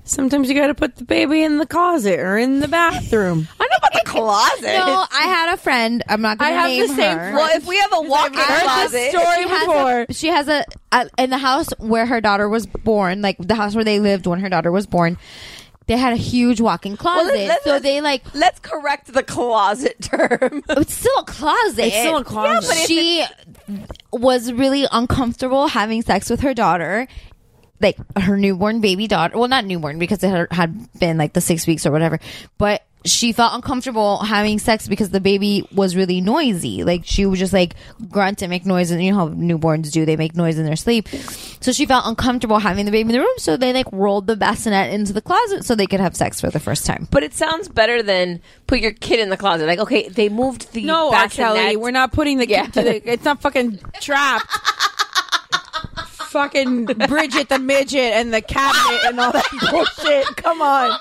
sometimes you got to put the baby in the closet or in the bathroom. I know about the closet. No, I had a friend. I'm not I going to have name the same her. friend. Well, if we have a walk-in heard closet. this story She has before. she has a, a in the house where her daughter was born, like the house where they lived when her daughter was born. They had a huge walk-in closet, let's- so they like let's correct the closet term. It's still a closet. It's still a closet. Yeah, but if she was really uncomfortable having sex with her daughter. Like her newborn baby daughter, well, not newborn because it had- had been like the six weeks or whatever, but she felt uncomfortable having sex because the baby was really noisy. Like she would just like grunt and make noise, and you know how newborns do, they make noise in their sleep. So she felt uncomfortable having the baby in the room, so they like rolled the bassinet into the closet so they could have sex for the first time. But it sounds better than put your kid in the closet. Like, okay, they moved the No, R. bassinet. Kelly, we're not putting the kid to the. It's not fucking trapped. fucking Bridget the midget and the cabinet and all that bullshit. Come on.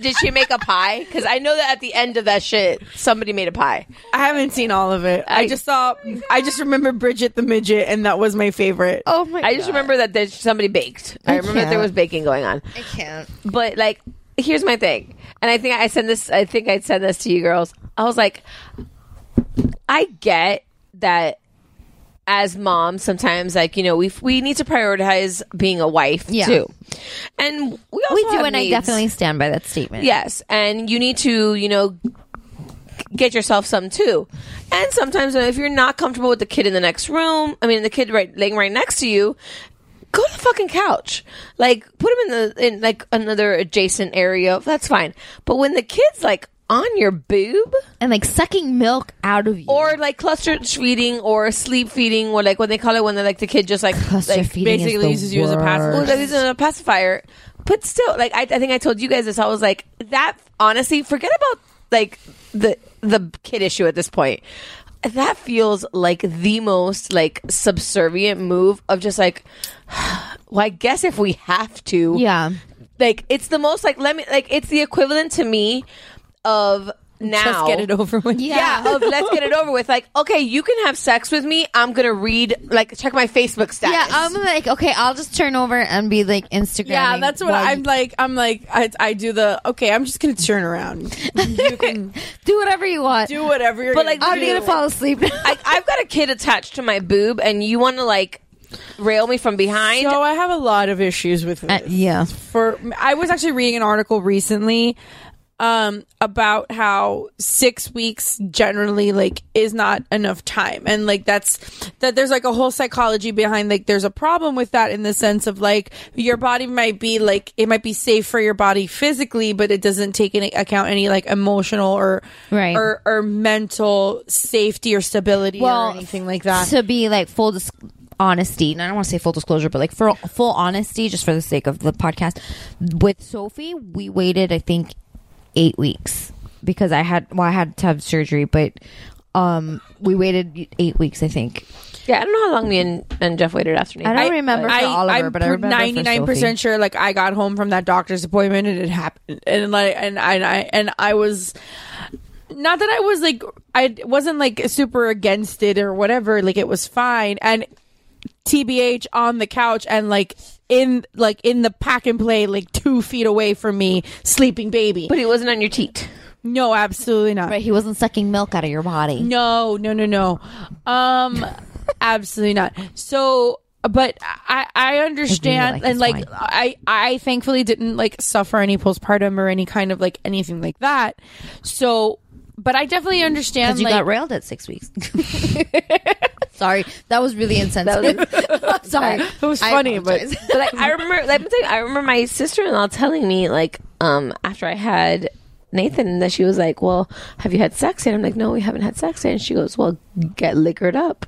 Did she make a pie? Because I know that at the end of that shit, somebody made a pie. I haven't seen all of it. I, just saw. I just remember Bridget the midget, and that was my favorite. Oh my! I just remember that there's somebody baked. I, I remember that there can't. was baking going on. I can't. But like, here's my thing, and I think I send this. I think I send this to you girls. I was like, I get that as moms, sometimes like you know we we need to prioritize being a wife Yeah. too, and we also We do, have and needs. I definitely stand by that statement. Yes, and you need to, you know, g- get yourself some too. And sometimes uh, if you're not comfortable with the kid in the next room, I mean the kid right laying right next to you, go to the fucking couch. Like put him in the in like another adjacent area. That's fine. But when the kid's like on your boob and like sucking milk out of you, or like cluster feeding, or sleep feeding, or like what they call it when they like the kid just like cluster feeding is the worst. Well, that is a pacifier. But still, like I, I think I told you guys this. I was like that. Honestly, forget about like the the kid issue at this point. That feels like the most like subservient move of just like. Well, I guess if we have to, Yeah. Like it's the most like let me like it's the equivalent to me of now Just get it over with. yeah, Oh, Yeah. of let's get it over with. Like, okay, you can have sex with me. I'm gonna read, like, check my Facebook status. yeah, I'm like, okay, I'll just turn over and be like Instagram. Yeah, that's what I'm like. I'm like, I, I do the okay. I'm just gonna turn around. You can do whatever you want. Do whatever you're. but like, gonna do. asleep. I, I've got a kid attached to my boob, and you want to like rail me from behind? So I have a lot of issues with this. Uh, yeah. For I was actually reading an article recently um about how 6 weeks generally like is not enough time and like that's that there's like a whole psychology behind like there's a problem with that in the sense of like your body might be like it might be safe for your body physically but it doesn't take into account any like emotional or Right. or, or mental safety or stability or anything like that To be like full dis- honesty, and I don't want to say full disclosure, but like for full honesty, just for the sake of the podcast, with Sophie, we waited I think eight weeks because I had well I had to have surgery, but um we waited eight weeks I think Yeah, I don't know how long me and, and Jeff waited after Nathan. I don't remember for Oliver, I'm but I remember for ninety nine percent sure. Like I got home from that doctor's appointment and it happened, and like and I and I, and I was not that I was like I wasn't like super against it or whatever. Like it was fine. And TBH on the couch and like in like in the pack and play, like two feet away from me, sleeping baby. But he wasn't on your teat. No, absolutely not. Right, he wasn't sucking milk out of your body. No, no, no, no. Um, absolutely not. So, but I I understand like and this like wine. I I thankfully didn't like suffer any postpartum or any kind of like anything like that. So, but I definitely understand. Because you like, got railed at six weeks. sorry, that was really insensitive. I'm sorry, It was I funny, but- apologize. but like, I remember, like, I'm telling you, I remember my sister in law telling me, like, um, after I had Nathan, that she was like, "Well, have you had sex?" yet?" I'm like, "No, we haven't had sex." yet." And she goes, "Well, get liquored up."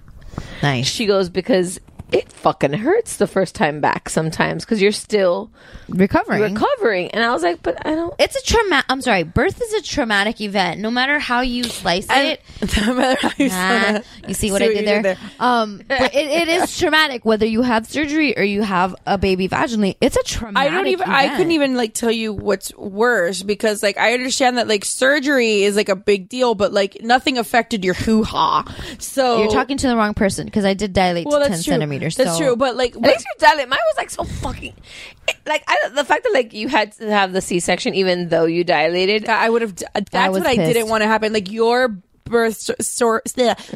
Nice. She goes because it fucking hurts the first time back sometimes because you're still recovering, recovering. And I was like, "But I don't." It's a trauma. I'm sorry. Birth is a traumatic event. No matter how you slice it, no matter how you nah, slice you see what I did there. Um, but it, it is traumatic whether you have surgery or you have a baby vaginally. It's a I traumatic. don't even. I event. couldn't even like tell you what's worse because like I understand that like surgery is like a big deal, but like nothing affected your hoo ha. So You're talking to the wrong person because I did dilate Well, to that's ten true. centimeters. That's so- true, but like At least you're dilated. Mine was like so fucking, like I, the fact that like you had to have the C-section even though you dilated. I would have. that's what I didn't want to happen. Like your birth story,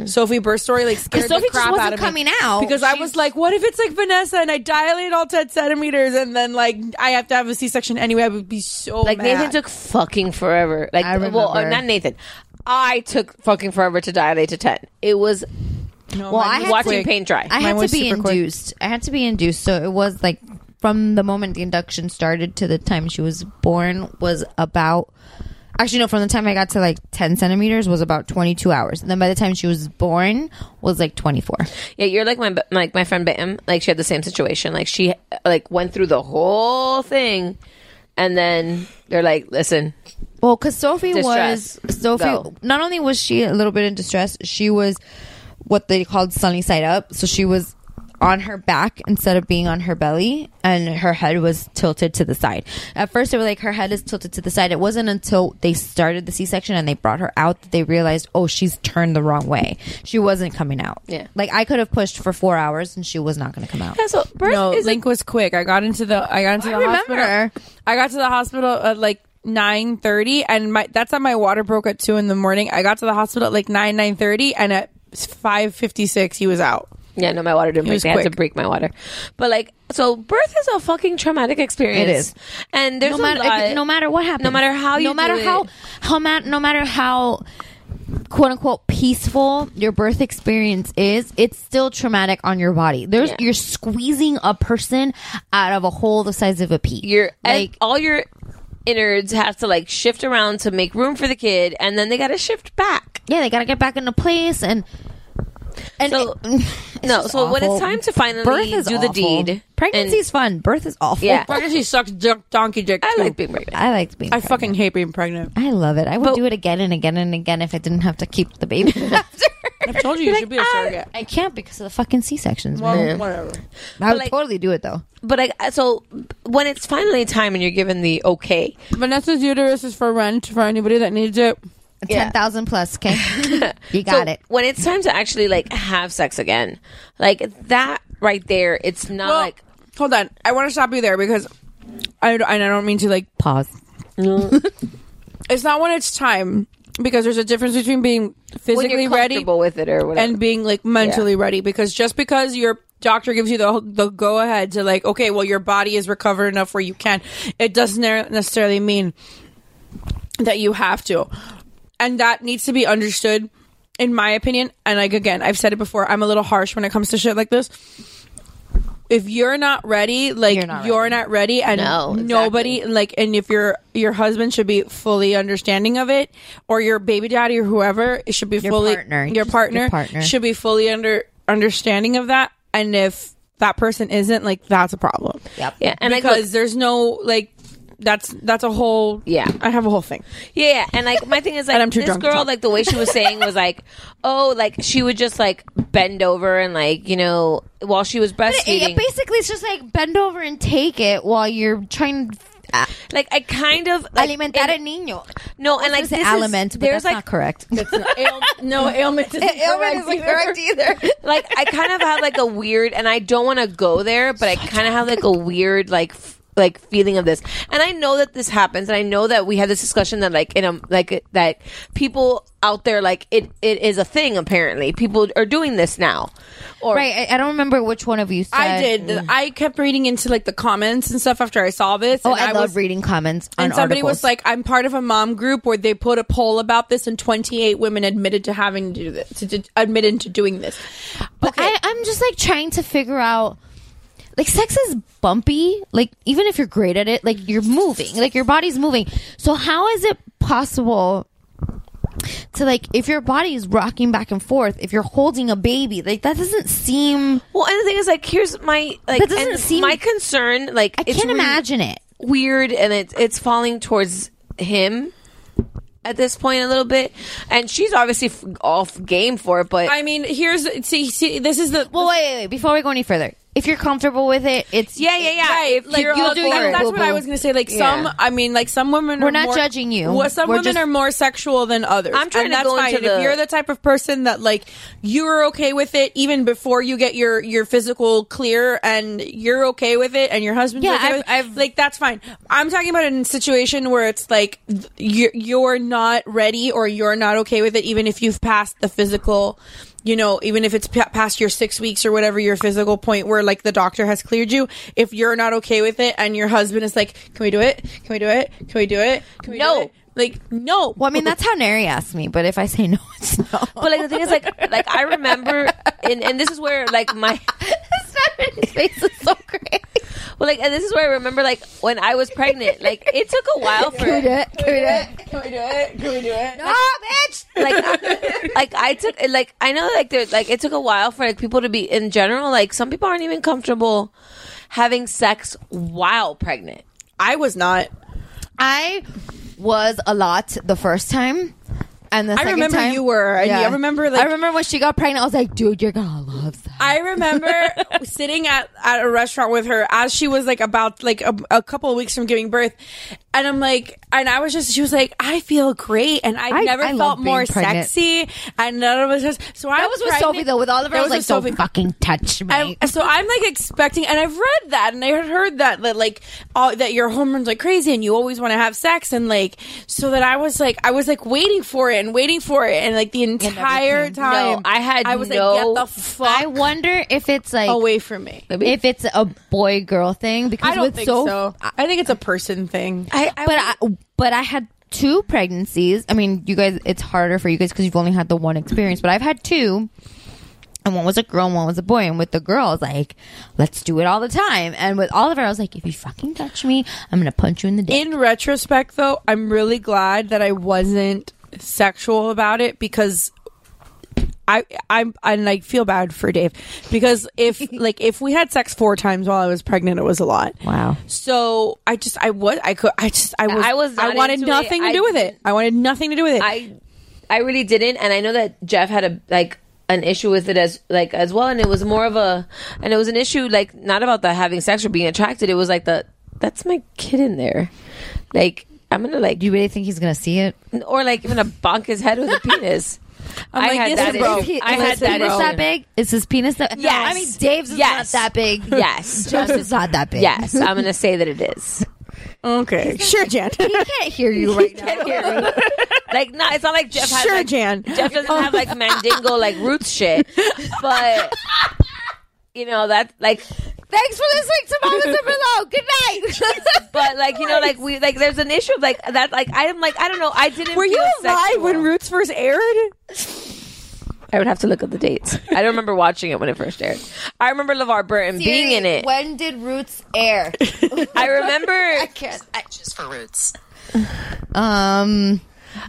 Sophie birth story, like scared Mm. Sophie the just crap wasn't out of coming me out. because I was like, what if it's like Vanessa and I dilate all ten centimeters and then like I have to have a C section anyway? I would be so Like mad. Nathan took fucking forever. Like well, uh, remember. not Nathan. I took fucking forever to dilate to ten. It was well, I had watching to, paint dry. I had to be induced. I had to be induced, so it was like from the moment the induction started to the time she was born was about. Actually, no. From the time I got to like ten centimeters was about twenty two hours, and then by the time she was born was like twenty four. Yeah, you're like my like my friend Bam. Like she had the same situation. Like she like went through the whole thing, and then they're like, listen. Well, because Sophie Distress. was Sophie. Go. Not only was she a little bit in distress, she was what they called sunny side up. So she was on her back instead of being on her belly, and her head was tilted to the side. At first, they were like, her head is tilted to the side. It wasn't until they started the C section and they brought her out that they realized, oh, she's turned the wrong way. She wasn't coming out. Yeah. like I could have pushed for four hours and she was not going to come out. so birth no, Link was quick. I got into the I got into I the remember. hospital. I got to the hospital at like nine thirty, and my that's how my water broke at two in the morning. I got to the hospital at like nine nine thirty, and at five fifty six he was out. Yeah, no, my water didn't It break. was They had to quick. break my water. But like, so birth is a fucking traumatic experience. It is. and there's no matter a lot. no matter what happens, no matter how you no matter do how it. how ma- no matter how quote unquote peaceful your birth experience is, it's still traumatic on your body. There's Yeah. you're squeezing a person out of a hole the size of a pea. Your like like all your innards have to like shift around to make room for the kid, and then they got to shift back. yeah, they gotta get back into place and and so no, so when it's time to finally do the deed, pregnancy's and- fun. Birth is awful. Yeah. Pregnancy sucks dick, donkey dick. I too. like being pregnant. I liked being. I pregnant. fucking hate being pregnant. I love it. I would do it again and again and again if I didn't have to keep the baby. I told you you should be a surrogate. I can't because of the fucking C sections. Well, man. whatever. I would like- totally do it though. But like, so when it's finally time and you're given the okay, Vanessa's uterus is for rent for anybody that needs it. Ten thousand plus. Okay, you got So it. When it's time to actually like have sex again, like that right there, it's not Well, like hold on. I want to stop you there because I, I don't mean to like Pause. it's not when it's time because there's a difference between being when physically you're ready comfortable with it or whatever. and being like mentally ready because just because your doctor gives you the the go ahead to like okay well your body is recovered enough where you can it doesn't ne- necessarily mean that you have to and that needs to be understood in my opinion and like again I've said it before I'm a little harsh when it comes to shit like this if you're not ready like you're not, ready. and No, exactly. nobody like and if your your husband should be fully understanding of it or your baby daddy or whoever it should be Your fully partner. your Just your partner, partner. should be fully under understanding of that and if that person isn't like that's a problem Yep. yeah, and like, because look- there's no like that's that's a whole Yeah. i have a whole thing yeah, yeah, and like my thing is like And I'm too this drunk to girl, talk. like the way she was saying was like, oh, like she would just like bend over and like you know while she was breastfeeding. It- basically, it's just like bend over and take it while you're trying. Like I kind of like, alimentar el niño. No, and I like this was gonna say is- aliment, but there's, that's like- not correct. no, ailment isn't Ailment correct isn't correct either. like I kind of have like a weird, and I don't want to go there, but I kind of have like a weird like. f- Like feeling of this, and I know that this happens, and I know that we had this discussion that like in a like that people out there like it it is a thing apparently people are doing this now. Or right, I, I don't remember which one of you said. I did. Mm. I kept reading into like the comments and stuff after I saw this. Oh, and I, was- love reading comments. And on somebody articles. was like, "I'm part of a mom group where they put a poll about this, and 28 women admitted to having to do this, to, to admitted to doing this." But I, I'm just like trying to figure out. Like sex is bumpy. Like even if you're great at it, like you're moving, like your body's moving. So how is it possible to like if your body is rocking back and forth, if you're holding a baby, like that doesn't seem Well, and the thing is, like, here's my like, That doesn't and seem- my concern. Like, I can't imagine it. Weird, and it's it's falling towards him at this point a little bit, and she's obviously f- off game for it. But I mean, here's see, see this is the well. Wait, wait, wait. Before we go any further, if you're comfortable with it, it's yeah, yeah, yeah. Right, If you're all for it, that's what I boo-boo. was gonna say. Like Yeah. some, I mean, like some women. We're are not more- judging you. Well, some We're women just- are more sexual than others. I'm trying and to that's go fine. into If the- you're the type of person that like you're okay with it even before you get your your physical clear, and you're okay with it, and your husband's Yeah, okay I've- with it, like that's fine. I'm talking about a situation where it's like th- you're you're not ready or you're not okay with it, even if you've passed the physical. You know, even if it's p- past your six weeks or whatever your physical point where like the doctor has cleared you, if you're not okay with it and your husband is like, "Can we do it? Can we do it? Can we do it? Can we do it?" Like no. Well, I mean that's how Neri asked me, but if I say no, it's no. But like the thing is, like, like I remember, and, and this is where like my his face is so great. Well, like, and this is where I remember, like, when I was pregnant, like, it took a while for Can we do it? Ah, Can we do it? Can we do it? Can we do it? No, bitch. like I- like I took like I know like there like it took a while for like people to be in general like some people aren't even comfortable having sex while pregnant. I was not. I was a lot the first time. And the I second remember time- you were, and I remember, like- I remember when she got pregnant. I was like, "Dude, you're gonna love that." I remember sitting at, at a restaurant with her as she was like about like a, a couple of weeks from giving birth, and I'm like, and I was just she was like, I feel great, and I've I- never I felt love being more pregnant. sexy, and none of us. Just, so I That was with Sophie though. With Oliver, I was like, "Don't fucking touch me." I, so I'm like expecting, and I've read that, and I had heard that that like all, that your hormones like crazy, and you always want to have sex, and like so that I was like I was like waiting for it and waiting for it, and like the entire No, time I had I was no- like get the fuck I wonder if it's like away from me. if it's a boy girl thing because I don't with think Soph- so. I think it's a person thing. I, but I, but I had two pregnancies. I mean, you guys, it's harder for you guys because you've only had the one experience. But I've had two, and one was a girl, and one was a boy. And with the girl, I was like, "Let's do it all the time." And with Oliver, I was like, "If you fucking touch me, I'm gonna punch you in the dick." In retrospect, though, I'm really glad that I wasn't sexual about it because I I'm and I feel bad for Dave because if like if we had sex four times while I was pregnant, it was a lot. Wow. So I just I was I could I just I was I was not wanted into it. nothing to I do with it. I wanted nothing to do with it. I I really didn't, and I know that Jeff had a like an issue with it as like as well, and it was more of a and it was an issue like not about the having sex or being attracted. It was like the that's my kid in there, like I'm gonna like Do you really think he's gonna see it? or like I'm gonna bonk his head with a penis. I'm I like, had this that is wrong. issue. He- I had Is his that penis issue. that big? Is his penis that? No, I Yes. mean, Dave's is Yes. not that big. Yes. Jeff's is not that big. Yes, I'm gonna say that it is. okay, sure, Jan. He can't hear you Oh. right now. Like, no, it's not like Jeff has. Sure, like, Jan. Jeff doesn't have like mandingo like roots shit, but you know that like. Thanks for listening to Mamas and Below. Good night. But like you know, like we like there's an issue of like that. Like I'm like I don't know. I didn't. Were you feel alive sexual. when Roots first aired? I would have to look up the dates. I don't remember watching it when it first aired. I remember LeVar Burton being in it. When did Roots air? I remember. can't. Just for roots. Um,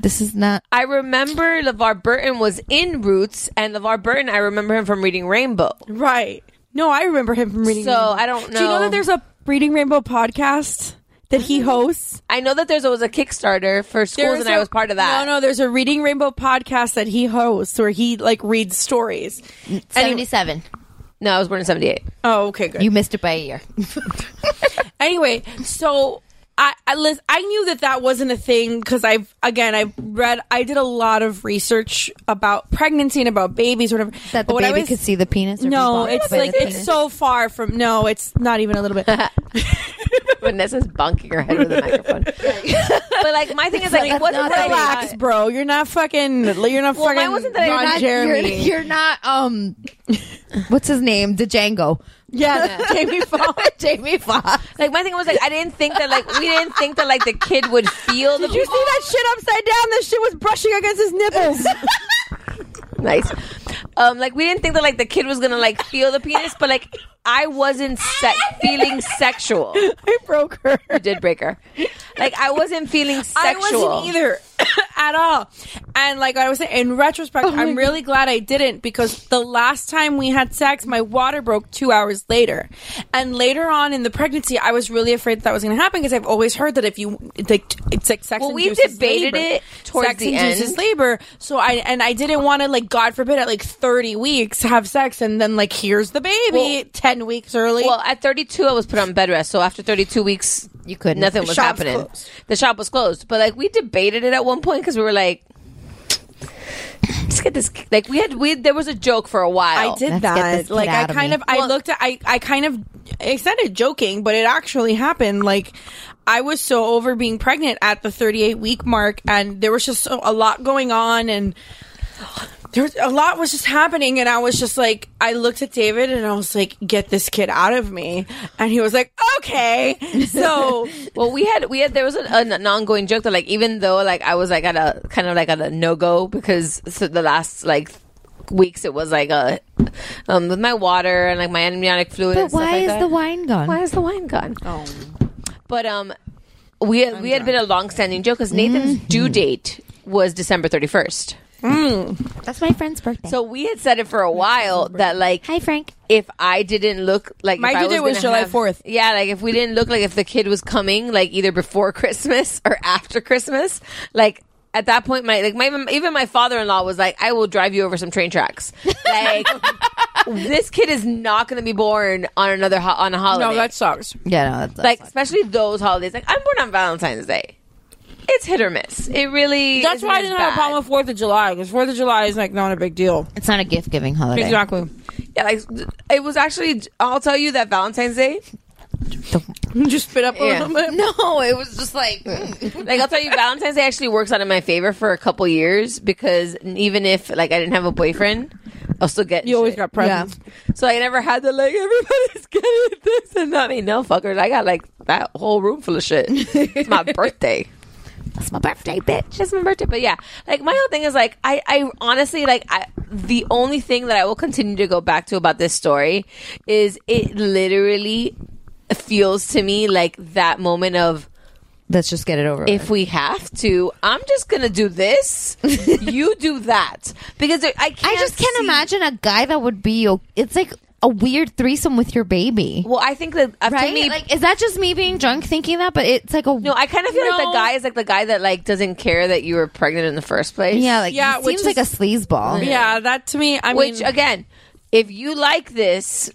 this is not. I remember LeVar Burton was in Roots, and LeVar Burton. I remember him from reading Rainbow. Right. No, I remember him from reading. So, Rainbow. I don't Do you know know. that there's a Reading Rainbow podcast? that he hosts? I know that there's always a Kickstarter for schools, There is and I a- was part of that. No, no, there's a Reading Rainbow podcast that he hosts where he like reads stories. Seventy-seven. No, I was born in '78. Oh, okay, good. You missed it by a year. anyway, so I I, lis- I knew that that wasn't a thing because I've again I've read I did a lot of research about pregnancy and about babies, whatever. That the baby could see the penis. Or No, be blocked it's by like the it's so far from. No, it's not even a little bit. Vanessa's bonking her head with a microphone. but like my thing is like, it wasn't that relax, bro. You're not fucking. You're not Well, mine fucking. wasn't that I- Ron You're not- Jeremy. You're, you're not um what's his name? The Django. Yeah, Jamie Foxx. Jamie Foxx. Like my thing was like I didn't think that like we didn't think that like the kid would feel. Did you see that shit upside down? That shit was brushing against his nipples. nice. Um, like we didn't think that like the kid was gonna like feel the penis, but like I wasn't se- feeling sexual. I broke her. You did break her. Like I wasn't feeling sexual. I wasn't either at all. And like I was saying, in retrospect, Oh I'm really glad I didn't because the last time we had sex, my water broke two hours later. And later on in the pregnancy, I was really afraid that, that was going to happen because I've always heard that if you like, it's like sex. Well, we induces debated labor. it towards sex the induces end. labor. So I and I didn't want to like, God forbid, at like 30 weeks have sex and then like here's the baby 10 weeks early. Well, at 32, I was put on bed rest. So after 32 weeks, you couldn't. Nothing The was shop's happening. closed. The shop was closed. But like we debated it at one point because we were like, let's get this. Like we had we there was a joke for a while. I did that. Like I kind of, I looked at, I, I kind of, I said it joking, but it actually happened. Like I was so over being pregnant at the 38 week mark, and there was just so, a lot going on, and there was, a lot was just happening, and I was just like, I looked at David, and I was like, get this kid out of me, and he was like, okay, so. well, we had we had there was an, an, an ongoing joke that like even though like I was like at a kind of like at a no go because so the last like weeks it was like a um with my water and like my amniotic fluid. But and stuff why like is that. the wine gone? Why is the wine gone? Oh. But um, we had, we had been a long-standing joke because Nathan's Mm-hmm. due date was December thirty-first. That's my friend's birthday. So we had said it for a while that like, hi Frank, if I didn't look like My if I due date was gonna July have- 4th. Yeah, like if we didn't look like if the kid was coming like either before Christmas or after Christmas, like. At that point, my like my even my father in law was like, "I will drive you over some train tracks." Like, this kid is not going to be born on another ho- on a holiday. No, that sucks. Yeah, no, that's like especially those holidays. Like I'm born on Valentine's Day. It's hit or miss. It really. That's isn't why I as didn't have a bad. problem with Fourth of July because Fourth of July is like not a big deal. it's not a gift giving holiday. Exactly. Yeah, like it was actually. I'll tell you that Valentine's Day. Just spit up a Yeah. little bit. No, it was just like Like I'll tell you, Valentine's Day actually works out in my favor for a couple years because even if like I didn't have a boyfriend, I'll still get. You always shit. got presents. So I never had the like everybody's getting this and not me. No fuckers, I got like that whole room full of shit. It's my birthday. That's my birthday, bitch. It's my birthday, but yeah, like my whole thing is like I, I honestly like I, the only thing that I will continue to go back to about this story is it literally feels to me like that moment of Let's just get it over. if we have to, I'm just gonna do this, you do that because there- I I can't just can't see- imagine a guy that would be. o- It's like a weird threesome with your baby, Well, I think that uh, to right? me, like, is that just me being drunk thinking that? But it's like a no, I kind of feel like the No. guy is like the guy that like doesn't care that you were pregnant in the first place. yeah, like Yeah, he which seems like a is- sleazeball. Yeah, that to me, I which uh, mean, again, if you like this,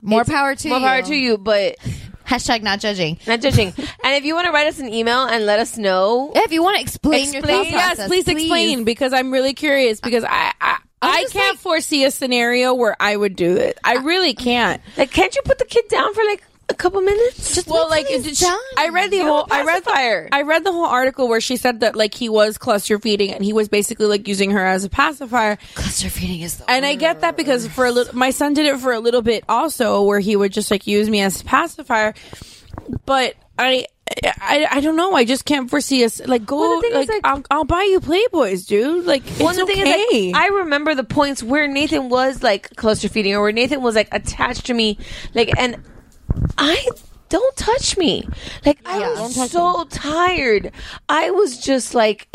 More power to more you. power to you, but. Hashtag not judging. Not judging. and if you want to write us an email and let us know, If you want to explain, your Explain- thought yes, process, please, explain because I'm really curious because I I, I just can't foresee a scenario where I would do it. I really can't. like, can't you put the kid down for like a couple minutes? Just well, like he's it- done. I read the Give whole. him a I read pacifier. the. I read the whole article where she said that like he was cluster feeding and he was basically like using her as a pacifier. Cluster feeding is the And I get that because for a little, my son did it for a little bit also, where he would just like use me as a pacifier. But I, I, I don't know. I just can't foresee us like go. Well, the thing is, like, like- I'll, I'll buy you Playboys, dude. Like it's the okay. is, like, I remember the points where Nathan was like cluster feeding, or where Nathan was like attached to me, like, and I don't touch me. Like, I was so tired. I was just like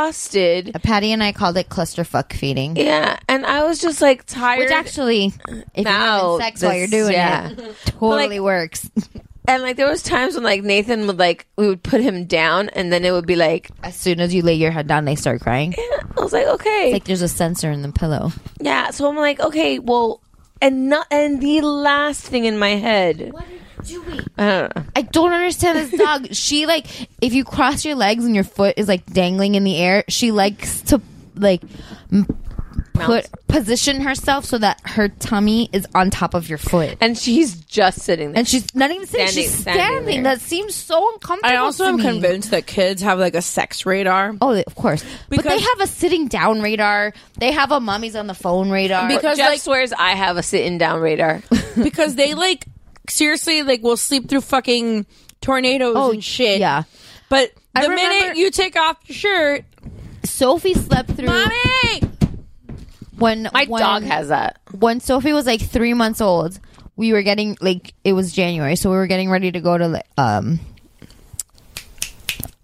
exhausted. Patty and I called it cluster fuck feeding. Yeah, and I was just like tired. Which actually, if you're Now, having sex while this- you're doing yeah. it, totally But, like, works. And like there was times when like Nathan would like we would put him down and then it would be like as soon as you lay your head down they start crying. I was like okay. It's like there's a sensor in the pillow. Yeah, so I'm like okay, well and not and the last thing in my head. I don't know. I don't understand this dog. she like if you cross your legs and your foot is like dangling in the air, she likes to like m- put position herself so that her tummy is on top of your foot. And she's just sitting there. And she's not even sitting, Standing- she's standing standing. there. That seems so uncomfortable. I also to am me. convinced that kids have like a sex radar. Oh, of course. but they have a sitting down radar. They have a mummy's on the phone radar. because Jeff swears I have a sitting down radar. because they like seriously like will sleep through fucking tornadoes Oh, Oh, and shit. Yeah. But the minute you take off your shirt, Sophie slept through. Mommy, when My when- dog has that. When Sophie was like three months old, we were getting like it was January, so we were getting ready to go to like, um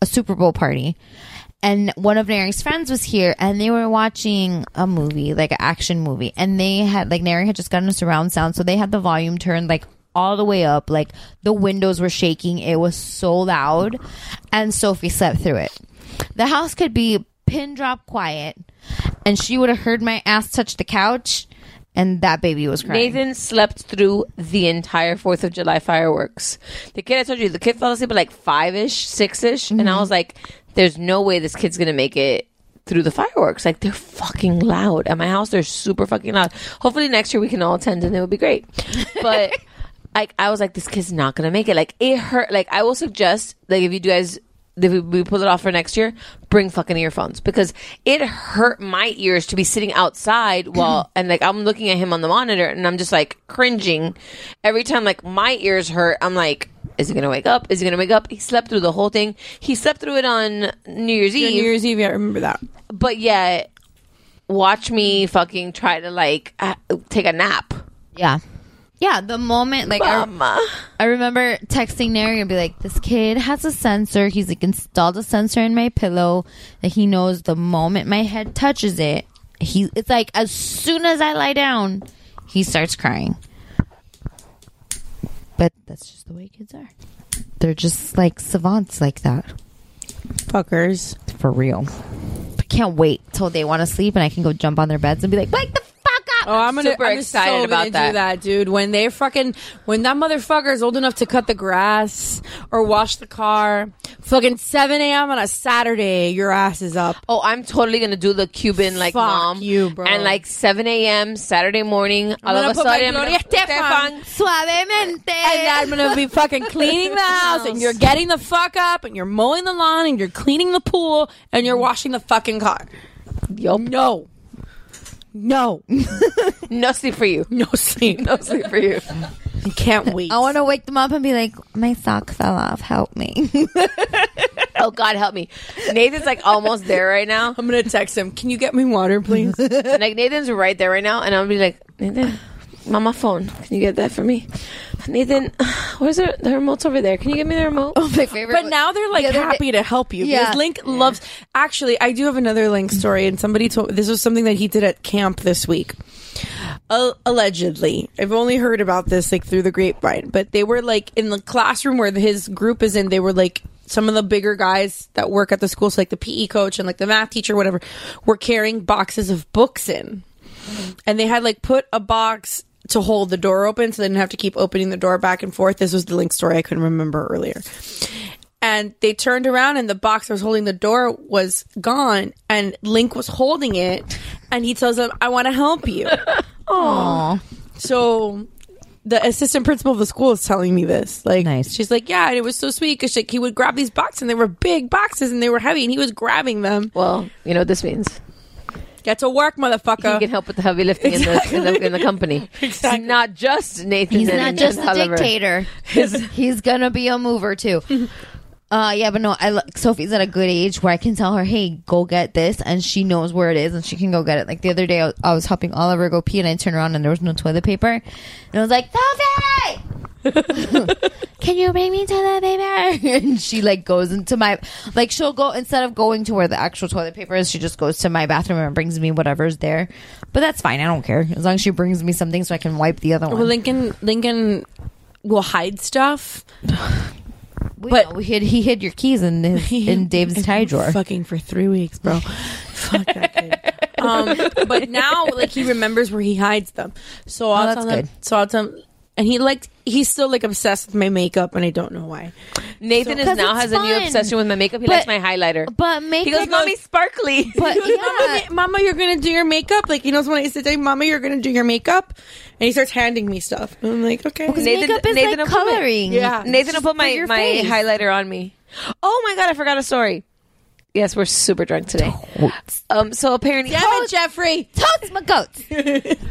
a Super Bowl party. And one of Neri's friends was here, and they were watching a movie, like an action movie. And they had, like, Neri had just gotten a surround sound, so they had the volume turned, like, all the way up. Like, the windows were shaking. It was so loud. And Sophie slept through it. The house could be pin drop quiet, and she would have heard my ass touch the couch, and that baby was crying. Nathan slept through the entire Fourth of July fireworks. The kid I told you, the kid fell asleep at like five ish, six ish, and I was like, "There's no way this kid's gonna make it through the fireworks. Like they're fucking loud at my house. They're super fucking loud. Hopefully next year we can all attend, and it would be great. But like I was like, this kid's not gonna make it. Like it hurt. Like I will suggest, like if you do guys. If we- we pull it off for next year, bring fucking earphones because it hurt my ears to be sitting outside while and like I'm looking at him on the monitor and I'm just like cringing every time. Like my ears hurt. I'm like, is he gonna wake up? Is he gonna wake up? He slept through the whole thing. He slept through it on New Year's Yeah, Eve. New Year's Eve, yeah, I remember that. But yet, watch me fucking try to like uh, take a nap. Yeah. Yeah, the moment like um, I, I remember texting Nary and be like, "This kid has a sensor. He's like installed a sensor in my pillow that he knows the moment my head touches it. He it's like as soon as I lie down, he starts crying. But that's just the way kids are. They're just like savants like that, fuckers for real. I can't wait till they want to sleep and I can go jump on their beds and be like, "Wake the Oh, I'm, gonna, super I'm just so excited about gonna that. Do that, dude. When they fucking, when that motherfucker is old enough to cut the grass or wash the car, fucking 7 a.m. on a Saturday, your ass is up. Oh, I'm totally gonna do the Cuban like Fuck mom. you, bro. And like 7 a.m. Saturday morning, all gonna of a put sudden, my I'm gonna- Gloria Estefan suavemente, and I'm gonna be fucking cleaning the house, and you're getting the fuck up, and you're mowing the lawn, and you're cleaning the pool, and you're washing the fucking car. Yup. No. No. no sleep for you. No sleep. No sleep for you. I can't wait. I want to wake them up and be like, my sock fell off. Help me. oh God, help me! Nathan's like almost there right now. I'm gonna text him. Can you get me water, please? like Nathan's right there right now, and I'll be like, Nathan, mama phone. Can you get that for me? Nathan, where's the, the remote's over there? Can you give me the remote? Oh, my favorite. But now they're like happy to help you Yeah. because Link loves. Actually, I do have another Link story, and somebody told this was something that he did at camp this week. Uh, allegedly, I've only heard about this like through the grapevine. But they were like in the classroom where his group is in. They were like some of the bigger guys that work at the school, so like the PE coach and like the math teacher, whatever, were carrying boxes of books in and they had like put a box to hold the door open so they didn't have to keep opening the door back and forth. This was the link story I couldn't remember earlier. And they turned around and the box that was holding the door was gone and Link was holding it and he tells them, I want to help you. Aww. So the assistant principal of the school is telling me this. Like, she's like, yeah, and it was so sweet because like, he would grab these boxes and they were big boxes and they were heavy and he was grabbing them. Well, you know what this means. Get to work, motherfucker. He can help with the heavy lifting in, the, in, the, in the company. Exactly. He's not just Nathan. He's and- not and just a Oliver. dictator. He's going to be a mover too. Uh, yeah, but no, I lo- Sophie's at a good age where I can tell her, hey, go get this. And she knows where it is and she can go get it. Like the other day, I was, I was helping Oliver go pee and I turned around and there was no toilet paper. And I was like, Sophie! can you bring me toilet paper? and she like goes into my like she'll go instead of going to where the actual toilet paper is, she just goes to my bathroom and brings me whatever's there. But that's fine, I don't care as long as she brings me something so I can wipe the other one. Well, Lincoln Lincoln will hide stuff. but we hid, he hid your keys in his, in Dave's tie drawer. Fucking for three weeks, bro. Fuck that kid. Um, but now, like, he remembers where he hides them. So I'll that's tell him. good. So I'll tell him. And he like he's still like obsessed with my makeup, and I don't know why. Nathan So- is 'Cause now it's has a new fun. obsession with my makeup. He likes But- my highlighter. But makeup, he goes, "Mommy, sparkly." But He goes, Mama, ma- Mama, you're gonna do your makeup. Like he knows when I sit down, Mama, you're gonna do your makeup, and he starts handing me stuff. And I'm like, okay. makeup is like will put my- coloring. yeah, It's Nathan will just put for my your my face. highlighter on me. Oh my god, I forgot a story. Yes, we're super drunk today. Um, so apparently, Damn it, Jeffrey. Toads my goats.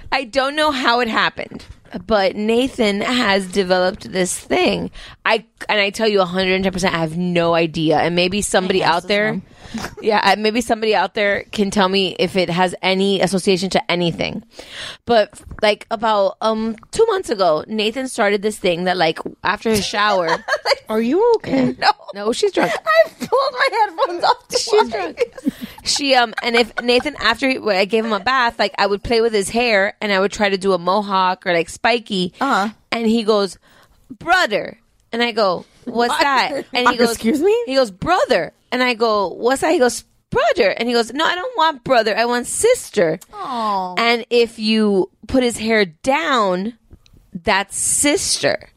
I don't know how it happened, but Nathan has developed this thing. I and I tell you 110%, I have no idea. And maybe somebody out there Yeah, I- maybe somebody out there can tell me if it has any association to anything. But like about um 2 months ago, Nathan started this thing that like after his shower. Are you okay? No. No, she's drunk. I pulled my headphones off to She's drunk. She um and if Nathan after he, I gave him a bath, like I would play with his hair and I would try to do a mohawk or like spiky. Uh-huh. And he goes, "Brother," and I go, "What's that?" And he goes, "Excuse me." He goes, "Brother," and I go, "What's that?" He goes, "Brother," and he goes, "No, I don't want brother. I want sister." Oh. And if you put his hair down, that's sister.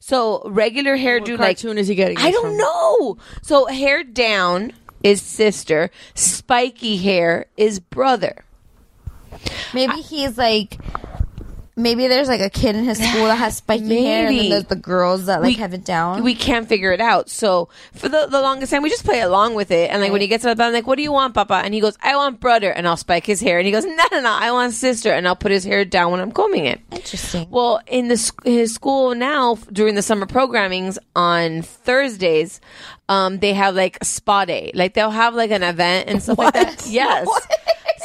So regular hairdo, like cartoon is he getting I this don't from? know. So hair down is sister. Spiky hair is brother. Maybe he's like, maybe there's like a kid in his school that has spiky hair, and Maybe. then there's the girls that like We- have it down. We can't figure it out. So for the, the longest time, we just play along with it. And like when he gets up, I'm like, "What do you want, Papa?" And he goes, "I want brother." And I'll spike his hair. And he goes, "No, no, no, I want sister." And I'll put his hair down when I'm combing it. Interesting. Well, in the sc- his school now f- during the summer programmings on Thursdays, um, they have like spa day. Like they'll have like an event and stuff like that. Yes.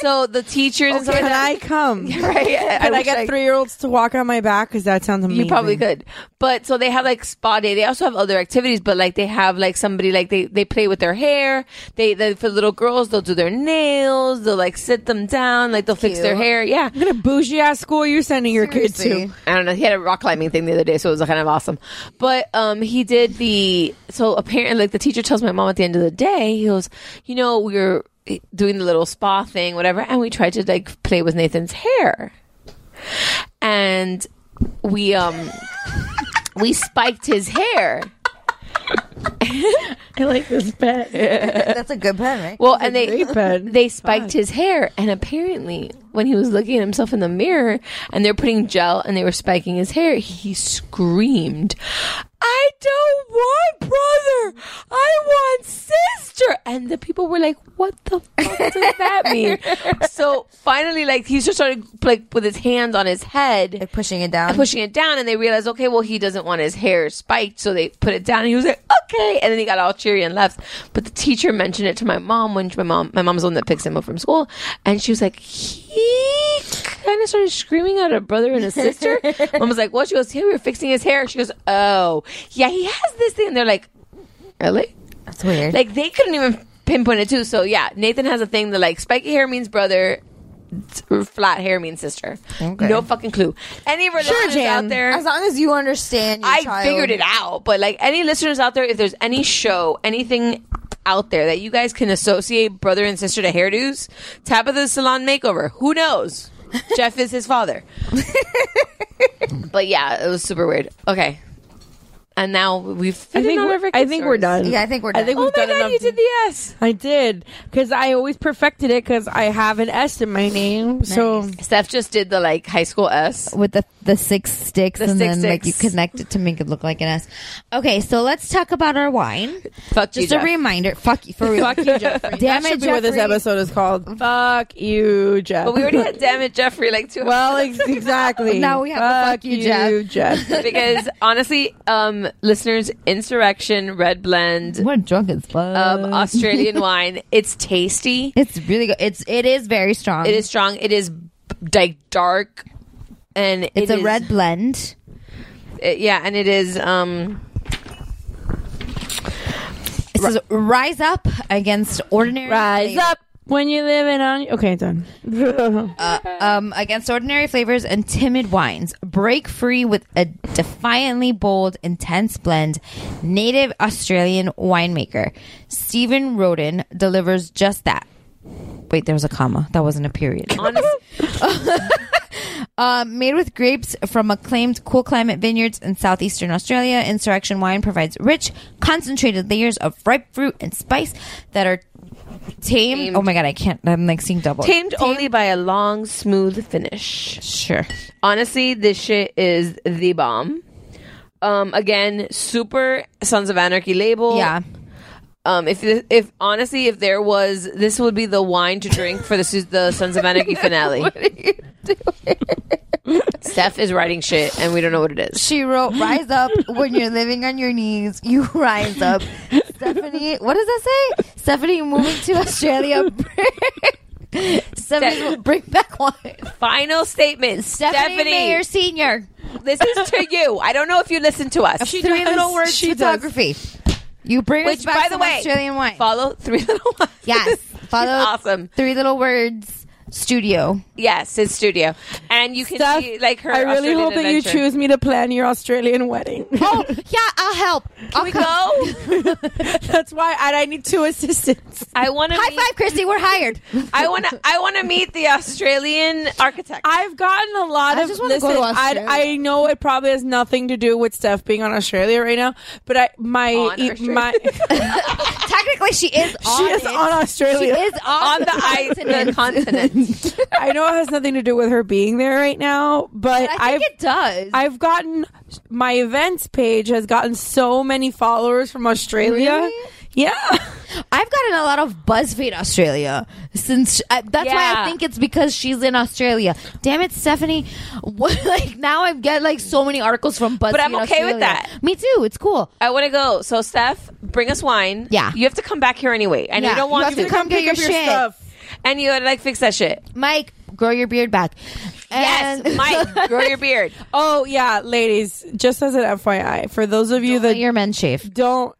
So the teachers and stuff like Can that. I come? right. Can I, wish get three year olds to walk on my back? Because that sounds amazing. You probably could. But so they have like spa day. They also have other activities, but like they have like somebody like they, they play with their hair. They, they for little girls they'll do their nails. They'll like sit them down. Like they'll fix their Cute. hair. Yeah. What a bougie ass school you're sending your kid to. I don't know. He had a rock climbing thing the other day, so it was kind of awesome. But um, he did the so apparently, like the teacher tells my mom at the end of the day, he goes, you know, we were doing the little spa thing, whatever, and we tried to like play with Nathan's hair, and we um, we spiked his hair. I like this bet. That's a good pen, right? Well, and they they spiked his hair, and apparently, when he was looking at himself in the mirror, and they're putting gel, and they were spiking his hair, he screamed, "I don't want brother, I want sister!" And the people were like, "What the fuck does that mean?" so finally, like he just started like with his hands on his head, like pushing it down, pushing it down, and they realized, okay, well, he doesn't want his hair spiked, so they put it down, and he was like, okay, and then he got all cheery and left. But the teacher mentioned it to my mom when my mom, my mom's the one that picks him up from school, and she was like, he kind of started screaming at a brother and a sister. mom was like, what? She goes, hey, we were fixing his hair. She goes, oh, yeah, he has this thing, and they're like, really? That's weird. Like they couldn't even pinpoint it too. So yeah, Nathan has a thing that like spiky hair means brother, t- flat hair means sister. Okay. No fucking clue. Any of our listeners out there, As long as you understand, your I child. figured it out. But like any listeners out there, if there's any show, anything out there that you guys can associate brother and sister to hairdos, Tabitha's salon makeover. Who knows? Jeff is his father. but yeah, it was super weird. Okay. And now we've. I think we're, I think we're done. I think we've oh my done god, enough. you did the S. I did because I always perfected it because I have an S in my name. So Steph just did the like high school S with the Oh. the six sticks, The and six then like you sticks. connect it to make it look like an S. Okay, so let's talk about our wine. Fuck Just a reminder. Fuck you for real. fuck you, Jeffrey. that Damn should it, be what this Jeffrey. episode is called. Fuck you, Jeff. But we already had damn it, Jeffrey, like two. Well, ex- exactly. Now we have a fuck you, Jeff. because honestly, um, listeners, insurrection, red blend, We're drunk as fuck. um, Australian wine. It's tasty. It's really good. It's it is very strong. It is strong. It is like dark, and it It's a is- red blend. it- yeah, and it is. Um, It says rise up against ordinary. Rise flavor. up When you're living on. Okay, done. uh, um, against ordinary flavors and timid wines. Break free with a defiantly bold, intense blend. Native Australian winemaker Stephen Roden delivers just that. Wait, there was a comma. That wasn't a period. Uh, made with grapes from acclaimed cool climate vineyards in southeastern Australia, Insurrection Wine provides rich, concentrated layers of ripe fruit and spice that are tamed. Oh my god, I can't. I'm like seeing double. Tamed only by a long, smooth finish. Sure. Honestly, this shit is the bomb. Um, again, super Sons of Anarchy label. Yeah. Um, if if honestly, if there was, this would be the wine to drink for the the Sons of Anarchy finale. Steph is writing shit, and we don't know what it is. She wrote, "Rise up when you're living on your knees. You rise up." Stephanie, what does that say? Stephanie moving to Australia. Stephanie will bring back wine. Final statement, Stephanie, Stephanie. Mayer Senior. This is to you. I don't know if you listen to us. She Three does. Little Words She does. photography. You bring Which, us back by the some way, Australian wine. Follow Three Little Words. Yes, follow awesome. Three Little Words Studio. Yes, his studio, and you can Steph, see like her. I really Australian hope that you adventure. choose me to plan your Australian wedding. Oh yeah, I'll help. I'll we come. go? That's why I, I need two assistants. I want to High five, Christy. We're hired. I want to. I want to meet the Australian architect. I've gotten a lot I of. just wanna listen, go to I, Australia. I know it probably has nothing to do with Steph being on Australia right now, but I my On e- Australia. my Technically, she is. On she is it. on Australia. She is on the ice the continent. I know it has nothing to do with her being there right now, but I think I've it does. I've gotten my events page has gotten so many followers from Australia. Really? Yeah. I've gotten a lot of BuzzFeed Australia since I, that's why I Yeah. think it's because she's in Australia. Damn it, Stephanie! What, like now I get like so many articles from BuzzFeed. I'm okay with Australia. that. Me too. It's cool. I want to go. So, Steph, bring us wine. Yeah. You have to come back here anyway. And Yeah, you don't you want have to come get your shit. And you gotta like fix that shit. Mike, grow your beard back. Yes, And- Mike, grow your beard. Oh yeah, ladies. Just as an FYI, for those of you Let that your men shave. don't.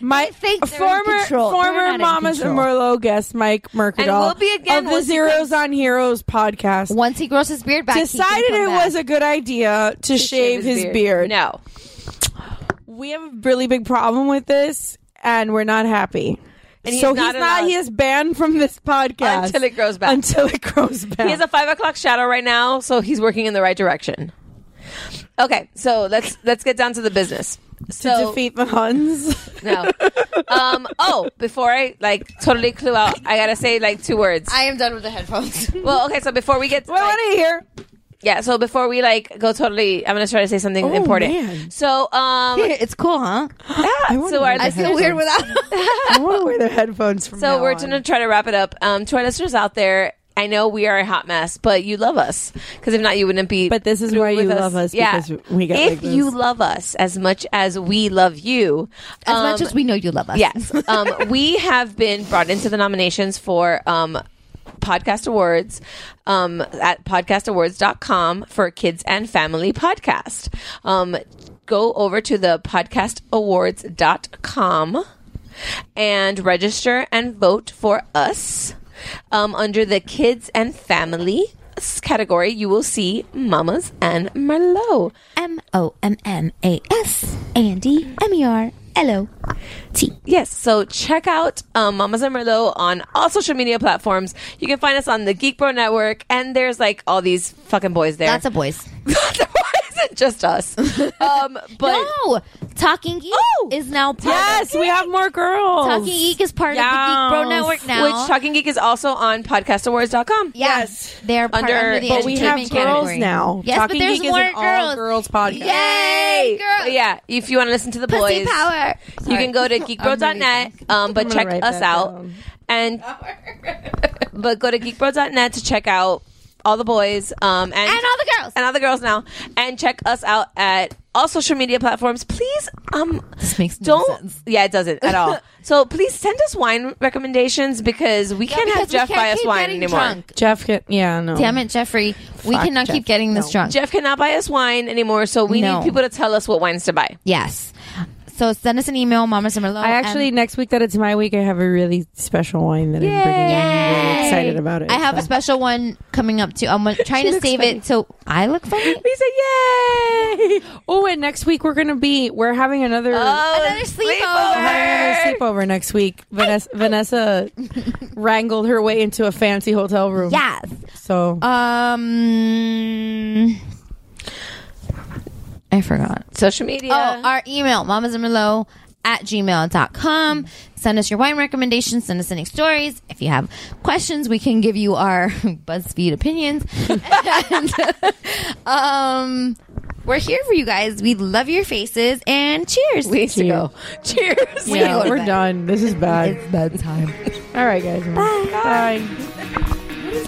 My They think they're in former control. They're not former in Mamas and control. Merlot guest Mike Mercadal And we'll be again of the once he Zeros on Heroes podcast Once he grows his beard back, he can decided come it back. was a good idea to, shave, his beard. No. We have a really big problem with this, and we're not happy. And he's so not he's not. allowed- He is banned from this podcast Until it grows back. Until it grows back. He has a five o'clock shadow right now, so he's working in the right direction. Okay, so let's let's get down to the business. to So defeat the Huns. no. Um oh, before I like totally clue out, I gotta say like two words. I am done with the headphones. well, okay, so before we get to, Well, like, what do you hear? Yeah, so before we like go totally, I'm gonna try to say something Oh, important. man. So, um, it's cool, huh? so our I feel listeners, weird without. I want to wear the headphones from so now we're on. gonna try to wrap it up. Um, to our listeners out there, I know we are a hot mess, but you love us because if not, you wouldn't be. But this is why with you love us, because we get if like this. you love us as much as we love you, As much as we know you love us. Um, Yes. Um, we have been brought into the nominations for um, Podcast Awards um, at podcastawards.com for Kids and Family Podcast. Um, go over to the podcastawards.com and register and vote for us um, under the Kids and Family category you will see mamas and merlot M O M M A S Andy M E R L O T. Yes, so check out um, Mamas and Merlot on all social media platforms. You can find us on the Geek Bro Network, and there's like all these fucking boys there. That's a boys. Lots of boys, and just us. Um, but no, Talking Geek Oh! is now part Yes, of we have more girls. Talking Geek is part of the Geek Bro Yes. Network now. which Talking Geek is also on podcastawards.com. yes, they're part Under- under, the but we have entertainment girls category. now. Yes, Talking but there's Geek is more an girls. all-girls podcast. Yay, girls. But yeah, if you want to listen to the Pussy boys, power. you can go to geekbro.net, um, but I'm gonna check write us that out. down. And but go to geekbro.net to check out all the boys um, and, and all the girls. and all the girls now, and check us out at all social media platforms. Please, um, This makes no don't. sense. Yeah, it doesn't at all. so please send us wine recommendations because we can't because have we Jeff can't buy us keep wine getting anymore. drunk. Jeff, can, yeah, no. Damn it, Jeffrey. we Fuck cannot Jeff. keep getting this No. drunk. Jeff cannot buy us wine anymore, so we No. need people to tell us what wines to buy. yes. So send us an email, Mama Simmerlo. I actually next week that it's my week, I have a really special wine that I'm bringing. I'm really excited about it. I have so. a special one coming up too. I'm trying She to looks save funny. it so I look funny. Lisa, yay! Oh, and next week we're gonna be we're having another another We're having another sleepover next week. Vanessa Vanessa wrangled her way into a fancy hotel room. Yes. So um I forgot. Social media. Oh, our email, mamasimmerlo at gmail.com. Send us your wine recommendations. Send us any stories. If you have questions, we can give you our BuzzFeed opinions. and, um, we're here for you guys. We love your faces and cheers. We need to go. Cheers. We need to go to we're bed. done. This is bad. It's bedtime. All right, guys. Bye. Bye.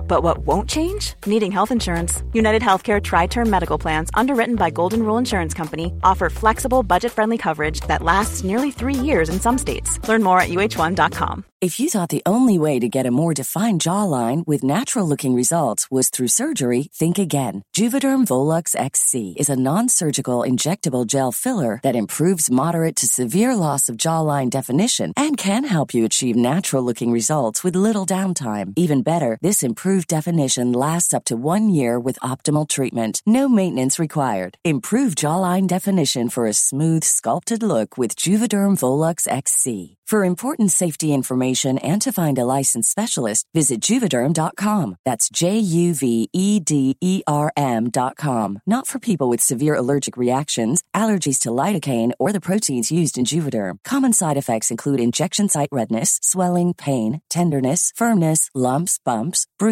But what won't change? Needing health insurance. United Healthcare Tri Term Medical Plans, underwritten by Golden Rule Insurance Company, offer flexible, budget friendly coverage that lasts nearly three years in some states. Learn more at uh1.com. If you thought the only way to get a more defined jawline with natural looking results was through surgery, think again. Juvederm Volux XC is a non surgical injectable gel filler that improves moderate to severe loss of jawline definition and can help you achieve natural looking results with little downtime. Even better, this improved definition lasts up to one year with optimal treatment. No maintenance required. Improve jawline definition for a smooth, sculpted look with Juvederm Volux XC. For important safety information and to find a licensed specialist, visit juvederm.com. That's J U V E D E R M.com. Not for people with severe allergic reactions, allergies to lidocaine, or the proteins used in Juvederm. Common side effects include injection site redness, swelling, pain, tenderness, firmness, lumps, bumps,